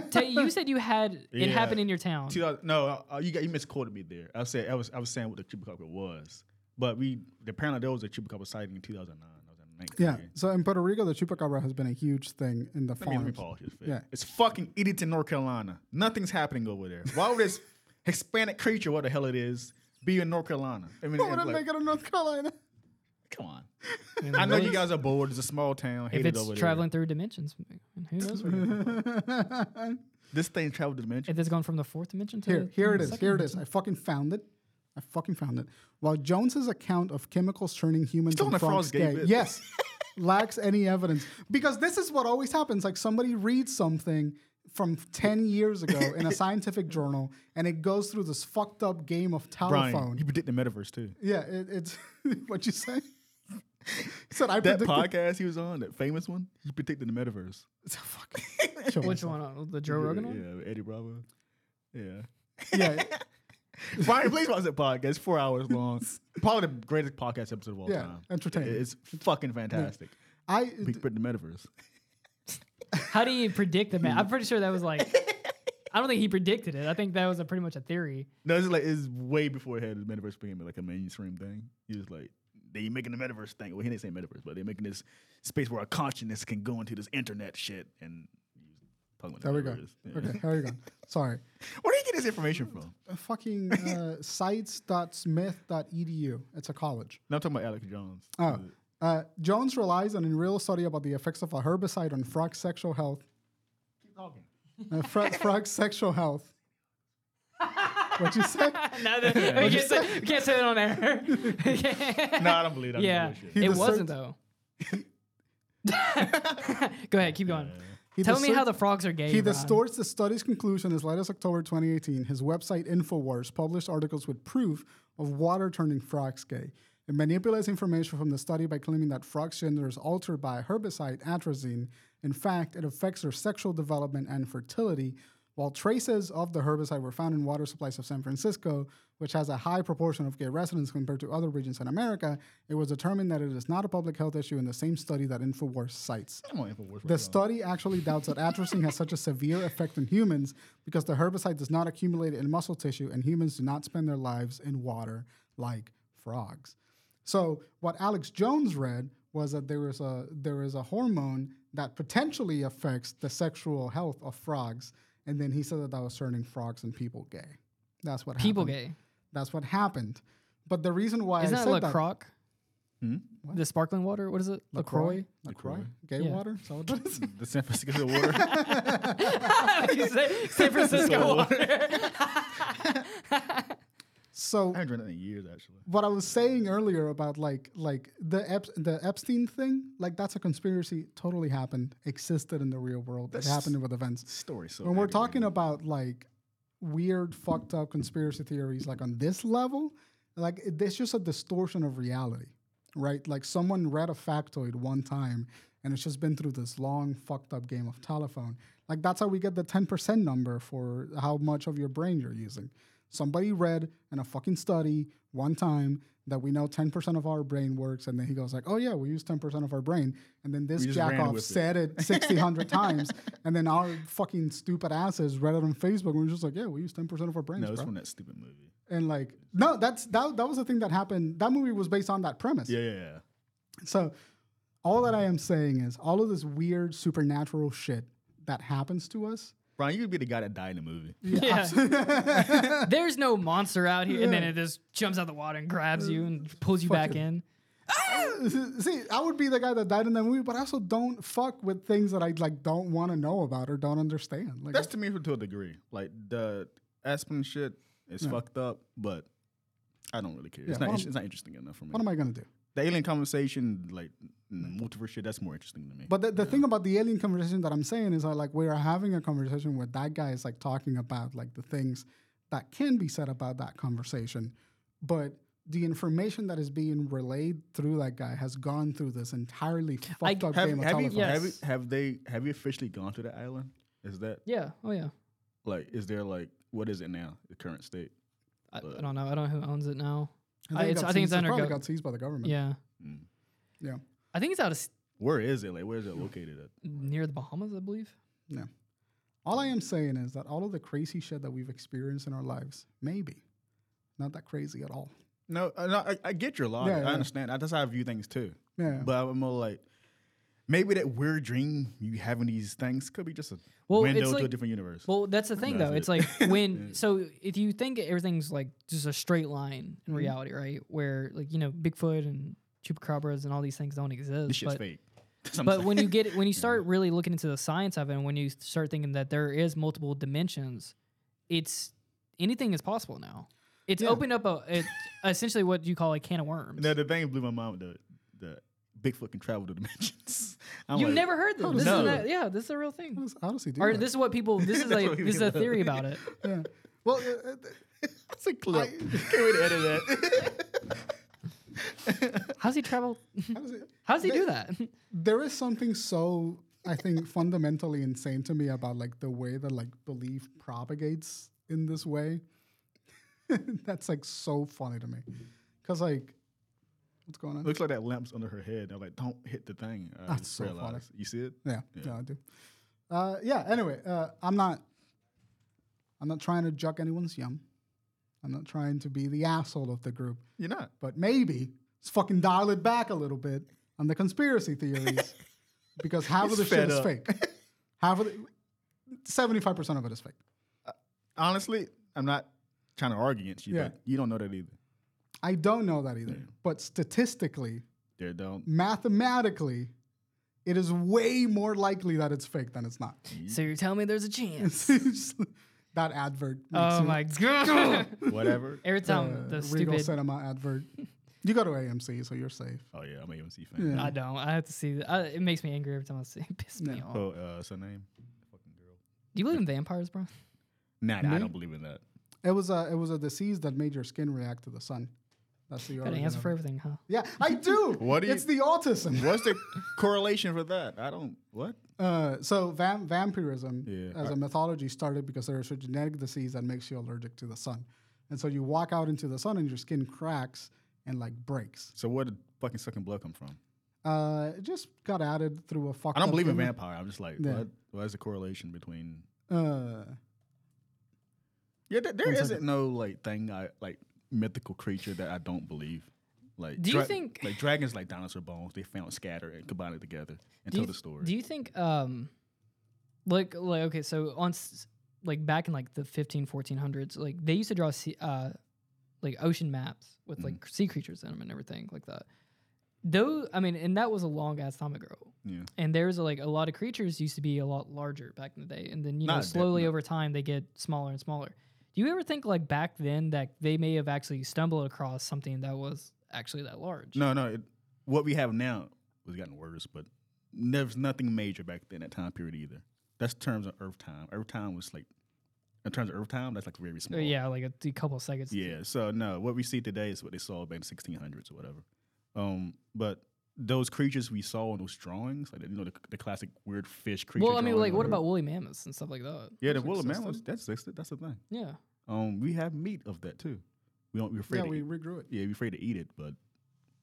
Tay, you said you had it
Yeah.
happen in your town.
2000 no, uh, you got you misquoted me there. I said I was I was saying what the chupacabra was, but we apparently there was a chupacabra sighting in 2009. I was in 19.
Yeah. So in Puerto Rico, the chupacabra has been a huge thing in the
Let me, let me
farms.
pause this. Fed.
Yeah.
It's fucking Edenton, North Carolina. Nothing's happening over there. Why would this Hispanic creature, what the hell it is, be in North Carolina? I mean,
Why would
it's
it
like,
make it in North Carolina?
come on.
I mean,
I know
what
you
if-
guys are bored. It's a small town.
If
Hated
it's
over
traveling through dimensions, who knows? where it is.
there. This thing traveled to dimension.
if it's going from the fourth dimension to
Here,
the-
here
the
it is.
second
Here it
dimension.
is. I fucking found it. I fucking found it. While Jones's account of chemicals turning humans
Still on
and
the frogs
frogs
gay
gay,
bit.
yes, lacks any evidence because this is what always happens. Like somebody reads something from ten years ago in a scientific journal, and it goes through this fucked up game of telephone.
Brian, you predict the metaverse too.
Yeah, it, it's what you say. Said I
That
predicted.
podcast he was on, that famous one, he predicted the metaverse.
Fuck.
Which one? Uh, The Joe Rogan one?
Yeah, Eddie Bravo. Yeah.
Yeah,
Brian, please watch that podcast. It's four hours long. Probably the greatest podcast episode of all
Yeah,
time.
entertaining.
It's fucking fantastic.
I.
We predict the metaverse.
How do you predict the man? I'm pretty sure that was like. I don't think he predicted it. I think that was a pretty much a theory.
No, it's like it's way before it had the metaverse became like a mainstream thing. He was like, They making the metaverse thing. Well, he didn't say metaverse, but they're making this space where our consciousness can go into this internet shit and. talking about
There we go.
metaverse. Yeah.
Okay, here we go. Sorry.
Where do you get this information from?
Uh, Fucking uh, sites.smith.edu. E It's a college.
No, I'm talking about Alex Jones.
Oh. Uh, Jones relies on a real study about the effects of a herbicide on frog sexual health.
Keep talking.
Uh, fro- frog sexual health. What you say?
no, that, we, can't say, we can't say that on air.
no, I don't believe that.
yeah,
He
it
deserved-
wasn't though. Go ahead, keep going.
He
Tell me
discer-
how the frogs are gay.
He
Ron.
distorts the study's conclusion as late as October 2018. His website InfoWars published articles with proof of water turning frogs gay. It manipulates information from the study by claiming that frogs' gender is altered by herbicide atrazine. In fact, it affects their sexual development and fertility. While traces of the herbicide were found in water supplies of San Francisco, which has a high proportion of gay residents compared to other regions in America, it was determined that it is not a public health issue in the same study that InfoWars cites.
Come on, InfoWars.
The study actually doubts that atrazine has such a severe effect on humans because the herbicide does not accumulate in muscle tissue and humans do not spend their lives in water like frogs. So what Alex Jones read was that there is a there is a hormone that potentially affects the sexual health of frogs, and then he said that that was turning frogs and people gay. That's what
people
happened.
gay.
That's what happened. But the reason why
Isn't
I
that
said that
LaCroix?
Hmm?
The sparkling water? What is it? LaCroix?
Lacroix, gay
Yeah.
water, is that what that is?
the San Francisco water.
You say San Francisco water.
So
I haven't drank that in years, actually.
what I was saying earlier about like like the Ep- the Epstein thing, like that's a conspiracy. Totally happened, existed in the real world. it happened with events.
Story. So
When we're
aggravating.
talking about like weird, fucked up conspiracy theories, like on this level, like it- there's just a distortion of reality, right? Like someone read a factoid one time, and it's just been through this long, fucked up game of telephone. Like that's how we get the ten percent number for how much of your brain you're using. Somebody read in a fucking study one time that we know 10% of our brain works, and then he goes like, "Oh yeah, we use 10% of our brain," and then this
We just ran
jackoff
with it.
said it 60, 100 times, and then our fucking stupid asses read it on Facebook, and we're just like, "Yeah, we use 10% of our brains."
No, it's
bro."
from that stupid movie.
and like no that's that, that was the thing that happened that movie was based on that premise
Yeah, yeah, yeah.
so all that i am saying is all of this weird supernatural shit that happens to us
Brian, you could be the guy that died in the movie.
Yeah. There's no monster out here. And then it just jumps out the water and grabs you and pulls you back in.
see i would be the guy that died in that movie but i also don't fuck with things that i like don't want to know about or don't understand like
That's to me to a degree. Like the Aspen shit is fucked up, but I don't really care.
Yeah,
it's not.
what
It's,
am-
not interesting enough for me.
what am i gonna do
the alien conversation, like mm, multiverse shit, that's more interesting to me.
But the, the thing about the alien conversation that I'm saying is that like we're having a conversation where that guy is like talking about like the things that can be said about that conversation, but the information that is being relayed through that guy has gone through this entirely fucked up
have,
game of
have, you,
telephone.
yeah.
have, you,
Yes.
have they have you officially gone to the island? Is that
Yeah. Oh, yeah.
like is there like what is it now? The current state.
I, I don't know. I don't know who owns it now. I,
it
uh, it's,
got
I think it's
seized- it
under.
probably
go-
got seized by the government.
yeah.
yeah,
I think it's out of s-
Where is it? Like where is it located at?
near the Bahamas, I believe.
yeah. All I am saying is that all of the crazy shit that we've experienced in our lives, maybe not that crazy at all.
No, I- no, I, I get your logic.
Yeah, yeah.
I understand. That's how I view things too.
Yeah.
But I'm more like, maybe that weird dream you having these things could be just a
Well, it's
window to a
like-
different universe.
Well, that's the thing
That's
though.
it.
It's like when so if you think everything's like just a straight line in reality, right? Where like you know Bigfoot and chupacabras and all these things don't exist.
this shit's
but,
fake. That's what I'm
But
saying.
when you get when you start really looking into the science of it, and when you start thinking that there is multiple dimensions, it's anything is possible now. It's opened up a it, essentially what you call a can of worms.
no, the thing that blew my mind with the the Bigfoot can travel to dimensions. I'm
You've
like,
never heard this.
does
this
he
is
know
a- yeah, this is a real
How
thing.
does- How does he do
Or
that?
this is what people. This is like
what we
this is a
know.
theory about it.
yeah. Well, uh, uh,
That's a clip. Can't wait to edit that.
How's he travel?
how does it?
How does he do that?
there is something so I think fundamentally insane to me about like the way that like belief propagates in this way. That's like so funny to me, because like, what's going on?
Looks like that lamp's under her head. I'm like, don't hit the thing. I
That's
just
so funny.
realized. You see it?
yeah, yeah, I do. Uh, yeah. Anyway, uh, I'm not. I'm not trying to juck anyone's yum. I'm not trying to be the asshole of the group,
You're not.
but maybe Let's fucking dial it back a little bit on the conspiracy theories because half of
He's
the shit
fed
is
up.
fake. Half of the, 75% of it is fake.
Honestly, I'm not trying to argue against you,
Yeah.
but you don't know that either.
I don't know that either.
Mm.
But statistically,
There don't.
mathematically, it is way more likely that it's fake than it's not.
So you're telling me there's a chance?
that advert. makes
oh
me-
my
Uh,
god!
Whatever.
Every time
uh,
the
Regal
stupid.
Cinema advert. You go to AMC, so you're safe.
oh, yeah, I'm an AMC fan.
Yeah.
I don't. I have to see. That. I, it makes me angry every time I see. It pisses me off.
Oh, uh, what's her name? Fucking girl.
Do you believe in vampires, bro?
Oh, Nah, nah,
Me?
I don't believe in that.
It was a it was a disease that made your skin react to the sun. That's the
Got an
origin
answer
of
for
it.
everything, huh?
Yeah, I do.
What do you-
It's the autism.
What's the correlation for that? I don't. What?
Uh, so vam- vampirism
Yeah.
as a mythology started because there's a genetic disease that makes you allergic to the sun, and so you walk out into the sun and your skin cracks and like breaks.
So where did fucking sucking blood come from?
Uh, it just got added through a fucked
I don't
up
believe in
human-
vampire. I'm just like,
Yeah.
what? What's the correlation between?
Uh,
Yeah, there, there
One
isn't
second.
no like thing I like mythical creature that I don't believe. Like,
Do you think-
like dragons like dinosaur bones? They found scattered and combined it together and
do
tell
you,
the story.
Do you think um, like like okay, so on s- like back in like the 15 1400s, like they used to draw sea, uh, like ocean maps with like
Mm-hmm.
sea creatures in them and everything like that. Though I mean, and that was a long ass time ago.
yeah,
And there's like a lot of creatures used to be a lot larger back in the day, and then you know
Not that-
slowly
no.
over time they get smaller and smaller. Do you ever think like back then that they may have actually stumbled across something that was actually that large?
no, no. It, what we have now has gotten worse, but there's nothing major back then that time period either. That's terms of Earth time. Earth time was like, in terms of Earth time, that's like very
Uh,
small.
yeah, like a, a couple seconds.
Yeah. So no, what we see today is what they saw back in sixteen hundreds or whatever. Um, but those creatures we saw in those drawings, like you know, the, the classic weird fish creature.
Well, I mean,
drawing or
like what
whatever.
about woolly mammoths and stuff like that?
Yeah, the
Those
woolly
existed.
mammoths. That's existed. That's the thing.
Yeah.
Um, we have meat of that too. We don't. We're afraid.
yeah,
to
we
eat,
regrew it.
yeah, we're afraid to eat it, but.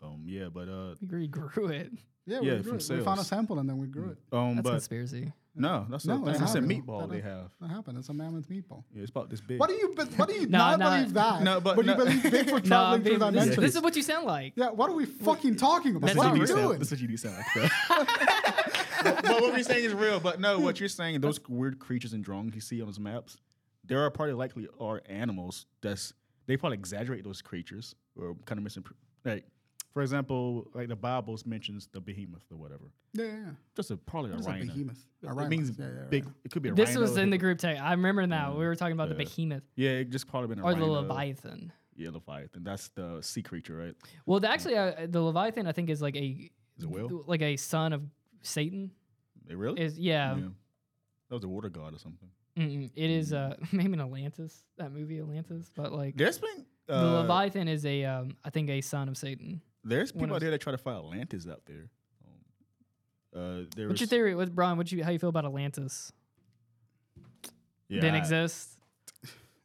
Um, yeah, but uh,
We regrew it.
Yeah, we
Yeah,
regrew
from
it. We found a
sales.
sample and then we grew it.
um,
That's
but
conspiracy.
no, that's
No,
no,
it's
that's a
not real.
meatball they have.
That happened. It's a mammoth meatball.
Yeah, it's about this big.
What do you? be- What do you
No,
not
no.
believe that?
No, but
you
no.
believe Bigfoot
Nah,
traveling through
babe, this,
dimensions.
this is what you sound like.
yeah, what are we fucking talking about?
That's
What
That's what
are we
you do sound-
doing?
That's what you do sound like. but, but what we're saying is real. But no, what you're saying, those weird creatures and drawings you see on those maps, there are probably likely are animals that's they probably exaggerate those creatures or kind of misin like for example, like the Bible mentions the behemoth or whatever.
Yeah, yeah, yeah.
Just a probably
What
a
is a
rhino.
behemoth? A
It
rhino.
means
Yeah, yeah,
big.
rhino.
It could be a
This
rhino.
was
it
in the
could-
group text. I remember now. We were talking about the
Yeah.
behemoth
Yeah, it just probably been a
or the
rhino.
leviathan.
Yeah, leviathan. That's the sea creature, right?
Well, the, actually, uh, the leviathan I think is like a
Is it whale?
like a son of Satan.
It really?
Is yeah,
That was a water god or something.
Mm-mm. it is uh maybe in Atlantis that movie Atlantis, but like
There's been uh,
the Leviathan is a um I think a son of Satan.
There's
One
people
of-
out there that try to fight Atlantis out there. Um, uh, there
What's your
was-
theory with Brian? What you how you feel about Atlantis?
Yeah,
Didn't
I-
exist.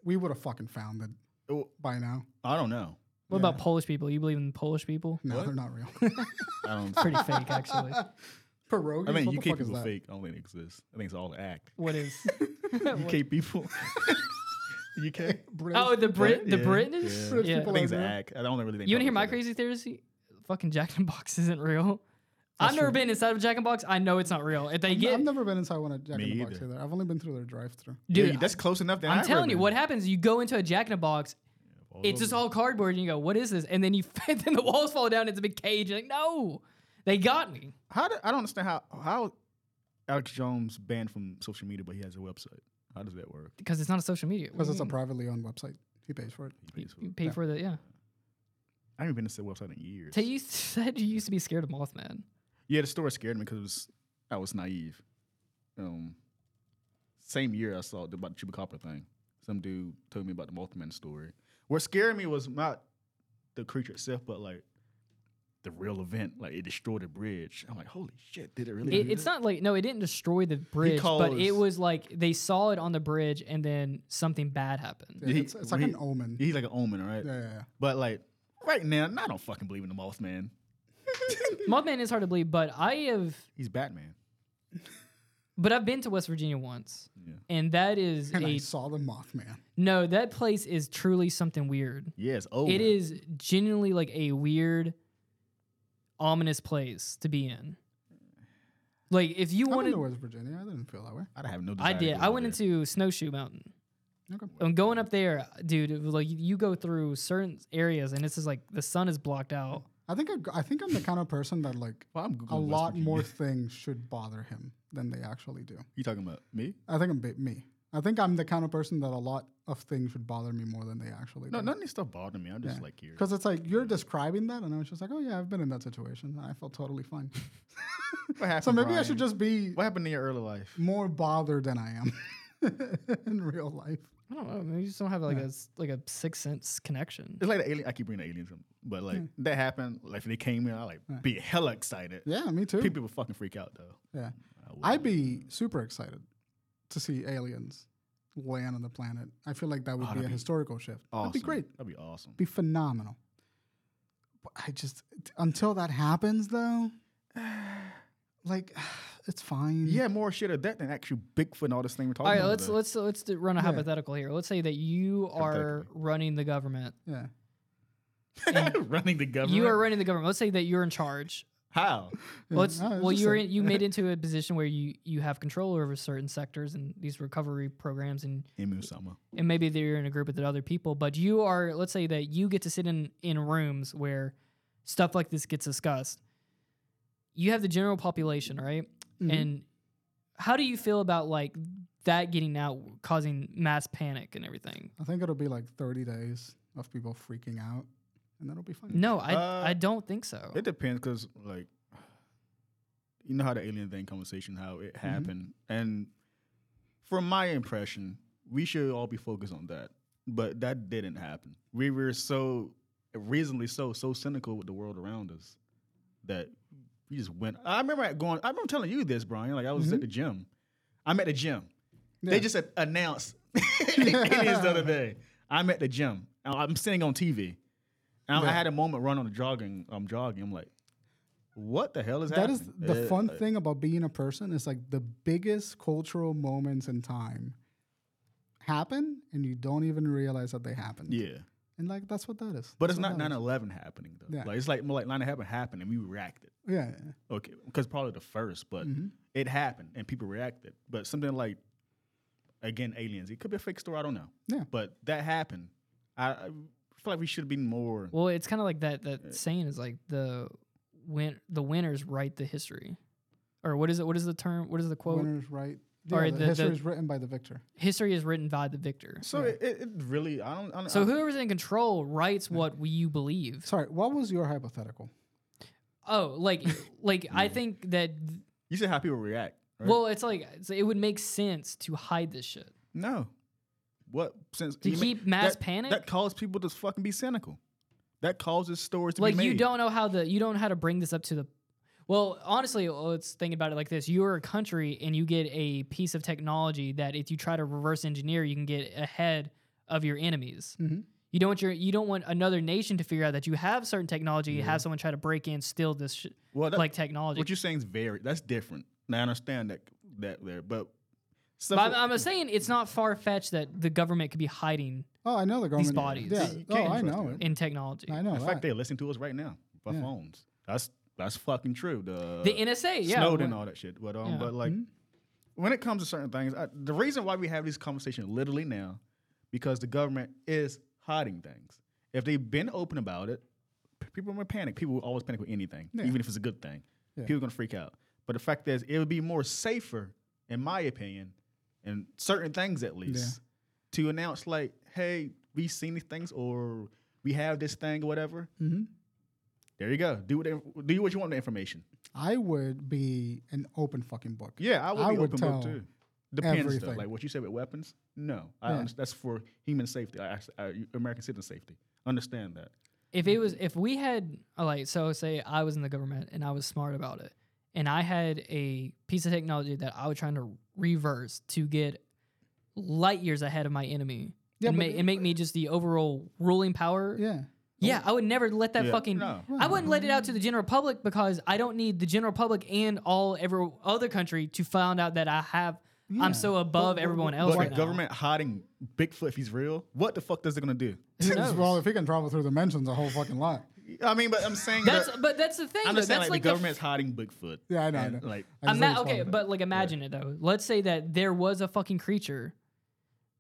We would have fucking found it
oh,
by now.
I don't know.
What
Yeah.
about Polish people? You believe in Polish people?
No,
What?
they're not real.
I don't.
Pretty fake, actually.
Pierogies.
I mean,
what
you
the fuck
keep
is
people
that?
fake. I don't think it exists. I think it's all an act.
What is?
You keep people. You can't.
Brit-
oh, the Brit, the
Yeah,
British.
yeah.
British
Yeah.
I
people
think it's
are
an
real.
act. I don't really think.
You want to hear
public
my
does it.
crazy theory? Fucking Jack in the Box isn't real. I've
That's
never
true.
been inside of Jack in the Box. I know it's not real. If they
I've-
get,
I've never been inside one of Jack
Me
in the Box
either.
either. I've only been through their drive-through.
Yeah,
dude,
that's close enough. That
I'm
I've
telling
ever
you,
been.
what happens? You go into a Jack in the Box.
All
It's
over.
just all cardboard, and you go, "What is this?" And then you, then the walls fall down. It's a big cage. You're like, no, they got me.
How do, I don't understand how how Alex Jones banned from social media, but he has a website. How does that work?
because it's not a social media. What
Because
do
it's a
you
privately owned website. He pays for it.
He
mean?
pays for it.
you, you pay
Yeah.
for the yeah.
I haven't been to that website in years.
Tay, you said you used to be scared of Mothman.
Yeah, the story scared me because it was I was naive. Um, same year I saw the- about the chupacabra thing. Some dude told me about the Mothman story. What scared me was not the creature itself, but like the real event. Like it destroyed a bridge. I'm like, holy shit, did it really?
It,
do
it's
that?
not like no, it didn't destroy the bridge, but it
Because-
was like they saw it on the bridge and then something bad happened.
Yeah,
He-
it's, it's like
he-
an omen.
He's like an omen, right?
yeah, yeah, yeah.
But like right now, I don't fucking believe in the Mothman.
Mothman is hard to believe, but I have,
He's Batman.
but I've been to West Virginia once,
Yeah.
and that is
And I
a
saw the Mothman.
no. That place is truly something weird.
Yes. Oh,
It is genuinely like a weird ominous place to be in. Like if you
I went
wanted,
to West Virginia. I didn't feel that way.
I'd have no. Desire
I
to
did.
go
I
over
went
there.
into Snowshoe Mountain.
Okay.
I'm going up there, dude. it was Like you go through certain areas, and it's just like the sun is blocked out.
I think I, g- I think I'm the kind of person that like
Well, I'm Googling
a
West
lot
Virginia.
more things should bother him than they actually do.
You talking about me?
I think I'm bi- me. I think I'm the kind of person that a lot of things should bother me more than they actually
No,
do.
none of this stuff bothered me. I'm just like curious.
Because it's like you're describing that, and I was just like, oh yeah, I've been in that situation, and I felt totally fine.
What happened,
so maybe I
Brian?
should just be
What happened in your early life?
more bothered than I am in real life.
I don't know. Maybe you just don't have like a s- like a sixth sense connection.
It's like the alien. I keep bringing the aliens, up, but
Hmm.
like that happened. Like they came in, I like be hella excited.
Yeah, me too.
People would fucking freak out though.
Yeah,
would.
I'd be super excited to see aliens land on the planet. I feel like that would be a historical shift. That'd
Awesome.
be great.
That'd be awesome.
Be phenomenal. But I just until that happens though, like it's fine.
Yeah, more shit of that than actual Bigfoot and all this thing we're talking
All right,
about.
let's
today.
let's let's do, run a hypothetical here. Let's say that you are
Hypothetically.
running the government.
yeah.
running the government.
You are running the government. Let's say that you're in charge.
how?
Let's,
I was
well,
just
you're
saying.
in, you made into a position where you you have control over certain sectors and these recovery programs, and
Emu Sama.
and maybe that you're in a group with other people. But you are, let's say that you get to sit in in rooms where stuff like this gets discussed. You have the general population, right?
Mm-hmm.
Mm-hmm.
And how do you feel about like that getting out, causing mass panic and everything?
I think it'll be like 30 days of people freaking out, and that'll be fine.
No, I
Uh,
I don't think so.
It depends, cause like, you know how the alien thing conversation, how it happened, and from my impression, we should all be focused on that, but that didn't happen. We were so reasonably so so cynical with the world around us that we just went. I remember going. I remember telling you this, Brian. Like I was
Mm-hmm.
at the gym. I'm at the gym. They just had announced aliens the other day. I'm at the gym. and I'm sitting on TV. And I had a moment run on the jogging. I'm jogging. I'm like, what the hell is
That is
happening?
the
Uh,
fun
uh,
thing about being a person is like the biggest cultural moments in time happen, and you don't even realize that they happened.
Yeah.
And like that's what that is.
But
That's
it's not
what that is.
9 11 happening, though.
Yeah.
Like, it's like more like 9 11 happened and we reacted.
Yeah, yeah.
Okay. Because probably the first, but it happened and people reacted. But something like, again, aliens, it could be a fake story. I don't know.
Yeah.
But that happened. I, I feel like we should have been more.
Well, it's kind of like that that saying is like the win the winners write the history, or what is it? What is the term? What is the quote?
Winners, right?
Or
Yeah, the,
the-
history
the-
is written by the victor.
History is written by the victor.
So it, it, it really, I don't. I don't
So
I-
whoever's in control writes what we- you believe.
Sorry, what was your hypothetical?
Oh, like like I think that
You said how people react. Right?
well, it's like it's- it would make sense to hide this shit.
no. What since
To
you mean-
keep mass
that-
panic?
That caused people to fucking be cynical. That causes stories to
Like
be
you
made.
don't know how the you don't know how to bring this up to the. Well, honestly, let's think about it like this: you are a country, and you get a piece of technology that, if you try to reverse engineer, you can get ahead of your enemies.
Mm-hmm.
You don't want your you don't want another nation to figure out that you have certain technology, have someone try to break in, steal this sh-
Well, that-
like technology.
What you're saying is very that's different. Now I understand that that there, but stuff
But
like-
I'm, I'm saying it's not far fetched that the government could be hiding
Oh, I know the government.
bodies.
Yeah.
You
Oh,
can't
I
trust
know
them.
it.
in technology.
I know.
in fact
that.
they're listening to us right now by phones. That's that's fucking true. The,
The NSA, yeah.
Snowden,
wh-
all that shit. But um,
Yeah.
but
Mm-hmm.
like when it comes to certain things, I, the reason why we have these conversations literally now, because the government is hiding things. If they've been open about it, p- people will panic. People will always panic with anything, even if it's a good thing. People are gonna freak out. But the fact is, it would be more safer, in my opinion, in certain things at least, to announce like, "Hey, we've seen these things, or we have this thing, or whatever."
Mhm.
There you go. Do what do what you want with the information.
I would be an open fucking book.
Yeah, I would
I
be
would
open
tell
book too. Depends
everything.
though, like what you said with weapons. No, I
Yeah.
underst- that's for human safety, I, I, I- American citizen safety. Understand that.
If it was, if we had uh, like, so say I was in the government and I was smart about it, and I had a piece of technology that I was trying to reverse to get light years ahead of my enemy,
Yeah,
and,
but
ma- and make me just the overall ruling power.
Yeah.
Yeah, I would never let that
Yeah.
fucking.
No.
I wouldn't let it out to the general public because I don't need the general public and all every other country to find out that I have. I'm so above everyone else.
But
right
the
now.
government hiding Bigfoot if he's real, what the fuck is it gonna do?
Who knows?
well, if he can travel through dimensions a whole fucking lot.
I mean, but I'm saying
That's
that,
but that's the thing.
I'm
though.
just saying
That's
like,
like,
the
a
government's hiding Bigfoot.
Yeah, I know, I
And,
know.
Like
I just
Ima-
always
okay,
wanted it.
but like imagine it though. Let's say that there was a fucking creature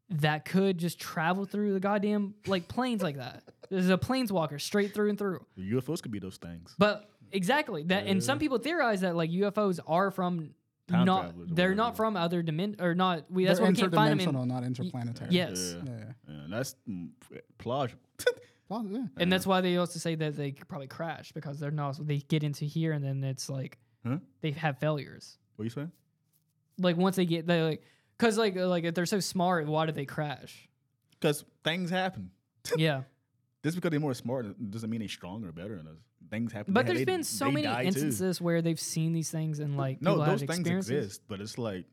that could just travel through the goddamn like planes like that. There's a planeswalker straight through and through.
the UFOs could be those things.
But exactly that, and some people theorize that like UFOs are from
Time
not
travelers or
they're
whatever.
not from other dimension or not. We that's
They're
why we can't find them.
interdimensional,
In,
not interplanetary.
yes,
Yeah.
Yeah. yeah.
Yeah, that's mm, plausible.
Well, yeah.
and that's why they also say that they could probably crash because they're not. They get into here and then it's like
Huh?
they have failures.
what you saying?
Like once they get they like because like like if they're so smart, why do they crash?
Because things happen.
yeah.
Just because they're more smart doesn't mean they're stronger or better than us. Things happen.
But
They-
there's
they-
been so
they
many
die too.
instances where they've seen these things and like
No,
people
those
have
things
experiences.
exist, but it's like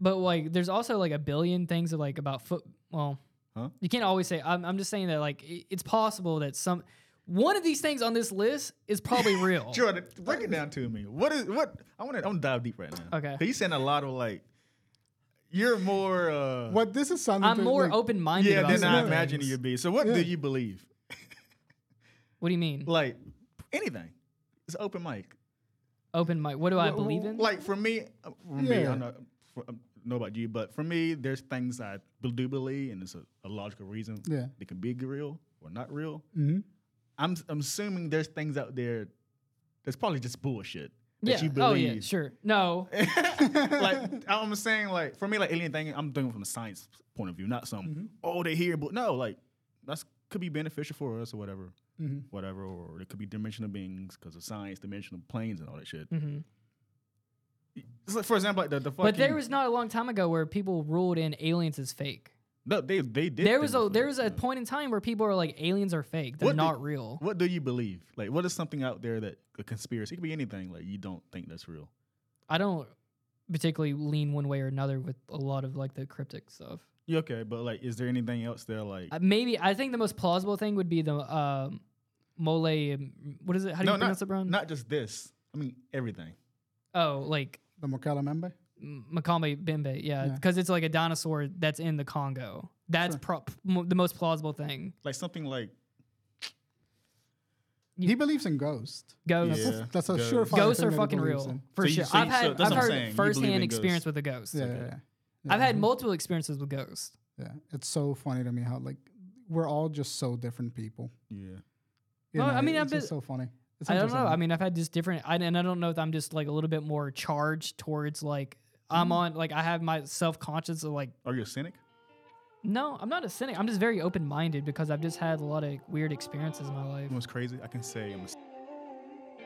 But like, there's also like a billion things of like about foot. Well,
Huh?
you can't always say. I'm, I'm just saying that like i- it's possible that some one of these things on this list is probably real.
Jordan, break it down to me. What is what? I want to. I want to dive deep right now.
Okay.
He's saying a lot of like, you're more. uh
What this is sounding
I'm
to-
more
like,
open minded.
Yeah, than
than
I imagine
you.
you'd be. So what
Yeah.
do you believe?
What do you mean?
Like anything. It's open mic.
Open mic. What do I
Well,
believe in?
Like for me, uh, for me,
Yeah.
I'm not. For, I don't know about you, but for me, there's things I b- do believe, and it's a, a logical reason.
Yeah.
They can be real or not real.
Mhm.
I'm, I'm assuming there's things out there that's probably just bullshit that
yeah.
you
Oh yeah.
believe.
Sure. No.
like I'm saying, like for me, like alien thing, I'm doing it from a science point of view, not some
Mm-hmm.
oh they here, but no, like that's could be beneficial for us or whatever,
Mm-hmm.
whatever, or it could be dimensional beings because of science, dimensional planes and all that shit.
Mhm.
It's like, for example, like the, the fucking,
But there was not a long time ago where people ruled in aliens as fake.
no, they they did
There was
things
a
like
there was a
that.
point in time where people are like aliens are fake. They're
What do-
not real.
What do you believe? Like, what is something out there that a conspiracy? It could be anything. Like, you don't think that's real.
I don't particularly lean one way or another with a lot of like the cryptic stuff.
You okay? But like, is there anything else there? Like,
Uh, maybe I think the most plausible thing would be the um, mole. um, What is it? How do
no,
you pronounce
not
it, Brian?
not just this. I mean, everything.
oh, like
the Mokala Membe.
M- Makame Bembe. Yeah,
Yeah.
because it's like a dinosaur that's in the Congo. That's pro- mo- the most plausible thing.
Like something like
You-
He believes in ghosts.
Ghosts.
Yeah.
That's a
Ghosts.
surefire.
Ghosts
thing
are
that he
fucking
believes
real
in.
for
So you-
sure.
so-
I've
so
had
that's
I've
what I'm saying. You
heard
believe in
firsthand
ghosts.
experience with a ghost.
Yeah,
okay.
yeah,
I've had multiple experiences with ghosts.
yeah, yeah. It's so funny to me how like we're all just so different people.
yeah.
You
No, I mean,
it's
I've
just
been-
so funny. It's
I don't know.
interesting.
I mean, I've had just different, I, and I don't know if I'm just like a little bit more charged towards like
Mm-hmm.
I'm on like I have my self conscious of like
Are you a cynic?
no, I'm not a cynic. I'm just very open minded because I've just had a lot of weird experiences in my life.
You know what's crazy? I can say I'm a.